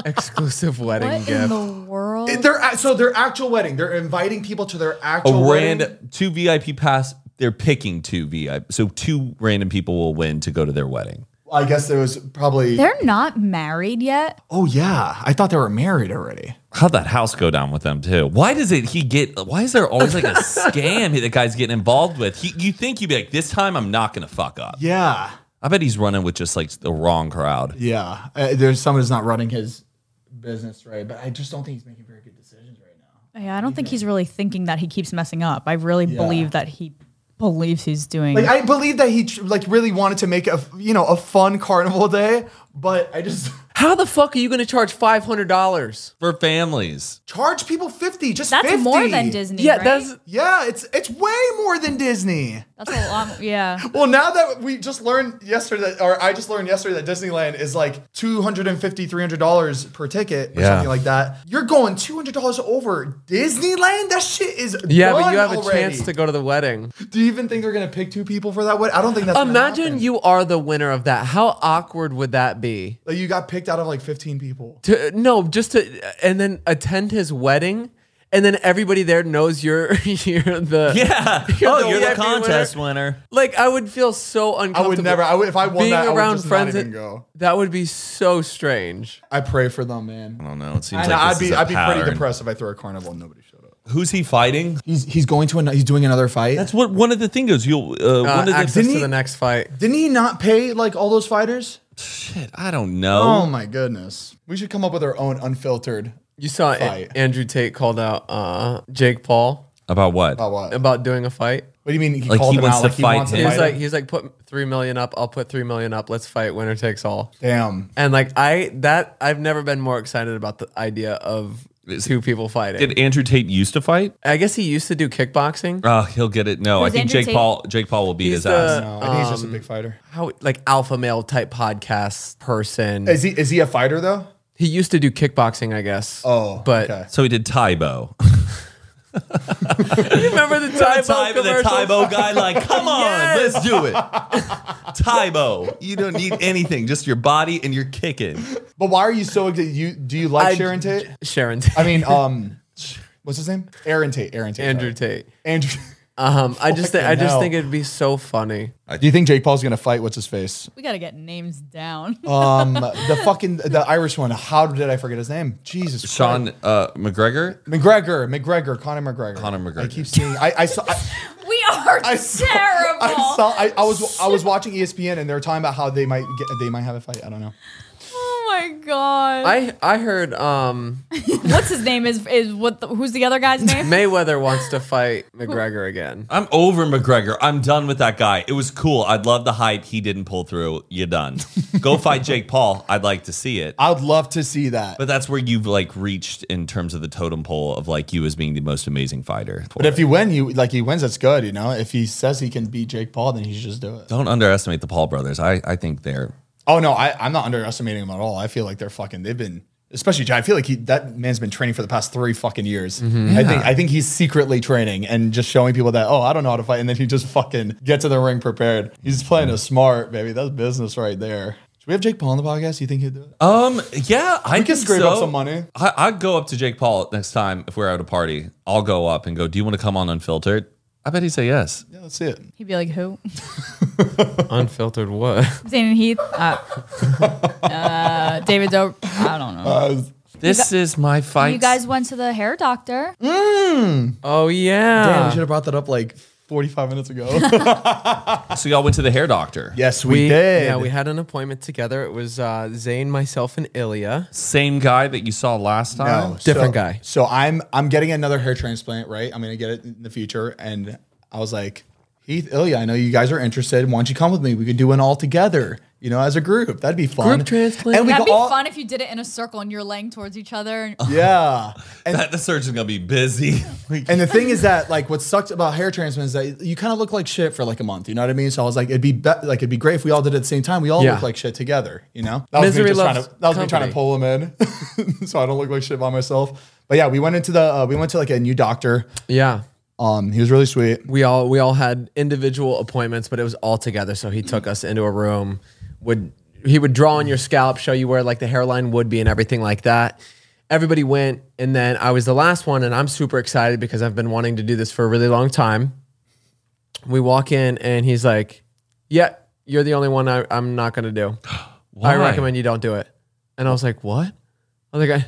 Speaker 4: [LAUGHS] exclusive wedding
Speaker 6: What in
Speaker 4: gift.
Speaker 6: the world?
Speaker 5: They're at, so their actual wedding. They're inviting people to their
Speaker 2: a
Speaker 5: actual wedding.
Speaker 2: random two VIP pass. They're picking two VIP, so two random people will win to go to their wedding.
Speaker 5: I guess there was probably.
Speaker 6: They're not married yet.
Speaker 5: oh yeah, I thought they were married already.
Speaker 2: How'd that house go down with them too? Why does it? He get? Why is there always [LAUGHS] like a scam that guy's getting involved with? He, you think you'd be like, this time I'm not gonna fuck up.
Speaker 5: Yeah,
Speaker 2: I bet he's running with just like the wrong crowd.
Speaker 5: yeah. Uh, there's someone who's not running his business right, but I just don't think he's making very good decisions right now.
Speaker 3: Yeah, I don't think he's really thinking that he keeps messing up. I really believe that he believes he's doing.
Speaker 5: Like I believe that he tr- like really wanted to make a f- you know a fun carnival day, but I just [LAUGHS]
Speaker 4: How the fuck are you going to charge five hundred dollars?
Speaker 2: For families,
Speaker 5: charge people fifty. Just
Speaker 3: that's
Speaker 5: 50.
Speaker 3: more than Disney.
Speaker 4: Yeah,
Speaker 3: right?
Speaker 4: that's
Speaker 5: Yeah, it's it's way more than Disney.
Speaker 3: that's a lot. Yeah,
Speaker 5: Well, now that we just learned yesterday, that, or I just learned yesterday that Disneyland is like $250, $300 per ticket or
Speaker 2: Yeah.
Speaker 5: something like that. You're going $200 over Disneyland? That shit is
Speaker 4: yeah,
Speaker 5: done
Speaker 4: but you have a
Speaker 5: already.
Speaker 4: chance to go to the wedding.
Speaker 5: Do you even think they're going to pick two people for that? What? I don't think that's gonna
Speaker 4: Imagine
Speaker 5: happen.
Speaker 4: you are the winner of that. How awkward would that be?
Speaker 5: Like, you got picked out of like 15 people.
Speaker 4: To no, just to and then attend his wedding, and then everybody there knows you're [LAUGHS] you're the
Speaker 2: [LAUGHS] yeah.
Speaker 4: [LAUGHS] You're
Speaker 2: oh, [LAUGHS]
Speaker 4: the
Speaker 2: you're the
Speaker 4: VIP
Speaker 2: contest winner.
Speaker 4: Like I would feel so
Speaker 5: I
Speaker 4: uncomfortable.
Speaker 5: would never, I would, if I won
Speaker 4: being
Speaker 5: that, I would
Speaker 4: around
Speaker 5: just
Speaker 4: friends.
Speaker 5: not even
Speaker 4: that-
Speaker 5: go.
Speaker 4: That would be so strange.
Speaker 5: I pray for them, man.
Speaker 2: I don't know. It seems
Speaker 5: I know,
Speaker 2: like
Speaker 5: I'd
Speaker 2: this is
Speaker 5: be,
Speaker 2: a
Speaker 5: I'd be pretty
Speaker 2: pattern.
Speaker 5: depressed if I threw a carnival and nobody showed up.
Speaker 2: Who's he fighting?
Speaker 5: He's, he's going to, an, he's doing another fight.
Speaker 2: That's what one of the things is. You'll uh,
Speaker 4: Uh,
Speaker 2: one of the
Speaker 4: access to
Speaker 5: Didn't
Speaker 4: the
Speaker 5: he-
Speaker 4: next fight.
Speaker 5: Didn't he not pay like all those fighters?
Speaker 2: shit. I don't know.
Speaker 5: Oh my goodness. We should come up with our own unfiltered.
Speaker 4: You saw A-
Speaker 5: Fight.
Speaker 4: Andrew Tate called out uh, Jake Paul
Speaker 2: About what?
Speaker 5: About uh, what? What
Speaker 4: about doing a fight.
Speaker 5: do you mean? He
Speaker 2: Um, Like,
Speaker 5: called
Speaker 2: he
Speaker 5: him
Speaker 2: wants
Speaker 5: out
Speaker 2: to
Speaker 5: like he
Speaker 2: fight
Speaker 5: wants
Speaker 4: He
Speaker 5: to
Speaker 2: him.
Speaker 4: was
Speaker 5: fight
Speaker 4: like,
Speaker 5: him?
Speaker 4: he's like, put three million up. I'll put three million up. Let's fight. Winner takes all.
Speaker 5: Damn.
Speaker 4: And like I that I've never been more excited about the idea of two people fighting.
Speaker 2: Did Andrew Tate used to fight?
Speaker 4: I guess he used to do kickboxing.
Speaker 2: Oh, he'll get it. No, I
Speaker 3: Who's
Speaker 2: think
Speaker 3: Andrew
Speaker 2: Jake
Speaker 3: Tate?
Speaker 2: Paul. Jake Paul will beat
Speaker 4: He's
Speaker 2: his
Speaker 4: the-
Speaker 2: ass.
Speaker 5: No, I think he's just a
Speaker 4: um,
Speaker 5: big fighter.
Speaker 4: How like alpha male type podcast person.
Speaker 5: Is he is he a fighter though?
Speaker 4: He used to do kickboxing, I guess.
Speaker 5: Oh,
Speaker 4: but
Speaker 5: okay.
Speaker 2: So he did Tybo.
Speaker 4: [LAUGHS] you remember the Tybo
Speaker 2: the [LAUGHS]
Speaker 4: commercial?
Speaker 2: Tybo guy, like, come on,
Speaker 4: Yes.
Speaker 2: let's [LAUGHS] do it. Tybo, you don't need anything, just your body and your kicking.
Speaker 5: But why are you so excited? You do you like
Speaker 4: I-
Speaker 5: Sharon Tate?
Speaker 4: Sharon
Speaker 5: I
Speaker 4: Tate, [LAUGHS]
Speaker 5: mean, um, what's his name? Aaron Tate. Aaron Tate.
Speaker 4: Andrew
Speaker 5: sorry.
Speaker 4: Tate.
Speaker 5: Andrew.
Speaker 4: Um, I just think I
Speaker 5: Fucking
Speaker 4: just
Speaker 5: hell.
Speaker 4: think it'd be so funny.
Speaker 5: [LAUGHS] Do you think Jake Paul's gonna fight? What's his face?
Speaker 3: [LAUGHS] we gotta get names down.
Speaker 5: Um, the fucking the Irish one. How did I forget his name? Jesus.
Speaker 2: Sean
Speaker 5: Christ.
Speaker 2: uh, McGregor,
Speaker 5: McGregor. McGregor. Conor McGregor.
Speaker 2: Conor
Speaker 5: I
Speaker 2: McGregor.
Speaker 5: keep seeing. I, I saw. I,
Speaker 3: [LAUGHS] we are
Speaker 5: I saw-
Speaker 3: terrible.
Speaker 5: I E saw. I, I was. I was watching ESPN, and they were talking about how they might get. They might have a fight. I don't know.
Speaker 3: oh my my god.
Speaker 4: I I heard um,
Speaker 3: What's his name? Is is what? The, who's the other guy's name?
Speaker 4: Mayweather wants to fight McGregor again.
Speaker 2: I'm over McGregor. I'm done with that guy. It was cool. I'd love the hype. He didn't pull through. You're [LAUGHS] done. Go fight Jake Paul. I'd like to see it.
Speaker 5: I'd love to see that.
Speaker 2: But that's where you've like reached in terms of the totem pole of like you as being the most amazing fighter.
Speaker 5: But if you win, you like he wins, that's good, you know. If he says he can beat Jake Paul, then he should just do it.
Speaker 2: don't underestimate the Paul brothers, I, I think they're
Speaker 5: Oh no, I, I'm not underestimating him at all. I feel like they're fucking they've been especially Jai, I feel like he that man's been training for the past three fucking years. I think I think he's secretly training and just showing people that, oh, I don't know how to fight, and then he just fucking gets to the ring prepared. He's playing a smart, baby. That's business right there. Should we have Jake Paul on the podcast? You think he'd do it?
Speaker 2: um yeah. I
Speaker 5: We can
Speaker 2: think
Speaker 5: scrape
Speaker 2: so.
Speaker 5: up some money.
Speaker 2: I, I'd go up to Jake Paul next time if we're at a party. I'll go up and go. Do you want to come on unfiltered? I bet he'd say yes.
Speaker 5: Yeah, let's see it.
Speaker 3: He'd be like, who?
Speaker 4: Unfiltered what?
Speaker 3: Zayn Heath.
Speaker 5: [LAUGHS]
Speaker 3: Uh, uh, David Do. I don't know.
Speaker 5: Uh,
Speaker 2: This is my fight.
Speaker 6: You guys went to the hair doctor.
Speaker 4: Oh yeah.
Speaker 5: Damn, we should have brought that up like 45 minutes
Speaker 4: [LAUGHS]
Speaker 5: ago.
Speaker 2: so y'all went to the hair doctor.
Speaker 5: yes, we,
Speaker 4: We,
Speaker 5: did.
Speaker 4: Yeah, we had an appointment together. It was uh, Zane, myself, and Ilya.
Speaker 2: Same guy that you saw last time.
Speaker 5: No,
Speaker 4: Different
Speaker 5: so-
Speaker 4: guy.
Speaker 5: So I'm I'm getting another hair transplant, right? I'm gonna get it in the future, and I was like, Heath, Ilya, I know you guys are interested. Why don't you come with me? We could do one all together, you know, as a group. That'd be fun.
Speaker 4: Group transplant.
Speaker 5: And we
Speaker 6: That'd
Speaker 5: could
Speaker 6: be
Speaker 5: all,
Speaker 6: fun if you did it in a circle and you're laying towards each other. And
Speaker 5: Yeah.
Speaker 4: [LAUGHS]
Speaker 5: And
Speaker 2: That, [LAUGHS] the surgeon's gonna be
Speaker 5: [LAUGHS]
Speaker 2: busy. Like,
Speaker 5: and the thing is that like what sucks about hair transplants is that you kind of look like shit for like a month. You know what I mean? So I was like, it'd be, be like it'd be great if we all did it at the same time. We all
Speaker 4: Yeah.
Speaker 5: look like shit together. You know, that was
Speaker 4: Misery
Speaker 5: me just trying
Speaker 4: loves
Speaker 5: to that was me trying to
Speaker 4: company.
Speaker 5: pull him in, [LAUGHS] so I don't look like shit by myself. But yeah, we went into the uh, we went to like a new doctor.
Speaker 4: Yeah.
Speaker 5: Um, he was really sweet.
Speaker 4: we all we all had individual appointments, but it was all together. So he took us into a room, would he would draw on your scalp, show you where like the hairline would be and everything like that. Everybody went, and then I was the last one, and I'm super excited because I've been wanting to do this for a really long time. We walk in, and he's like, "Yeah, you're the only one I, I'm not going to do.
Speaker 2: Why?
Speaker 4: I recommend you don't do it." And I was like, "What?" I was like, I,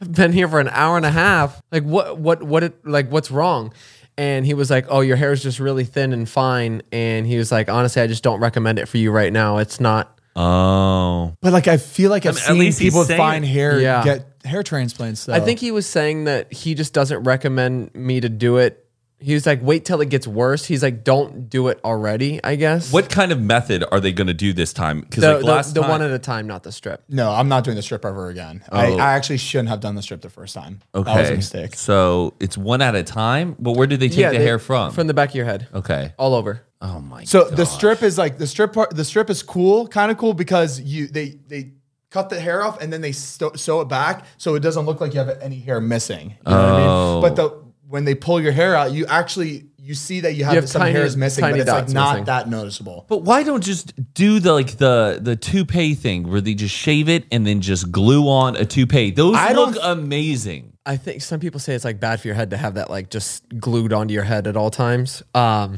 Speaker 4: I've been here for an hour and a half. Like what what what it, like what's wrong? And he was like, "Oh, your hair is just really thin and fine." And he was like, "Honestly, I just don't recommend it for you right now. It's not
Speaker 2: oh,
Speaker 5: But like I feel like I've
Speaker 2: mean, at
Speaker 5: seen
Speaker 2: least he's
Speaker 5: people with
Speaker 2: saying-
Speaker 5: fine hair
Speaker 4: Yeah.
Speaker 5: get hair transplants. Though.
Speaker 4: I think he was saying that he just doesn't recommend me to do it. He was like, "Wait till it gets worse." He's like, "Don't do it already, I guess."
Speaker 2: what kind of method are they gonna do this time? Because
Speaker 4: the,
Speaker 2: like
Speaker 4: the-
Speaker 2: last
Speaker 4: the
Speaker 2: time,
Speaker 4: one at a time, not the strip.
Speaker 5: no, I'm not doing the strip ever again. I,
Speaker 2: Oh.
Speaker 5: I actually shouldn't have done the strip the first time.
Speaker 2: okay,
Speaker 5: that was a mistake.
Speaker 2: So it's one at a time. But where do they take the
Speaker 4: they-
Speaker 2: hair from?
Speaker 4: From the back of your head.
Speaker 2: okay.
Speaker 4: All over.
Speaker 2: Oh my.
Speaker 5: So the strip is like the strip part. The strip is cool, kind of cool because you they they cut the hair off and then they sto- sew it back so it doesn't look like you have any hair missing. You know what I
Speaker 2: Oh.
Speaker 5: mean? But the when they pull your hair out, you actually you see that you have,
Speaker 4: have
Speaker 5: some
Speaker 4: tiny-
Speaker 5: hair is missing,
Speaker 4: tiny
Speaker 5: but it's like
Speaker 4: dots
Speaker 5: not
Speaker 4: missing.
Speaker 5: that noticeable.
Speaker 2: But why don't just do the like the the toupee thing where they just shave it and then just glue on a toupee? Those
Speaker 5: I
Speaker 2: look
Speaker 5: don't-
Speaker 2: amazing.
Speaker 4: I think some people say it's like bad for your head to have that like just glued onto your head at all times. Um,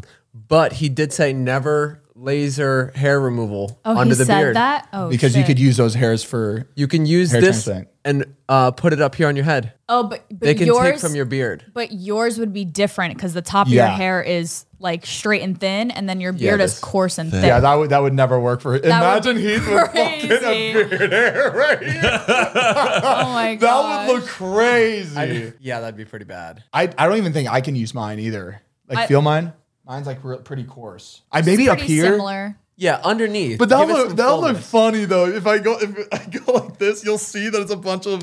Speaker 4: but he did say never laser hair removal
Speaker 6: oh,
Speaker 4: onto
Speaker 6: he
Speaker 4: the
Speaker 6: said
Speaker 4: beard.
Speaker 6: that. Oh,
Speaker 5: Because you
Speaker 6: shit.
Speaker 5: could use those hairs for
Speaker 4: You can use
Speaker 5: Hair
Speaker 4: this
Speaker 5: transplant.
Speaker 4: and uh, put it up here on your head.
Speaker 3: Oh, but, but
Speaker 4: they can
Speaker 3: yours,
Speaker 4: take from your beard.
Speaker 3: But yours would be different because the top of
Speaker 5: Yeah.
Speaker 3: your hair is like straight and thin, and then your beard
Speaker 4: this-
Speaker 3: is coarse and thin.
Speaker 5: yeah, that would that would never work for.
Speaker 3: That would
Speaker 5: imagine
Speaker 3: be
Speaker 5: Heath with fucking a
Speaker 3: crazy.
Speaker 5: beard hair right here. [LAUGHS]
Speaker 3: oh my
Speaker 5: That
Speaker 3: god.
Speaker 5: would look crazy.
Speaker 4: Yeah, that'd be pretty bad.
Speaker 5: I, I don't even think I can use mine either. Like
Speaker 3: I-
Speaker 5: feel mine. Mine's like real, pretty coarse. I maybe up
Speaker 6: pretty
Speaker 5: here.
Speaker 6: similar.
Speaker 4: Yeah, underneath.
Speaker 5: But that
Speaker 4: Give it
Speaker 5: look
Speaker 4: some
Speaker 5: that look
Speaker 4: fullness.
Speaker 5: funny though. If I go if I go like this, you'll see that it's a bunch of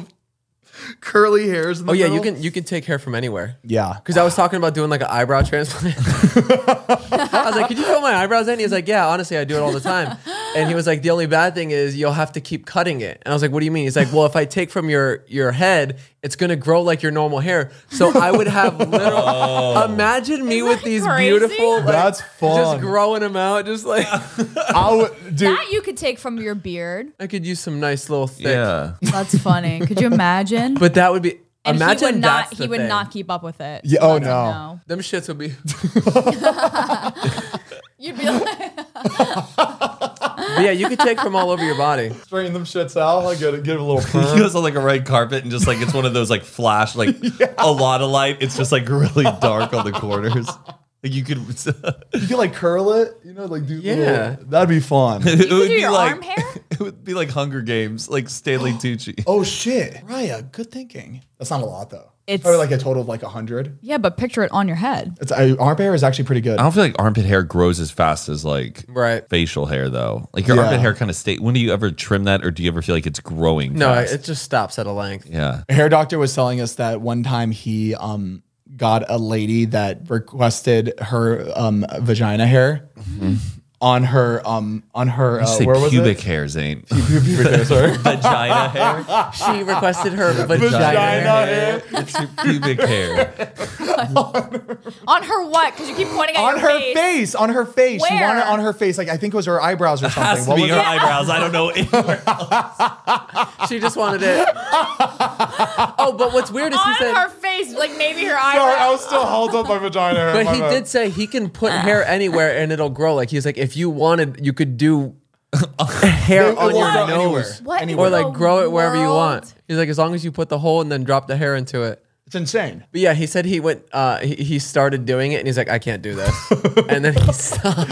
Speaker 5: curly hairs. In the
Speaker 4: Oh yeah, you
Speaker 5: middle.
Speaker 4: can you can take hair from anywhere.
Speaker 5: Yeah.
Speaker 4: Because I was talking about doing like an eyebrow [LAUGHS] transplant. I was like, could you fill my eyebrows in? He was like, yeah, honestly, I do it all the time. And he was like, the only bad thing is you'll have to keep cutting it. And I was like, what do you mean? He's like, well, if I take from your your head, it's gonna grow like your normal hair. So I would have literal. Imagine me with these
Speaker 3: crazy?
Speaker 4: beautiful. Like,
Speaker 5: Oh. That's fun.
Speaker 4: Just growing them out, just like
Speaker 5: [LAUGHS] I would, dude.
Speaker 6: That you could take from your beard.
Speaker 4: [LAUGHS] I could use some nice little thick.
Speaker 2: [LAUGHS] Yeah.
Speaker 3: That's funny. Could you
Speaker 5: [LAUGHS]
Speaker 3: imagine?
Speaker 4: But that would be.
Speaker 3: and
Speaker 4: imagine
Speaker 3: he would not.
Speaker 4: that's
Speaker 3: He
Speaker 4: the
Speaker 3: would
Speaker 4: thing.
Speaker 3: not keep up with it.
Speaker 5: Yeah, oh,
Speaker 3: Let him
Speaker 5: no.
Speaker 3: know.
Speaker 4: Them shits
Speaker 3: [LAUGHS]
Speaker 4: would be. [LAUGHS]
Speaker 6: You'd be like,
Speaker 4: But yeah, you could take from all over your body.
Speaker 5: Straighten them shits out. I get get a little
Speaker 2: He
Speaker 5: perm.
Speaker 2: goes on like a red carpet and just like it's one of those like flash [LAUGHS] like a lot of light. It's just like really dark on the corners. [LAUGHS] Like you could, it
Speaker 5: you could like curl it. You know, like do.
Speaker 4: Yeah.
Speaker 5: Little, that'd be fun.
Speaker 2: would [LAUGHS]
Speaker 6: you could do
Speaker 2: be
Speaker 6: your
Speaker 2: like
Speaker 5: [LAUGHS]
Speaker 6: arm hair.
Speaker 2: [LAUGHS] it would be like Hunger Games, like [GASPS] Stanley Tucci.
Speaker 5: Oh shit, Raya, good thinking. That's not a lot though.
Speaker 8: It's-
Speaker 5: It's probably like a total of like hundred.
Speaker 3: Yeah, but picture it on your head.
Speaker 5: It's I, armpit hair is actually pretty good.
Speaker 2: I don't feel like armpit hair grows as fast as like
Speaker 4: Right.
Speaker 2: facial hair though. Like your
Speaker 5: Yeah.
Speaker 2: armpit hair kind of stay. When do you ever trim that, or do you ever feel like it's growing?
Speaker 4: No,
Speaker 2: fast?
Speaker 4: it just stops at a length.
Speaker 2: yeah.
Speaker 5: A hair doctor was telling us that one time he um got a lady that requested her um vagina hair on her um on her uh,
Speaker 2: Just say
Speaker 5: where was
Speaker 2: pubic
Speaker 5: it?
Speaker 2: hair, [LAUGHS] Zane.
Speaker 5: Pubic hair, [LAUGHS] sorry.
Speaker 2: Vagina hair.
Speaker 4: She requested her vagina.
Speaker 5: Vagina
Speaker 4: hair.
Speaker 5: hair.
Speaker 2: It's your [LAUGHS] pubic hair.
Speaker 3: On her what? Because you keep pointing at
Speaker 5: On
Speaker 3: your
Speaker 5: her face. on her face. She wanted
Speaker 3: Where?
Speaker 5: it on her face. Like I think it was her eyebrows or something.
Speaker 2: Has to
Speaker 5: What
Speaker 2: be
Speaker 5: was
Speaker 2: your
Speaker 5: it?
Speaker 2: eyebrows. I don't know. [LAUGHS]
Speaker 4: She just wanted it. oh, but what's weird is he
Speaker 3: On
Speaker 4: said.
Speaker 3: her face, like maybe her
Speaker 5: Sorry, I
Speaker 3: eyebrows.
Speaker 5: was still hauled up by vagina hair.
Speaker 4: but
Speaker 5: my
Speaker 4: he
Speaker 5: bad.
Speaker 4: did say he can put hair anywhere and it'll grow. Like he's like, if you wanted, you could
Speaker 5: [LAUGHS]
Speaker 4: do hair
Speaker 5: It
Speaker 4: on
Speaker 5: won't
Speaker 4: your
Speaker 5: grow
Speaker 4: nose.
Speaker 5: anywhere.
Speaker 3: What in
Speaker 5: Anywhere.
Speaker 4: Or
Speaker 3: the
Speaker 4: like grow it wherever you
Speaker 3: world?
Speaker 4: want. He's like, as long as you put the hole and then drop the hair into it.
Speaker 5: It's insane.
Speaker 4: But yeah, he said he went. Uh, he, he started doing it, and he's like, "I can't do this," and then he stopped.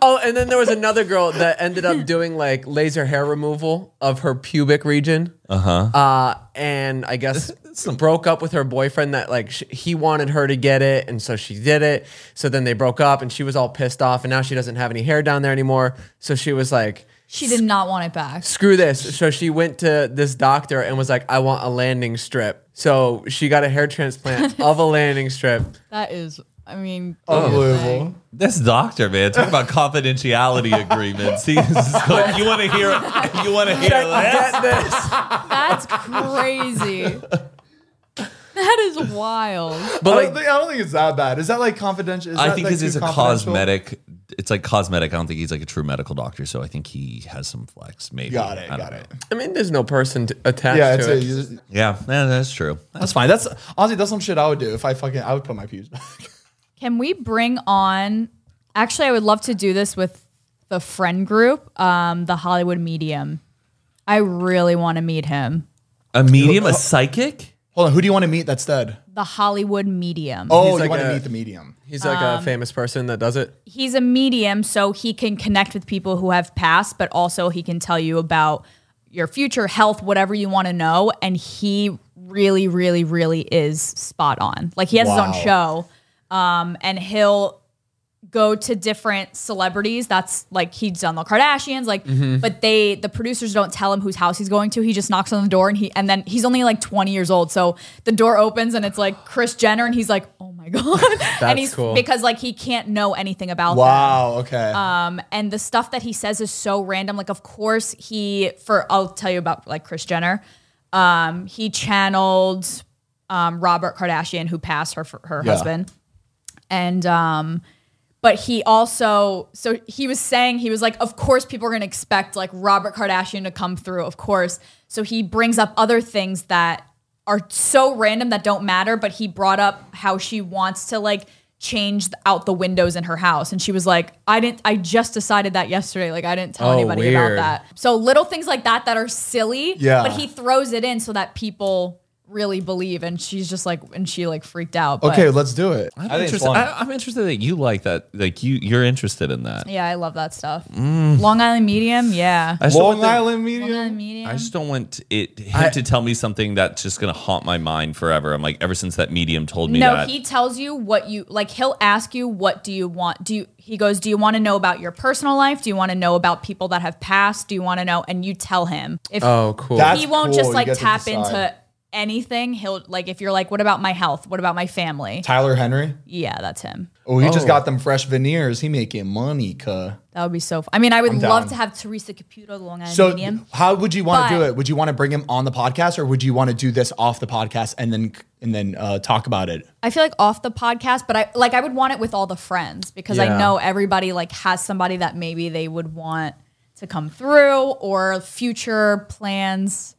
Speaker 4: oh, and then there was another girl that ended up doing like laser hair removal of her pubic region. Uh-huh. and I guess broke up with her boyfriend that like sh- he wanted her to get it, and so she did it. So then they broke up, and she was all pissed off, and now she doesn't have any hair down there anymore. So she was like
Speaker 3: She did not want it back.
Speaker 4: screw this. So she went to this doctor and was like, I want a landing strip. So she got a
Speaker 3: [LAUGHS]
Speaker 4: hair transplant of a landing strip.
Speaker 3: That is, I mean,
Speaker 4: Oh.
Speaker 5: Unbelievable.
Speaker 2: This doctor, man, talk about confidentiality agreements. He's just like, you want to hear? You want to hear this?
Speaker 4: Get this.
Speaker 3: that's [LAUGHS] crazy. that is wild.
Speaker 5: I
Speaker 4: But
Speaker 5: don't,
Speaker 4: like,
Speaker 5: think, I don't think it's that bad. Is that like confidential? Is
Speaker 2: I
Speaker 5: that,
Speaker 2: think
Speaker 5: like,
Speaker 2: this is
Speaker 5: too
Speaker 2: a
Speaker 5: confidential?
Speaker 2: cosmetic. It's like cosmetic. I don't think he's like a true medical doctor, so I think he has some flex. Maybe.
Speaker 5: Got it.
Speaker 2: I don't
Speaker 5: Got
Speaker 2: know.
Speaker 5: it.
Speaker 4: I mean, there's no person t- attached
Speaker 5: Yeah, it's
Speaker 4: to
Speaker 5: a,
Speaker 4: it.
Speaker 5: you just-
Speaker 2: Yeah, yeah, that's true.
Speaker 5: that's fine. That's honestly that's some shit I would do if I fucking I would put my pubes back.
Speaker 3: Can we bring on? Actually, I would love to do this with the friend group, um, the Hollywood medium. I really want to meet him.
Speaker 2: A medium, a psychic.
Speaker 5: Hold on, who do you want to meet that's dead?
Speaker 3: The Hollywood medium.
Speaker 5: Oh, you
Speaker 4: like
Speaker 5: want
Speaker 4: a-
Speaker 5: to meet the medium.
Speaker 4: He's like
Speaker 3: Um,
Speaker 4: a famous person that does it.
Speaker 3: He's a medium, so he can connect with people who have passed, but also he can tell you about your future health, whatever you want to know. And he really, really, really is spot on. Like he has his own show, um, and he'll go to different celebrities. That's like he's done the Kardashians, like,
Speaker 4: Mm-hmm.
Speaker 3: but they the producers don't tell him whose house he's going to. He just knocks on the door and he and then he's only like 20 years old. So the door opens and it's like Chris Jenner and he's like, oh my [LAUGHS] God.
Speaker 4: That's
Speaker 3: and he's
Speaker 4: cool.
Speaker 3: because like he can't know anything about them.
Speaker 5: Wow. Okay.
Speaker 3: Um, and the stuff that he says is so random. Like, of course, he for I'll tell you about like Chris Jenner. Um, he channeled um, Robert Kardashian, who passed her her
Speaker 5: Yeah.
Speaker 3: husband, and um, but he also so he was saying he was like, of course, people are gonna expect like Robert Kardashian to come through, of course. So he brings up other things that are so random that don't matter, but he brought up how she wants to like change out the windows in her house and she was like i didn't i just decided that yesterday like i didn't tell
Speaker 4: Oh,
Speaker 3: anybody
Speaker 4: weird.
Speaker 3: about that so little things like that that are silly
Speaker 5: Yeah.
Speaker 3: but he throws it in so that people really believe and she's just like and she like freaked out but
Speaker 5: okay, let's do it.
Speaker 2: I'm
Speaker 5: I think it's
Speaker 2: interested.
Speaker 5: fun.
Speaker 2: I, I'm interested that you like that. Like you, you're interested in that.
Speaker 3: yeah i love that stuff long island medium yeah
Speaker 2: I just don't want
Speaker 5: Long
Speaker 2: them-
Speaker 5: Island
Speaker 3: long
Speaker 5: medium.
Speaker 3: island medium
Speaker 2: I just don't want it him
Speaker 4: I-
Speaker 2: to tell me something that's just gonna haunt my mind forever. I'm like, ever since that medium told me
Speaker 3: no
Speaker 2: that.
Speaker 3: he tells you what you like he'll ask you what do you want do you he goes do you want to know about your personal life do you want to know about people that have passed do you want to know and you tell him if
Speaker 4: Oh, cool.
Speaker 5: That's-
Speaker 3: he won't
Speaker 5: cool.
Speaker 3: just
Speaker 5: You
Speaker 3: like
Speaker 5: get to
Speaker 3: tap
Speaker 5: decide.
Speaker 3: into anything. He'll like if you're like, what about my health? What about my family?
Speaker 5: Tyler Henry.
Speaker 3: Yeah, that's him.
Speaker 5: Oh, he just
Speaker 4: Oh.
Speaker 5: got them fresh veneers. He making money, cuh.
Speaker 3: That would be so. F- I mean, I would
Speaker 5: I'm
Speaker 3: love
Speaker 5: down.
Speaker 3: to have Teresa Caputo, the Long Island
Speaker 5: So,
Speaker 3: Medium.
Speaker 5: how would you want to do
Speaker 3: But-
Speaker 5: it? Would you want to bring him on the podcast, or would you want to do this off the podcast and then and then uh, talk about it?
Speaker 3: I feel like off the podcast, but I like I would want it with all the friends because
Speaker 4: Yeah.
Speaker 3: I know everybody like has somebody that maybe they would want to come through or future plans,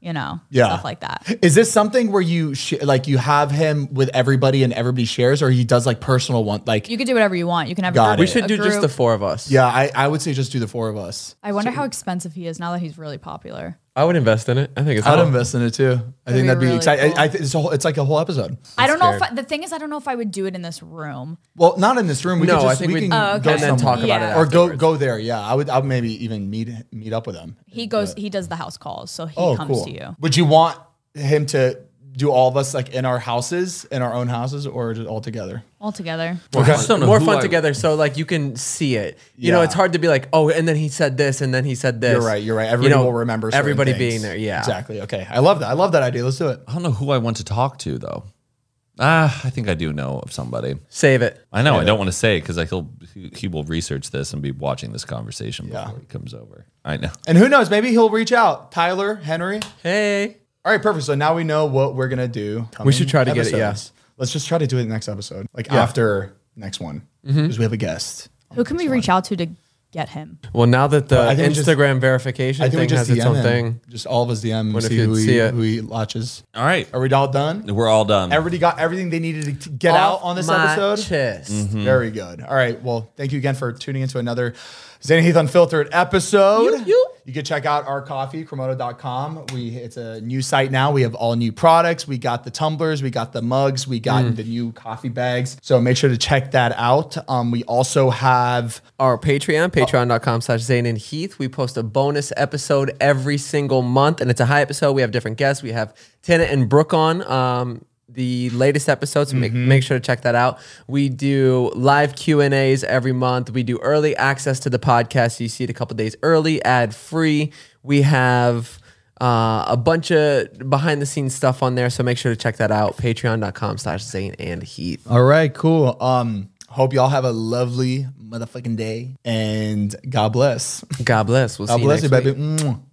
Speaker 3: you know,
Speaker 5: Yeah.
Speaker 3: stuff like that.
Speaker 5: Is this something where you sh- like you have him with everybody and everybody shares, or he does like personal one? Like,
Speaker 3: You could do whatever you want. You can have a
Speaker 5: Got
Speaker 3: group,
Speaker 5: it.
Speaker 4: we should
Speaker 3: a
Speaker 4: do just
Speaker 3: group.
Speaker 4: the four of us.
Speaker 5: yeah, I, I would say just do the four of us.
Speaker 3: I wonder how expensive he is now that he's really popular.
Speaker 4: I would invest in it. I think it's.
Speaker 5: I'd
Speaker 4: cool.
Speaker 5: invest in it too. I think
Speaker 3: be
Speaker 5: that'd be
Speaker 3: really
Speaker 5: exciting.
Speaker 3: cool.
Speaker 5: I, I think it's, a whole, it's like a whole episode.
Speaker 3: I don't know if
Speaker 4: scared.
Speaker 3: I, the thing is, I don't know if I would do it in this room.
Speaker 5: Well, not in this room. We
Speaker 4: No,
Speaker 5: could just,
Speaker 4: I think
Speaker 5: we
Speaker 4: we
Speaker 5: can
Speaker 4: oh,
Speaker 5: go
Speaker 4: and then talk
Speaker 5: somewhere.
Speaker 4: about
Speaker 3: Yeah.
Speaker 4: it.
Speaker 5: or go
Speaker 4: afterwards.
Speaker 5: go there. Yeah, I would. I'd maybe even meet meet up with him. Oh,
Speaker 3: He goes, he does the house calls, so he
Speaker 4: Oh,
Speaker 3: comes to you.
Speaker 5: Would you want him to do all of us like in our houses, in our own houses, or just all together?
Speaker 3: All together.
Speaker 4: More
Speaker 2: I just don't
Speaker 4: fun,
Speaker 2: know
Speaker 4: more
Speaker 2: who
Speaker 4: fun
Speaker 2: I-
Speaker 4: together, so like you can see it. You know,
Speaker 5: Yeah.
Speaker 4: it's hard to be like, oh, and then he said this, and then he said this.
Speaker 5: You're right. You're right. Everybody
Speaker 4: you know,
Speaker 5: will remember. certain
Speaker 4: Everybody
Speaker 5: things.
Speaker 4: being there. Yeah,
Speaker 5: Exactly. Okay. I love that. I love that idea. Let's do it.
Speaker 2: I don't know who I want to talk to though. Ah, I think I do know of somebody.
Speaker 4: Save it.
Speaker 2: I know I don't want to say because he'll he he will research this and be watching this conversation
Speaker 5: Yeah.
Speaker 2: before he comes over. I know.
Speaker 5: And who knows? Maybe he'll reach out. Tyler, Henry.
Speaker 4: Hey,
Speaker 5: All right. Perfect. So now we know what we're gonna do. coming
Speaker 4: should try to get it, yeah.
Speaker 5: episodes. Let's just try to do it next episode, like after next one, because
Speaker 4: Mm-hmm.
Speaker 5: we have a guest.
Speaker 4: Oh,
Speaker 3: Who can we reach out to to get him?
Speaker 4: well, now that the
Speaker 5: I think we just-
Speaker 4: Instagram verification
Speaker 5: I think we
Speaker 4: thing
Speaker 5: just DM
Speaker 4: has its own
Speaker 5: him.
Speaker 4: thing,
Speaker 5: Just all of us DM.
Speaker 4: Wonder if
Speaker 5: see
Speaker 4: you'd
Speaker 5: who he,
Speaker 4: see it.
Speaker 5: who he latches.
Speaker 2: All right,
Speaker 5: Are we all done?
Speaker 2: we're all done.
Speaker 5: Everybody got everything they needed to get out
Speaker 4: Off
Speaker 5: on this
Speaker 4: my
Speaker 5: episode.
Speaker 4: chest.
Speaker 5: Very good. All right. Well, thank you again for tuning into another Zane Heath Unfiltered episode. You, can check out our coffee, Cremoto.com. We it's a new site now. We have all new products. We got the tumblers, we got the mugs, we got
Speaker 4: Mm.
Speaker 5: the new coffee bags. So make sure to check that out. Um, we also have
Speaker 4: our
Speaker 5: Oh.
Speaker 4: Patreon, patreon.com slash Zane and Heath. We post a bonus episode every single month, and it's a high episode. We have different guests. We have Tennant and Brooke on um, the latest episodes. Make,
Speaker 5: Mm-hmm.
Speaker 4: make sure to check that out. We do live Q&As every month. We do early access to the podcast. So you see it a couple days early, ad-free. We have uh, a bunch of behind-the-scenes stuff on there, so make sure to check that out. Patreon.com slash Zane and Heath.
Speaker 5: all right, cool. Um, hope y'all have a lovely motherfucking day and God bless.
Speaker 4: God bless. We'll
Speaker 5: God
Speaker 4: see you
Speaker 5: bless
Speaker 4: next
Speaker 5: you, baby.
Speaker 4: week.
Speaker 5: Mwah.